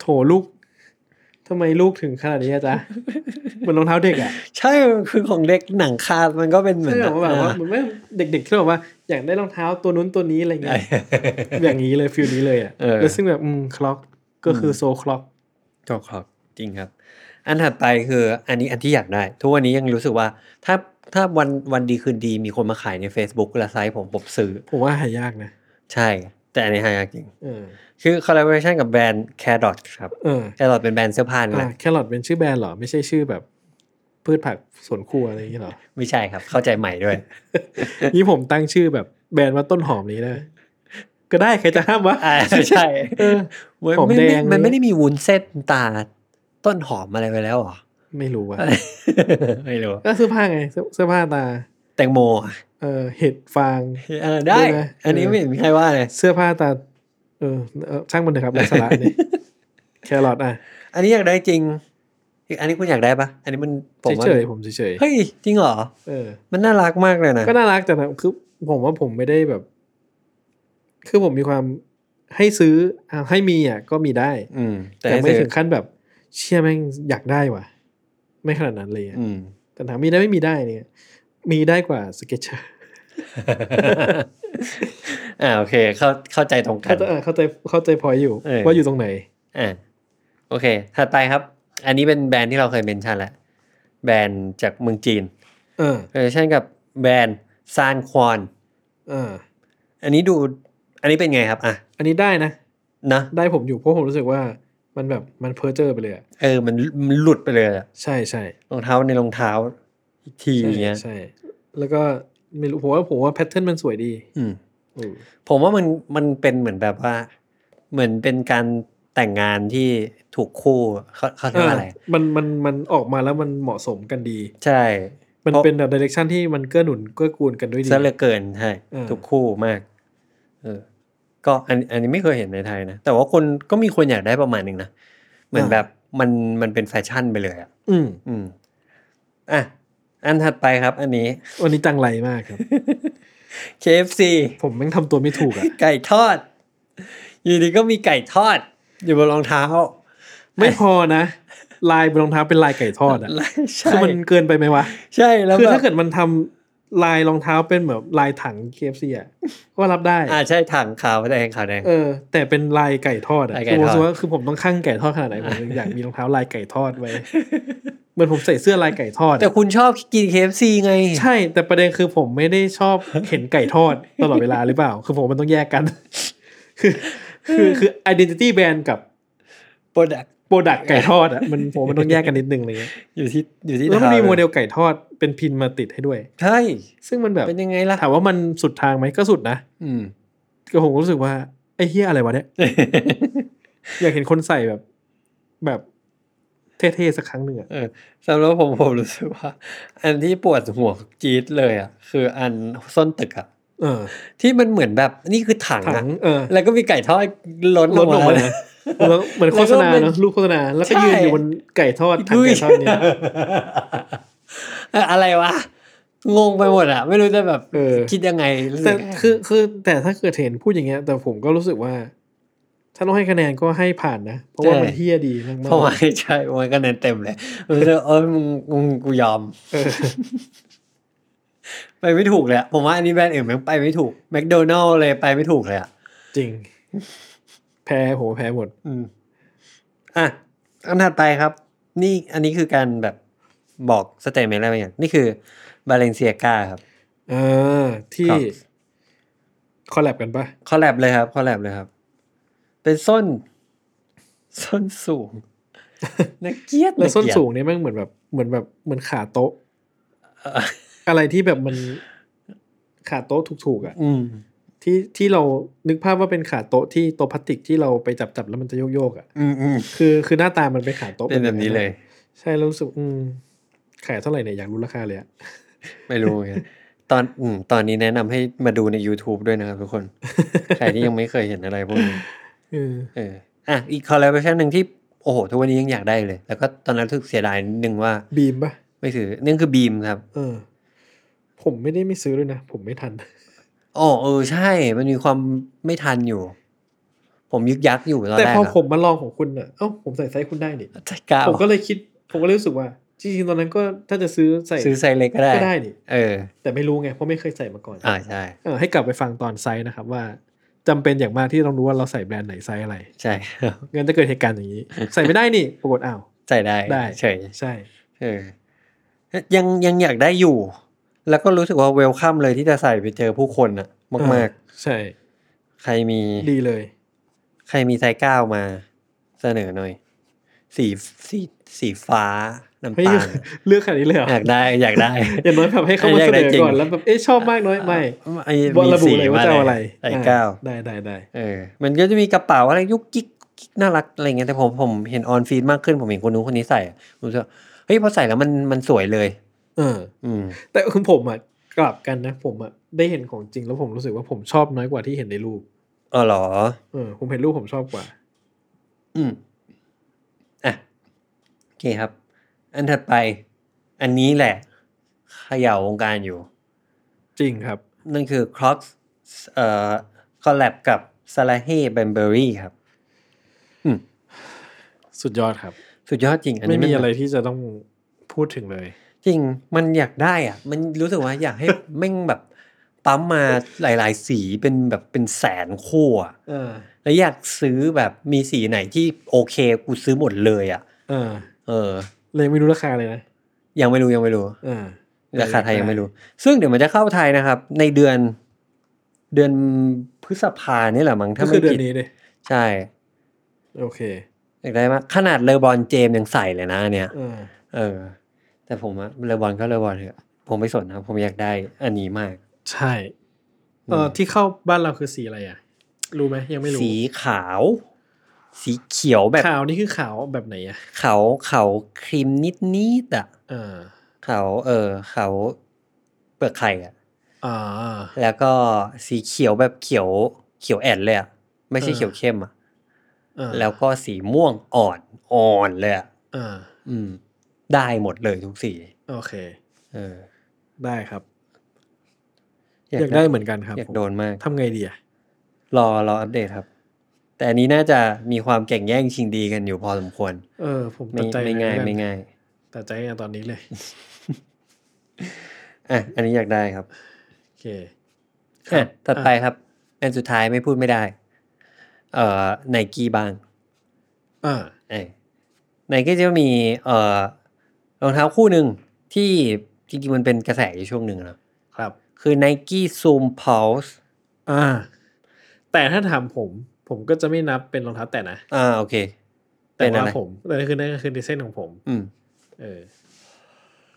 Speaker 3: โถลูกทำไมลูกถึงขนาดนี้อะจ๊ะเหมือนรองเท้าเด็กอ่ะ
Speaker 2: ใช่มันคือของเด็กหนังคาดมันก็เป็นเหมือน
Speaker 3: ใช่แบบว่าแบบว่าเหมือนแม่เด็กๆที่เราบอกว่า อยากได้รองเท้าตัวนู้นตัวนี้อะไร
Speaker 2: เอ
Speaker 3: เงี้ย
Speaker 2: อ
Speaker 3: อย่างนี้เลยฟิลนี้เลยอ่ะ
Speaker 2: เออ
Speaker 3: แล้วซึ่งแบบอืมคล็อกก็คือโซคล็อก
Speaker 2: จบครับจริงครับ อันถัดไปคืออันนี้อันที่อยากได้ ทุกวันนี้ยังรู้สึกว่า ถ้าถ้าวันวันดีคืนดีมีคนมาขายใน Facebook และไซส์ผมผมซื้อ
Speaker 3: ผมว่าหายากนะ
Speaker 2: ใช่ แต่อันนี้หายากจริง
Speaker 3: เออ
Speaker 2: คือ collaboration กับแบรนด์ Carrot ครับ
Speaker 3: เออ
Speaker 2: Carrot เป็นแบรนด์เสื้อผ้านี่แห
Speaker 3: อ่ะ
Speaker 2: ละ
Speaker 3: แครอทเป็นชื่อแบรนด์เหรอ ไม่ใช่ชื่อแบบ พืชผักสวนครัวอะไรอย่างเงี้ยเหรอ
Speaker 2: ไม่ใช่ครับ เข้าใจใหม่
Speaker 3: *laughs*
Speaker 2: ด้วย
Speaker 3: นี่ผมตั้งชื่อแบบแบรนด์ว่าต้นหอมนี้ได้ไหมก็ได้ใครจะห้ามวะ
Speaker 2: อ่าใช่
Speaker 3: เออ
Speaker 2: เว้ย
Speaker 3: ผม
Speaker 2: ไม่ไม่
Speaker 3: แดงเลย
Speaker 2: มันไม่ได้มีวุ้นเส้นตาต้นหอมอะไรไปแล้วเหรอ *laughs*
Speaker 3: ไม่รู้ว่ะ
Speaker 2: ไม่รู้
Speaker 3: ก็เสื้อผ้าไงเสื้อเสื้อผ้าตา
Speaker 2: แตงโม
Speaker 3: เออเห็ดฟาง
Speaker 2: เออได้
Speaker 3: ได้ไหม
Speaker 2: อันนี้ไม่เห็นมีใครว่าเลย
Speaker 3: เสื้อผ้าตา เออเออช่างมันเถอะครับไร้สาระ
Speaker 2: *laughs*
Speaker 3: เนี่ยแครอทอ่ะ
Speaker 2: อันนี้อยากได้จริง อันนี้คุณอยากได้ปะอันนี้มันผมว่า
Speaker 3: เฉยๆผมเฉย
Speaker 2: เฮ้ยจริงเหรอ
Speaker 3: ๆเออ
Speaker 2: มันน่ารักมากเลยนะ
Speaker 3: ก็น่ารักแต่นะคือผมว่าผมไม่ได้แบบ คือผมมีความให้ซื้ออ่ะให้มีอ่ะก็มีได้
Speaker 2: อืม แต่
Speaker 3: แต่
Speaker 2: ไม่
Speaker 3: ไม่
Speaker 2: ถึ
Speaker 3: ถึ
Speaker 2: ง
Speaker 3: งขั้นแบบ เชี่ยแม่งอยากได้ว่ะ ไม่ขนาดนั้นเลยอะ
Speaker 2: อืม *laughs*
Speaker 3: แต่ถามมีได้ไม่มีได้เนี่ย มีได้กว่าสเก็ตเชอร์
Speaker 2: อ่าโอเค เข้าเข้าใจตรงกั
Speaker 3: เข้าน ใจเออเข้าใจเข้าใจพอยอยู่
Speaker 2: เออ
Speaker 3: ว่าอยู่ตรงไหน
Speaker 2: อ่าโอเค ถัดไปครับ อันนี้เป็นแบรนด์ที่เราเคยเมนชั่นแล้วแบรนด์จากเมืองจีน
Speaker 3: เออ
Speaker 2: เออเช่นกับแบรนด์ซานควอน
Speaker 3: เออ
Speaker 2: อันนี้ดู อันนี้เป็นไงครับ อ่ะ
Speaker 3: อันนี้ได้นะ
Speaker 2: นะ
Speaker 3: ได้ผมอยู่เพราะผมรู้สึกว่ามันแบบมันเพอเจอร์ไปเลยอะ
Speaker 2: เออมันมันหลุดไปเลยอะ
Speaker 3: ใช่ใช่
Speaker 2: รองเท้าในรองเท้าอีกที
Speaker 3: ใช่
Speaker 2: อย่างเงี้ย
Speaker 3: ใช่ แล้วก็ไม่รู้ผมว่าผมว่าแพทเทิร์นมันสวยดี
Speaker 2: อืม
Speaker 3: อืม
Speaker 2: ผมว่ามันมันเป็นเหมือนแบบว่า เหมือนเป็นการแต่งงานที่ถูกคู่เขาเขาเรียกว่าอะไร
Speaker 3: เออมันมันมันออกมาแล้วมันเหมาะสมกันดี
Speaker 2: ใช่
Speaker 3: มัน
Speaker 2: พราะ
Speaker 3: เป็นแบบดิเรกชันที่มันเกื้อหนุนเกื้อกูลกันด้วยดี
Speaker 2: ซะเหลือเกินใช่
Speaker 3: เออ
Speaker 2: ถูกคู่มาก เออ ก็อันอันนี้ไม่เคยเห็นในไทยนะ แต่ว่าคนก็มีคนอยากได้ประมาณหนึ่งนะ เหมือนแบบมันมันเป็นแฟชั่นไปเลยอ่ะ
Speaker 3: อืม
Speaker 2: อืมอ่ะ อันถัดไปครับ อันนี้
Speaker 3: วันนี้จังไรมากครับ
Speaker 2: *laughs* KFC
Speaker 3: ผมแม่งทำตัวไม่ถูกอ่ะ
Speaker 2: ไก่ทอด อยู่ดีก็มีไก่ทอด อยู่บนรองเท้า
Speaker 3: ไม่พอนะ ลายบนรองเท้าเป็นลายไก่ทอดอ่ะ
Speaker 2: *laughs* ใช่
Speaker 3: คือมันเกินไปไหมวะ
Speaker 2: ใช่แล้ว
Speaker 3: คือ
Speaker 2: แบบ
Speaker 3: ถ้าเกิดมันทำลายรองเท้าเป็นแบบลายถัง KFC อ่ะก็รับได้
Speaker 2: อ่าใช่ถังขาวแดงขาวแดง
Speaker 3: เออ แต่เป็นลายไก่ทอดอ่ะ
Speaker 2: ลายไก่
Speaker 3: คือผม
Speaker 2: ทอด
Speaker 3: รู้สึกว่าคือผมต้องข้างไก่ทอดข
Speaker 2: *laughs*
Speaker 3: นาดไหนผมถึงอยากมีรองเท้าลายไก่ทอดไว้เหมือนผมใส่เสื้อลายไก่ทอดอะ
Speaker 2: แต่คุณชอบกิน KFC ไง
Speaker 3: ใช่แต่ประเด็นคือผมไม่ได้ชอบเห็นไก่ทอดตลอดเวลาหรือเปล่า คือผมมันต้องแยกกัน *laughs* คือคือคือ identity brand กับ
Speaker 2: product
Speaker 3: โปรดักไก่ทอดอ่ะมันผมมันต้องแยกกันนิดนึงอะไร
Speaker 2: *laughs*
Speaker 3: เลย
Speaker 2: อยู่ที่อยู่ที่
Speaker 3: แล้วมัน
Speaker 2: ทาง
Speaker 3: มีโมเดลไก่ทอดเป็นพินมาติดให้ด้วย
Speaker 2: ใช่
Speaker 3: ซึ่งมันแบบ
Speaker 2: เป็นยังไงล่ะ
Speaker 3: ถามว่ามันสุดทางไหมก็สุดนะ
Speaker 2: อืม
Speaker 3: ก็ผมรู้สึกว่าไอ้เฮียอะไรวะเนี่ย อยากเห็นคนใส่แบบแบบเท่ๆสักครั้งหนึ่งอ่ะ
Speaker 2: เออสำหรับผมผมรู้สึกว่า อันที่ปวดหัวจี๊ดเลยอ่ะ คืออันส้นตึกอ่ะ
Speaker 3: เออ
Speaker 2: ที่มันเหมือนแบบนี่คือถัง
Speaker 3: ถั
Speaker 2: อ่ะ
Speaker 3: งเออ
Speaker 2: แล้วก็มีไก่ทอดล้น
Speaker 3: ลดลงมา
Speaker 2: เล
Speaker 3: เลย ยเหมือนโฆษณา
Speaker 2: แล้วก็เป็น
Speaker 3: เนาะรูปโฆษณาแล้วก็
Speaker 2: ใช่
Speaker 3: ยืนอยู่บนไก่ทอดถังไก่ทอดเนี่ย
Speaker 2: เอออะไรวะ งงไปหมดอะไม่รู้จะแบบ
Speaker 3: เออ
Speaker 2: คิดยังไง
Speaker 3: แต่คือคือแต่ถ้าเกิดเห็นพูดอย่างเงี้ย แต่ผมก็รู้สึกว่า ถ้าต้องให้คะแนนก็ให้ผ่านนะ เพราะว่ามันเฮี้ยดีมาก
Speaker 2: เพราะว่าใช่โอ้ยคะแนนเต็มเลยรู้สึกเออมึงมึงกูยอม
Speaker 3: ๆเออ
Speaker 2: ไปไม่ถูกเลยอะผมว่าอันนี้แบรนด์อื่นแม่งไปไม่ถูกแมคโดนัลล์เลยไปไม่ถูกเลยอะ
Speaker 3: จริง แพ้โหแพ้หมด
Speaker 2: อืมอ่ะอันถัดไปครับ นี่อันนี้คือการแบบบอกสเตทเมนต์อะไรบางอย่างนี่คือบาเลนเซียกาครับ
Speaker 3: เออ ที่
Speaker 2: ครับ
Speaker 3: คอลแลบกันปะ
Speaker 2: คอลแลบเลยครับคอลแลบเลยครับ เป็นส้น ส้นสู *laughs* งนักเกียด
Speaker 3: แล้วส้น
Speaker 2: กเกียจ
Speaker 3: สูงเนี่ยแม่งเหมือนแบบเหมือนแบบเหมือนขาโต๊ะ
Speaker 2: เออ
Speaker 3: อะไรที่แบบมันขาโต๊ะถูกๆอ่ะ
Speaker 2: อืม
Speaker 3: ที่ที่เรานึกภาพว่าเป็นขาโต๊ะที่โต๊ะพลาสติกที่เราไปจับจับๆแล้วมันจะโยกโยกๆอ่ะ
Speaker 2: อืมอืม
Speaker 3: คือคือหน้าตามันเป็นขาโต๊ะ
Speaker 2: เป็นแบบนี้เลย
Speaker 3: ใช่แล้วรู้สึกอืมขายเท่าไหร่เนี่ยอยากรู้ราคาเลยอ่ะ
Speaker 2: ไม่รู้ไงตอนอืมตอนนี้แนะนำให้มาดูใน YouTube ด้วยนะครับทุกคน ใครที่ยังไม่เคยเห็นอะไรพวกนี้
Speaker 3: เออ
Speaker 2: เอออ่ะอีกคอล l a b o r a t i o n หนึ่งที่ โอ้โห ทุกวันนี้ยังอยากได้เลย แล้วก็ตอนนั้นรู้สึกเสียดายนิดนึงว่า
Speaker 3: บีมปะ
Speaker 2: ไม่ถือนั่นคือบีมครับ
Speaker 3: เออ ผมไม่ได้ไม่ซื้อด้วยนะ ผมไม่ทัน
Speaker 2: อ๋อเออ ใช่ มันมีความไม่ทันอยู่ ผมยึกยักอยู่ตอน
Speaker 3: แต่
Speaker 2: แรก
Speaker 3: พอ
Speaker 2: อะ
Speaker 3: ผมมาลองของคุณอ่ะเอ้าผมใส่ไซส์คุณได้นี่
Speaker 2: ใจกล้าว
Speaker 3: ผมก็เลยคิด ผมก็เลยรู้สึกว่า จริงๆตอนนั้นก็ถ้าจะซื้อใส่
Speaker 2: ซื้อไซส์เล็กก็ได้
Speaker 3: ก็ได้นี่
Speaker 2: เออ
Speaker 3: แต่ไม่รู้ไงเพราะไม่เคยใส่มาก่อน
Speaker 2: อ่าใช่
Speaker 3: เออให้กลับไปฟังตอนไซส์นะครับว่าจำเป็นอย่างมากที่ต้องรู้ว่าเราใส่แบรนด์ไหนไซส์อะไร
Speaker 2: ใช่ *laughs* ครับ
Speaker 3: งั้นจะเกิดเหตุการ
Speaker 2: *laughs*
Speaker 3: ณ์อย่างนี้ ใส่ไม่ได้นี่ปรากฏอ้าว
Speaker 2: ใส่ได้
Speaker 3: ได้
Speaker 2: เฉย
Speaker 3: ใช่
Speaker 2: เออ ยังยังอยากได้อยู่ แล้วก็รู้สึกว่าเวลคัมเลยที่จะใส่ไปเจอผู้คนอะมาก
Speaker 3: ใช่
Speaker 2: ๆ ใครมี
Speaker 3: ดีเลย
Speaker 2: ใครมีไซส์เก้ามาเสนอหน่อย สีสีสีฟ้าน้ำ
Speaker 3: เฮ้ย
Speaker 2: ตาล
Speaker 3: เลือกขนาดนี้เลยเหรอ
Speaker 2: อยากได้อยากได้
Speaker 3: อย่างน้อยแบบให้เขามา
Speaker 2: อยา
Speaker 3: เส
Speaker 2: กได้
Speaker 3: นอ
Speaker 2: จริง
Speaker 3: ก่อนแล้วแบบเอ๊ะชอบมากน้อยไม่
Speaker 2: ไอ้
Speaker 3: บอก
Speaker 2: มี
Speaker 3: ระบุ
Speaker 2: สี
Speaker 3: เลยว่าจะเอาอะไร
Speaker 2: ไซส์เก้า
Speaker 3: อ่ได้ได้ได้
Speaker 2: เออ มันก็จะมีกระเป๋าอะไรยุกยิกยิกน่ารักอะไรเงี้ยแต่ผมผมเห็นออนฟีดมากขึ้นผมเห็นคนนู้นคนนี้ใส่อะผมรู้สึกว่าเฮ้ยพอใส่แล้วมันมันสวยเลย
Speaker 3: เออ
Speaker 2: อืม
Speaker 3: แต่คือผมอ่ะกลับกันนะ ผมอ่ะได้เห็นของจริงแล้วผมรู้สึกว่าผมชอบน้อยกว่าที่เห็นในรูป
Speaker 2: เออเหรอ
Speaker 3: เออผมเห็นรูปผมชอบกว่า
Speaker 2: อืมอ่ะโอเคครับ อันถัดไป อันนี้แหละเขย่าวงการอยู่
Speaker 3: จริงครับ
Speaker 2: นั่นคือ Crocs เอ่อคอลแลบกับ s a l a h e b a n b e r y ครับ
Speaker 3: สุดยอดครับ
Speaker 2: สุดยอดจริง อัน
Speaker 3: ไม่
Speaker 2: นี้น
Speaker 3: มีอะไรที่จะต้องพูดถึงเลย
Speaker 2: จริง มันอยากได้อ่ะ มันรู้สึกว่าอยากให้ แม่งแบบ *laughs* ปั๊มมาหลาย ๆ สีเป็นแบบเป็นแสนคู่อ่ะ
Speaker 3: เออ
Speaker 2: แล้วอยากซื้อแบบมีสีไหนที่โอเค กูซื้อหมดเลยอ่ะ
Speaker 3: เออ
Speaker 2: เออ
Speaker 3: เลยไม่รู้ราคาเลยนะ
Speaker 2: ยังไม่รู้ยังไม่รู้
Speaker 3: เออ
Speaker 2: ราคาไทยยังไม่รู้ ซึ่งเดี๋ยวมันจะเข้าไทยนะครับ ในเดือนเดือนพฤษภาเนี่ยแหละมั้ง
Speaker 3: ก็
Speaker 2: ถ้า
Speaker 3: คื
Speaker 2: ไม่
Speaker 3: อเดือ
Speaker 2: ผิด
Speaker 3: นนี้เลย
Speaker 2: ใช่
Speaker 3: โอเค
Speaker 2: อยากได้มากขนาดเลอบอนเจมส์ยังใส่เลยนะอันเนี่ย
Speaker 3: เออ
Speaker 2: เออ แต่ผมอะเลอบอลก็เลอบอลเถอะผมไม่สนครับผมอยากได้อันนี้มาก
Speaker 3: ใช่เออ
Speaker 2: อืม
Speaker 3: ที่เข้าบ้านเราคือสีอะไรอ่ะ รู้ไหมยังไม่รู้
Speaker 2: สีขาว สีเขียวแบบ
Speaker 3: ขาวนี่คือขาวแบบไหนอ่ะ
Speaker 2: ขาวขาวครีมนิดนิดๆอะ
Speaker 3: เออ
Speaker 2: ขาวเออขาวเปลือกไข่อะ
Speaker 3: อ่า
Speaker 2: แล้วก็สีเขียวแบบเขียวเขียวแอดเลยอะไม่ใช่
Speaker 3: เออ
Speaker 2: เขียวเข้มอะ
Speaker 3: เออ
Speaker 2: แล้วก็สีม่วงอ่อนอ่อนเลยอะ
Speaker 3: เออ
Speaker 2: อืม ได้หมดเลยทุกสี
Speaker 3: โอเค
Speaker 2: เออ
Speaker 3: ได้ครับ อยากได้เหมือนกันครับ
Speaker 2: อยาก
Speaker 3: ผม
Speaker 2: โดนมาก
Speaker 3: ทำไงดีอ่ะ
Speaker 2: รอรออัปเดตครับ แต่อันนี้น่าจะมีความแข่งแย่งชิงดีกันอยู่พอสมควร
Speaker 3: เออ ผม
Speaker 2: ไม่
Speaker 3: ตัดใจ
Speaker 2: ไม่ง่าย
Speaker 3: เลย
Speaker 2: ไม่ง่าย
Speaker 3: ตัดใจกันตอนนี้
Speaker 2: *laughs*
Speaker 3: เลย
Speaker 2: อ่ะอันนี้อยากได้ครับ
Speaker 3: โอเค ครับ
Speaker 2: อ่ะถัด
Speaker 3: อ่ะ
Speaker 2: ไปครับ อันสุดท้ายไม่พูดไม่ได้ เอ่อไนกี้บ้าง
Speaker 3: เออ
Speaker 2: ไนกี้จะมีเอ่อรองเท้าคู่หนึ่งที่จริงๆมันเป็นกระแสอยู่ช่วงหนึ่งนะครับ คือ Nike Zoom Pulse
Speaker 3: อ่า แต่ถ้าถามผม ผมก็จะไม่นับเป็นรองเท้าแตะนะ
Speaker 2: อ่าโอเค
Speaker 3: แต่
Speaker 2: เป็นอะ
Speaker 3: ว่า
Speaker 2: ไร
Speaker 3: ผมแต่นั่นคือนั่นก็คือดีเซนของผม
Speaker 2: อืม
Speaker 3: เออ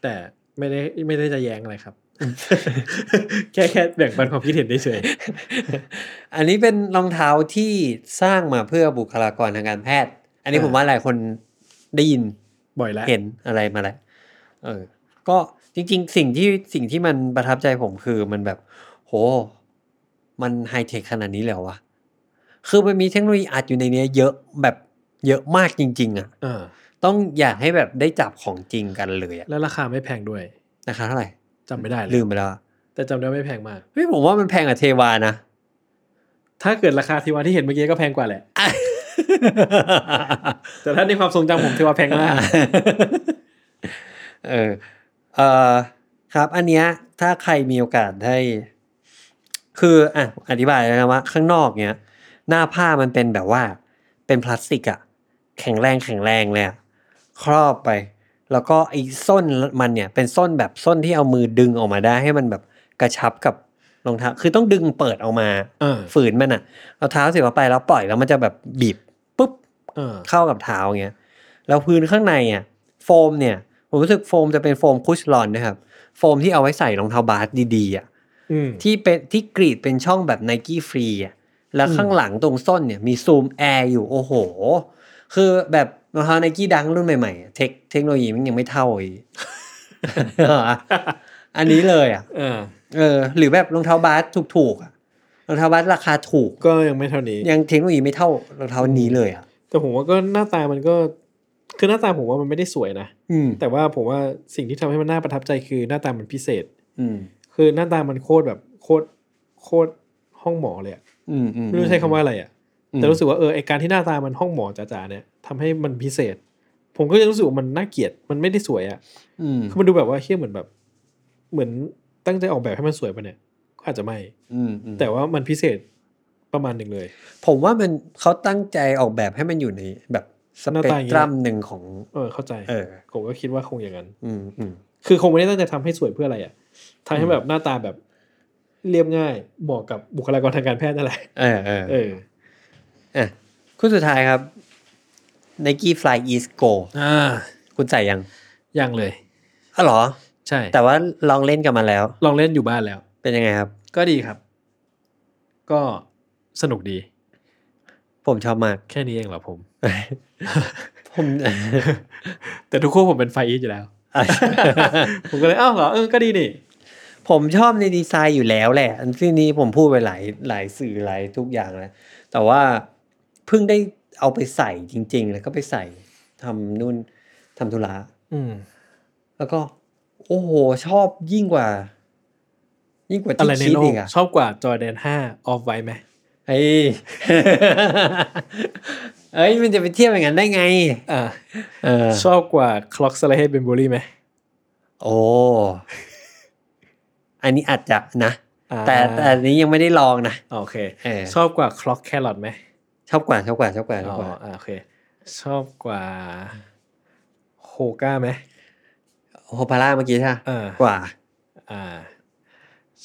Speaker 3: แต่ไม่ได้ไม่ได้จะแย้งอะไรครับ *laughs* แค่แค่แบ่งปันความคิดเห็นเฉย
Speaker 2: อันนี้เป็นรองเท้าที่สร้างมาเพื่อบุคลากรทางการแพทย์ อันนี้ผมว่าหลายคนได้ยิน
Speaker 3: ๆบ่อยแล้ว
Speaker 2: เห็นอะไรมาแล้ว เออ ก็จริง ๆ สิ่งที่สิ่งที่มันประทับใจผมคือมันแบบ โห มันไฮเทคขนาดนี้แล้ววะ คือมันมีเทคโนโลยีอัดอยู่ในเนี้ยเยอะแบบเยอะมากจริง ๆอะ
Speaker 3: เออ
Speaker 2: ต้องอยากให้แบบได้จับของจริงกันเลยอะ
Speaker 3: แล้วราคาไม่แพงด้วย
Speaker 2: ราคาเท่าไหร่
Speaker 3: จำไม่ได้เลย
Speaker 2: ลืมไปแล้ว
Speaker 3: แต่จำได้ว่าไม่แพงมาก
Speaker 2: เฮ้ยผมว่ามันแพงกว่าเทวานะ
Speaker 3: ถ้าเกิดราคาเทวาที่เห็นเมื่อกี้ก็แพงกว่าแหละ *laughs* แต่ถ้าในความทรงจำผมเทวาแพง
Speaker 2: *laughs*
Speaker 3: มาก
Speaker 2: เออเอ่อครับ อันเนี้ยถ้าใครมีโอกาสได้ คืออ่ะอธิบายนะว่า ข้างนอกเนี้ย หน้าผ้ามันเป็นแบบว่า เป็นพลาสติกอะแข็งแรงแข็งแรงเลยอะครอบไป แล้วก็ไอ้ส้นมันเนี่ย เป็นส้นแบบส้นที่เอามือดึงออกมาได้ ให้มันแบบกระชับกับรองเท้าคือต้องดึงเปิดออกมา
Speaker 3: เออ
Speaker 2: ฝืนมันอะเอาเท้าเสียบเข้าไปแล้วปล่อยแล้วมันจะแบบบีบปุ๊บ
Speaker 3: เออ
Speaker 2: เข้ากับเท้าเงี้ย แล้วพื้นข้างในอ่ะโฟมเนี่ย ผมรู้สึกโฟมจะเป็นโฟมคุชลอนนะครับ โฟมที่เอาไว้ใส่รองเท้าบาสดีๆอ่ะ
Speaker 3: อืม
Speaker 2: ที่เป็นที่กรีดเป็นช่องแบบไนกี้ฟรีอ่ะ แล้วข้างหลังตรงส้นเนี่ยมีซูมแอร์อยู่โอ้โห คือแบบรองเท้าไนกี้ดังรุ่นใหม่ๆอะเทคเทคโนโลยีมันยังไม่เท่าอีก *laughs* อันนี้เลยอ่ะ
Speaker 3: เออ
Speaker 2: เออ หรือแบบรองเท้าบาสถูกๆอ่ะ รองเท้าบาสราคาถูก
Speaker 3: ก็ยังไม่เท่านี้
Speaker 2: ยังเทคโนโลยีไม่เท่ารองเท้านี้เลยอ่ะ
Speaker 3: แต่ผมว่าก็หน้าตามันก็ คือหน้าตาผมว่ามันไม่ได้สวยนะ
Speaker 2: อืม
Speaker 3: แต่ว่าผมว่าสิ่งที่ทำให้มันน่าประทับใจคือหน้าตามันพิเศษ
Speaker 2: อืม
Speaker 3: คือหน้าตามันโคตรแบบโคตรโคตรห้องหมอเลยอะ
Speaker 2: อืมอืม
Speaker 3: ไม่รู้ใช้คำว่าอะไรอะแต่รู้สึกว่าเออไอการที่หน้าตามันห้องหมอจ๋าๆเนี่ยทำให้มันพิเศษ ผมก็ยังรู้สึกว่ามันน่าเกลียดมันไม่ได้สวยอะ
Speaker 2: อืม
Speaker 3: คือมันดูแบบว่าเฮี้ยเหมือนแบบ เหมือนตั้งใจออกแบบให้มันสวยปะเนี่ยก็อาจจะไม่
Speaker 2: อืมอืม
Speaker 3: แต่ว่ามันพิเศษประมาณหนึ่งเลย
Speaker 2: ผมว่ามันเขาตั้งใจออกแบบให้มันอยู่ในแบบส
Speaker 3: หน้า
Speaker 2: เปก
Speaker 3: ตาอย่างเงี้
Speaker 2: ต
Speaker 3: ย
Speaker 2: รัมหนึ่งของ
Speaker 3: เออเข้าใจ
Speaker 2: เออ
Speaker 3: ผมก็คิดว่าคงอย่างนั้น
Speaker 2: อืมอืม
Speaker 3: คือคงไม่ได้ตั้งใจทำให้สวยเพื่ออะไรอะ่ะทำให้แบบหน้าตาแบบเรียบง่ายเหมาะกับบุคลากรทางการแพทย์นั่นแหละ
Speaker 2: เออเออ
Speaker 3: เออ
Speaker 2: อ่ะคุณสุดท้ายครับ Nike Fly East Go
Speaker 3: อ่า
Speaker 2: คุณใส่ยัง
Speaker 3: ยังเลย
Speaker 2: อ๋อเหรอ
Speaker 3: ใช่
Speaker 2: แต่ว่าลองเล่นกับมันแล้ว
Speaker 3: ลองเล่นอยู่บ้านแล้ว
Speaker 2: เป็นยังไงครับ
Speaker 3: ก็ดีครับ ก็สนุกดี
Speaker 2: ผมชอบ *laughs* มาก
Speaker 3: แค่นี้เองเหรอผม *laughs*
Speaker 2: ผม *laughs*
Speaker 3: แต่ทุกคู่ผมเป็นไฟอีทอยู่แล้ว ผมก็เลยอ้าวเหรอเออก็ดีนี่
Speaker 2: ผมชอบในดีไซน์อยู่แล้วแหละ อันที่นี้ผมพูดไปหลายหลายสื่อหลายทุกอย่างแล้ว แต่ว่าเพิ่งได้เอาไปใส่จริง ๆ แล้วก็ไปใส่ทำนู่นทำธุระ
Speaker 3: อืม
Speaker 2: แล้วก็ โอ้โห ชอบยิ่งกว่า ยิ่งกว่า
Speaker 3: อะไร
Speaker 2: ที่
Speaker 3: ใน
Speaker 2: คิด
Speaker 3: โล
Speaker 2: อี
Speaker 3: ก
Speaker 2: กอะ
Speaker 3: ชอบกว่าจอแดน5ออฟไว้ไหม
Speaker 2: เฮ้ย *laughs* เอ้ย มันจะไปเทียบอย่างนั้นได้ไง
Speaker 3: อ่า
Speaker 2: เออ
Speaker 3: ชอบกว่าคล็อกสไลด์เบมบูรี่ไหม
Speaker 2: โอ้ อันนี้อาจจะนะ
Speaker 3: อ่า
Speaker 2: แต่แต่อันนี้ยังไม่ได้ลองนะ
Speaker 3: โอเค
Speaker 2: เออ
Speaker 3: ชอบกว่าคล็อกแครอทไหม
Speaker 2: ชอบกว่า ชอบกว่า ชอบกว่าชอ
Speaker 3: อ๋อบ
Speaker 2: กว่า
Speaker 3: อ่าโอเค ชอบกว่าโฮก้าไหม
Speaker 2: โฮพาร่าเมื่อกี้ใช่ปะ
Speaker 3: เออ
Speaker 2: กว่า
Speaker 3: อ่า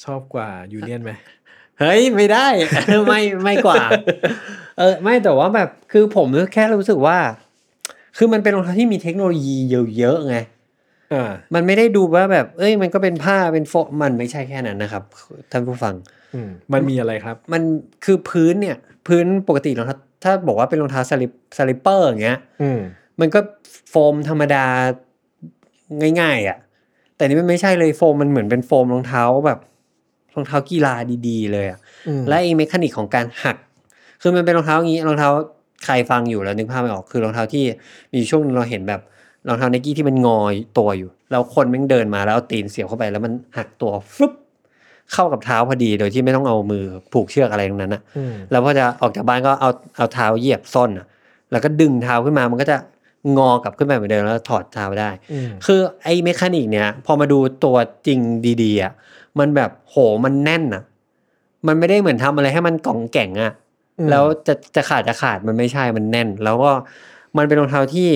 Speaker 3: ชอบกว่ายูเนียนไหม
Speaker 2: เฮ้ย ไม่ได้ *laughs* ไม่ไม่กว่า *laughs* เออ ไม่แต่ว่าแบบคือผมแค่รู้สึกว่า คือมันเป็นรองเท้าที่มีเทคโนโลยีเยอะๆไง
Speaker 3: อ่า
Speaker 2: มันไม่ได้ดูว่าแบบ เอ้ย มันก็เป็นผ้า เป็นโฟมมันไม่ใช่แค่นั้นนะครับ ท่านผู้ฟัง
Speaker 3: อืมมันมีอะไรครับ
Speaker 2: มันคือพื้นเนี่ย พื้นปกติรองเท้าถ้าบอกว่าเป็นรองเท้าสลิปสลิปเปอร์อย่างเงี้ย
Speaker 3: อืม
Speaker 2: มันก็โฟมธรรมดาง่ายๆอะ่ะ แต่นี่มันไม่ใช่เลยโฟมมันเหมือนเป็นโฟมรองเท้าแบบรองเท้ากีฬาดีๆ เลยอะ่ะ
Speaker 3: อืม
Speaker 2: และไอ้เมคานิกของการหัก คือมันเป็นรองเท้าอย่างงี้รองเท้าใครฟังอยู่แล้วนึกภาพไม่ออกคือรองเท้าที่มีช่วงหนึงเราเห็นแบบรองเท้าไนกี้ที่มันงอยตัวอยู่ แล้วคนแม่งเดินมาแล้วเอาตีนเสียบเข้าไปแล้วมันหักตัวฟลุ๊บเข้ากับเท้าพอดีโดยที่ไม่ต้องเอามือผูกเชือกอะไรตรงนั้นอะ
Speaker 3: อืม
Speaker 2: แล้วพอจะออกจากบ้านก็เอาเอาเท้าเหยียบส้นน่ะ แล้วก็ดึงเท้าขึ้นมา มันก็จะงอกลับขึ้นไปเหมือนเดิมแล้วถอดเท้าได้
Speaker 3: อืม
Speaker 2: คือไอ้เมคานิกเนี่ย พอมาดูตัวจริงดีๆอ่ะ มันแบบโหมันแน่นอ่ะ มันไม่ได้เหมือนทำอะไรให้มันกล่องแก่งอ่ะ แล้วจะจะขาดจะขาดมันไม่ใช่มันแน่น แล้วก็มันเป็นรองเท้าที่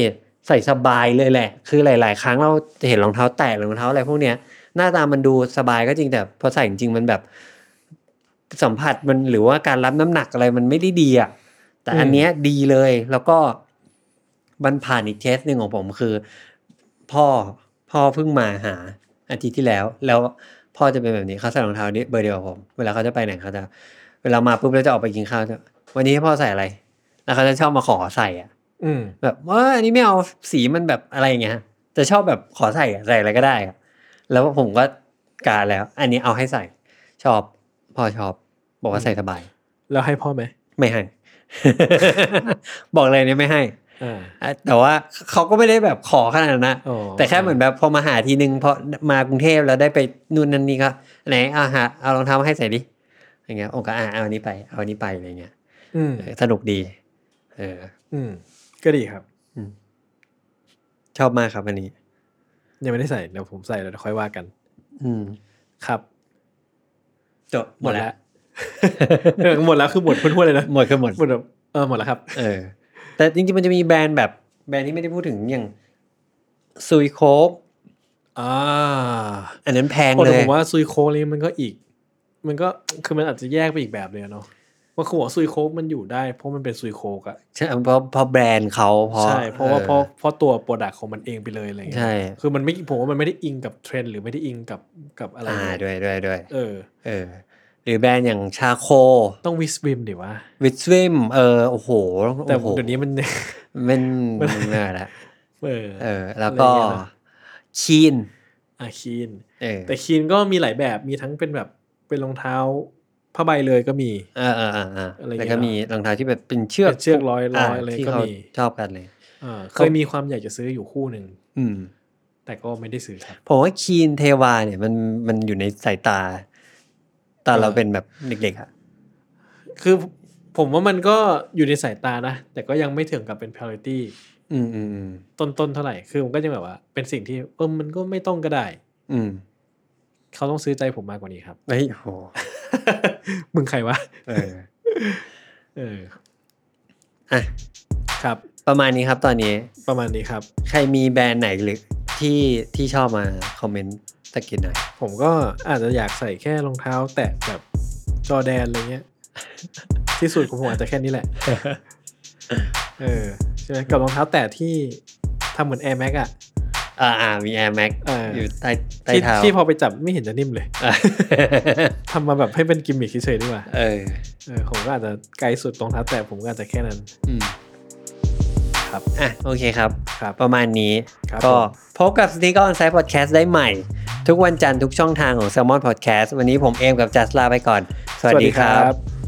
Speaker 2: ใส่สบายเลยแหละ คือหลาย ๆ ครั้งเราจะเห็นรองเท้าแตะหรือรองเท้าอะไรพวกเนี้ย หน้าตามันดูสบายก็จริงแต่พอใส่จริงๆมันแบบสัมผัสมันหรือว่าการรับน้ำหนักอะไรมันไม่ได้ดีอ่ะแต่อันเนี้ยดีเลยแล้วก็มันผ่านอีกเทสหนึ่งของผมคือ พ่อพ่อเพิ่งมาหาอาทิตย์ที่แล้ว แล้วพ่อจะเป็นแบบนี้เขาใส่รองเท้านี้เบอร์เดียวกับผม เวลาเขาจะไปไหนเขาจะ เวลามาปุ๊บแล้วจะออกไปกินข้าวจะวันนี้ให้พ่อใส่อะไร แล้วเขาจะชอบมาขอใส่อ่ะ
Speaker 3: อืม
Speaker 2: แบบว่าอันนี้ไม่เอาสีมันแบบอะไรอย่างเงี้ยฮะจะชอบแบบขอใส่อะใส่อะไรก็ได้อะแล้วผมก็กาแล้ว อันนี้เอาให้ใส่ ชอบพ่อชอบ บอกว่าใส่สบาย *laughs*
Speaker 3: แล้วให้พ่อไหม
Speaker 2: ไม่ให้ บอกเลยเนี่ยไม่ให้
Speaker 3: อ่า
Speaker 2: อ่ะแต่ว่าเขาก็ไม่ได้แบบขอขนาดนั้นนะ
Speaker 3: อ๋อ
Speaker 2: แต่แค่เหมือนแบบพอมาหาทีนึงพอมากรุงเทพแล้วได้ไปนู่นนั่นนี่ก็ไหนเอาหาเอารองเท้ามาให้ใส่ดิอย่างเงี้ยองค์ก็อ่ะเอาอันนี้ไปเอาอันนี้ไปอะไรเงี้ย
Speaker 3: อืม
Speaker 2: เออสนุกดี เออ
Speaker 3: อืมก็ดีครับ
Speaker 2: ชอบมากครับอันนี้
Speaker 3: ยังไม่ได้ใส่เดี๋ยวผมใส่แล้วเดี๋ยวค่อยว่ากัน
Speaker 2: อืม
Speaker 3: ครับ
Speaker 2: จบหมดแล้ว
Speaker 3: เออหมดแล้วคือหมดพ้วนๆเลยนะ
Speaker 2: หมดคือหมด
Speaker 3: หมดแบบเออหมดแล้วครับ
Speaker 2: เออ แต่จริงๆมันจะมีแบรนด์แบบแบรนด์ที่ไม่ได้พูดถึงอย่างซุยโคก
Speaker 3: อ่า
Speaker 2: อันนั้นแพง
Speaker 3: คน
Speaker 2: เลย
Speaker 3: ผมว่าซุยโคกนี่มันก็อีก มันก็คือมันอาจจะแยกไปอีกแบบเลยอะเนาะว่าคือหัวซุยโคกมันอยู่ได้ เพราะมันเป็นซุยโคกอะ
Speaker 2: ใช่เพราะเพราะแบรนด์เขาเพราะ
Speaker 3: ใช่เพราะว่า
Speaker 2: ออ
Speaker 3: เพราะเพราะตัวโปรดักของมันเองไปเลยอะไรเงี้ย
Speaker 2: ใช่
Speaker 3: คือมันไม่ผมว่ามันไม่ได้อิงกับเทรนด์หรือไม่ได้อิงกับกับอะไร
Speaker 2: อ่า
Speaker 3: เลย
Speaker 2: ด้วยด้วยด้วย
Speaker 3: เออ
Speaker 2: เออ หรือแบรนด์อย่างชาโค
Speaker 3: ต้องวิสวิมดิวะ
Speaker 2: วิดสวิมเออโอ้โห
Speaker 3: แต่
Speaker 2: โอ้โห
Speaker 3: เดี๋ยวนี้มัน *laughs*
Speaker 2: มันมันเนละ
Speaker 3: เออ
Speaker 2: เออ แล้วก็
Speaker 3: อะไรอย่างเงี้ยนะ
Speaker 2: ชีน
Speaker 3: อาคีน
Speaker 2: เออ
Speaker 3: แต่คีนก็มีหลายแบบมีทั้งเป็นแบบเป็นรองเท้าผ้าใบเลยก็มี
Speaker 2: เออเออเออเออ
Speaker 3: อะไรอย่างเงี้ย
Speaker 2: แล้วก็มีรองเท้าที่แบบเป็นเชือก
Speaker 3: เป็นเชือกร้อยร้อยอะไร
Speaker 2: ที่
Speaker 3: ก็
Speaker 2: เขา
Speaker 3: มี
Speaker 2: ชอบกันเลย
Speaker 3: เออเคยมีความอยากจะซื้ออยู่คู่หนึ่ง
Speaker 2: อืม
Speaker 3: แต่ก็ไม่ได้ซื้อครับ
Speaker 2: ผมว่าคีนเทวาเนี่ยมันมันอยู่ในสายตา ตอนเราเป็นแบบเด็กๆอ่ะ
Speaker 3: คือผมว่ามันก็อยู่ในสายตานะ แต่ก็ยังไม่ถึงกับเป็น priority
Speaker 2: อืมอืมอืม
Speaker 3: ต้นๆเท่าไหร่ คือมันก็ยังแบบว่า เป็นสิ่งที่เออมันก็ไม่ต้องก็ได้
Speaker 2: อืม
Speaker 3: เขาต้องซื้อใจผมมากกว่านี้ *laughs* ครับ
Speaker 2: เฮ้ยโห
Speaker 3: มึงใครวะ
Speaker 2: เอ *laughs* อ
Speaker 3: เออ
Speaker 2: อ่ะ
Speaker 3: ครับ
Speaker 2: ประมาณนี้ครับตอนนี้
Speaker 3: ประมาณนี้ครับ
Speaker 2: ใครมีแบรนด์ไหนหรือที่ที่ชอบมาคอมเมนต์ตะกินหน่อย
Speaker 3: ผมก็อาจจะอยากใส่แค่รองเท้า แตะแบบจอร์แดนอะไรเงี้ย *laughs* ที่สุดของผมอาจจะแค่
Speaker 2: *laughs*
Speaker 3: นี้แหละ เออใช่ไหมกับรองเท้าแตะที่ทำเหมือน Air Max อ่ะ
Speaker 2: อ่าอ่ามี Air Max
Speaker 3: เออ
Speaker 2: อ
Speaker 3: อ
Speaker 2: ยู่ใต้ใต้
Speaker 3: ที่
Speaker 2: เท้า
Speaker 3: ที่พอไปจับไม่เห็นจะนิ่มเลย *laughs*
Speaker 2: อ่ะ
Speaker 3: ทำมาแบบ *laughs* ให้เป็นกิมมิคเฉยๆดีกว่า
Speaker 2: *laughs* เออ
Speaker 3: เออผมก็อาจจะไกลสุดรองเท้าแตะผมก็อาจจะแค่นั้น
Speaker 2: อืม
Speaker 3: ครับ
Speaker 2: อ่ะ โอเคครับ
Speaker 3: ครับ
Speaker 2: ประมาณนี้
Speaker 3: ครับ
Speaker 2: ก็
Speaker 3: ผม
Speaker 2: พบกับ Sneak On Side Podcast ได้ใหม่ ทุกวันจันทร์ทุกช่องทางของ Salmon Podcast วันนี้ผมเอมกับจัสลาไปก่อน สวัสดีครับ
Speaker 3: บ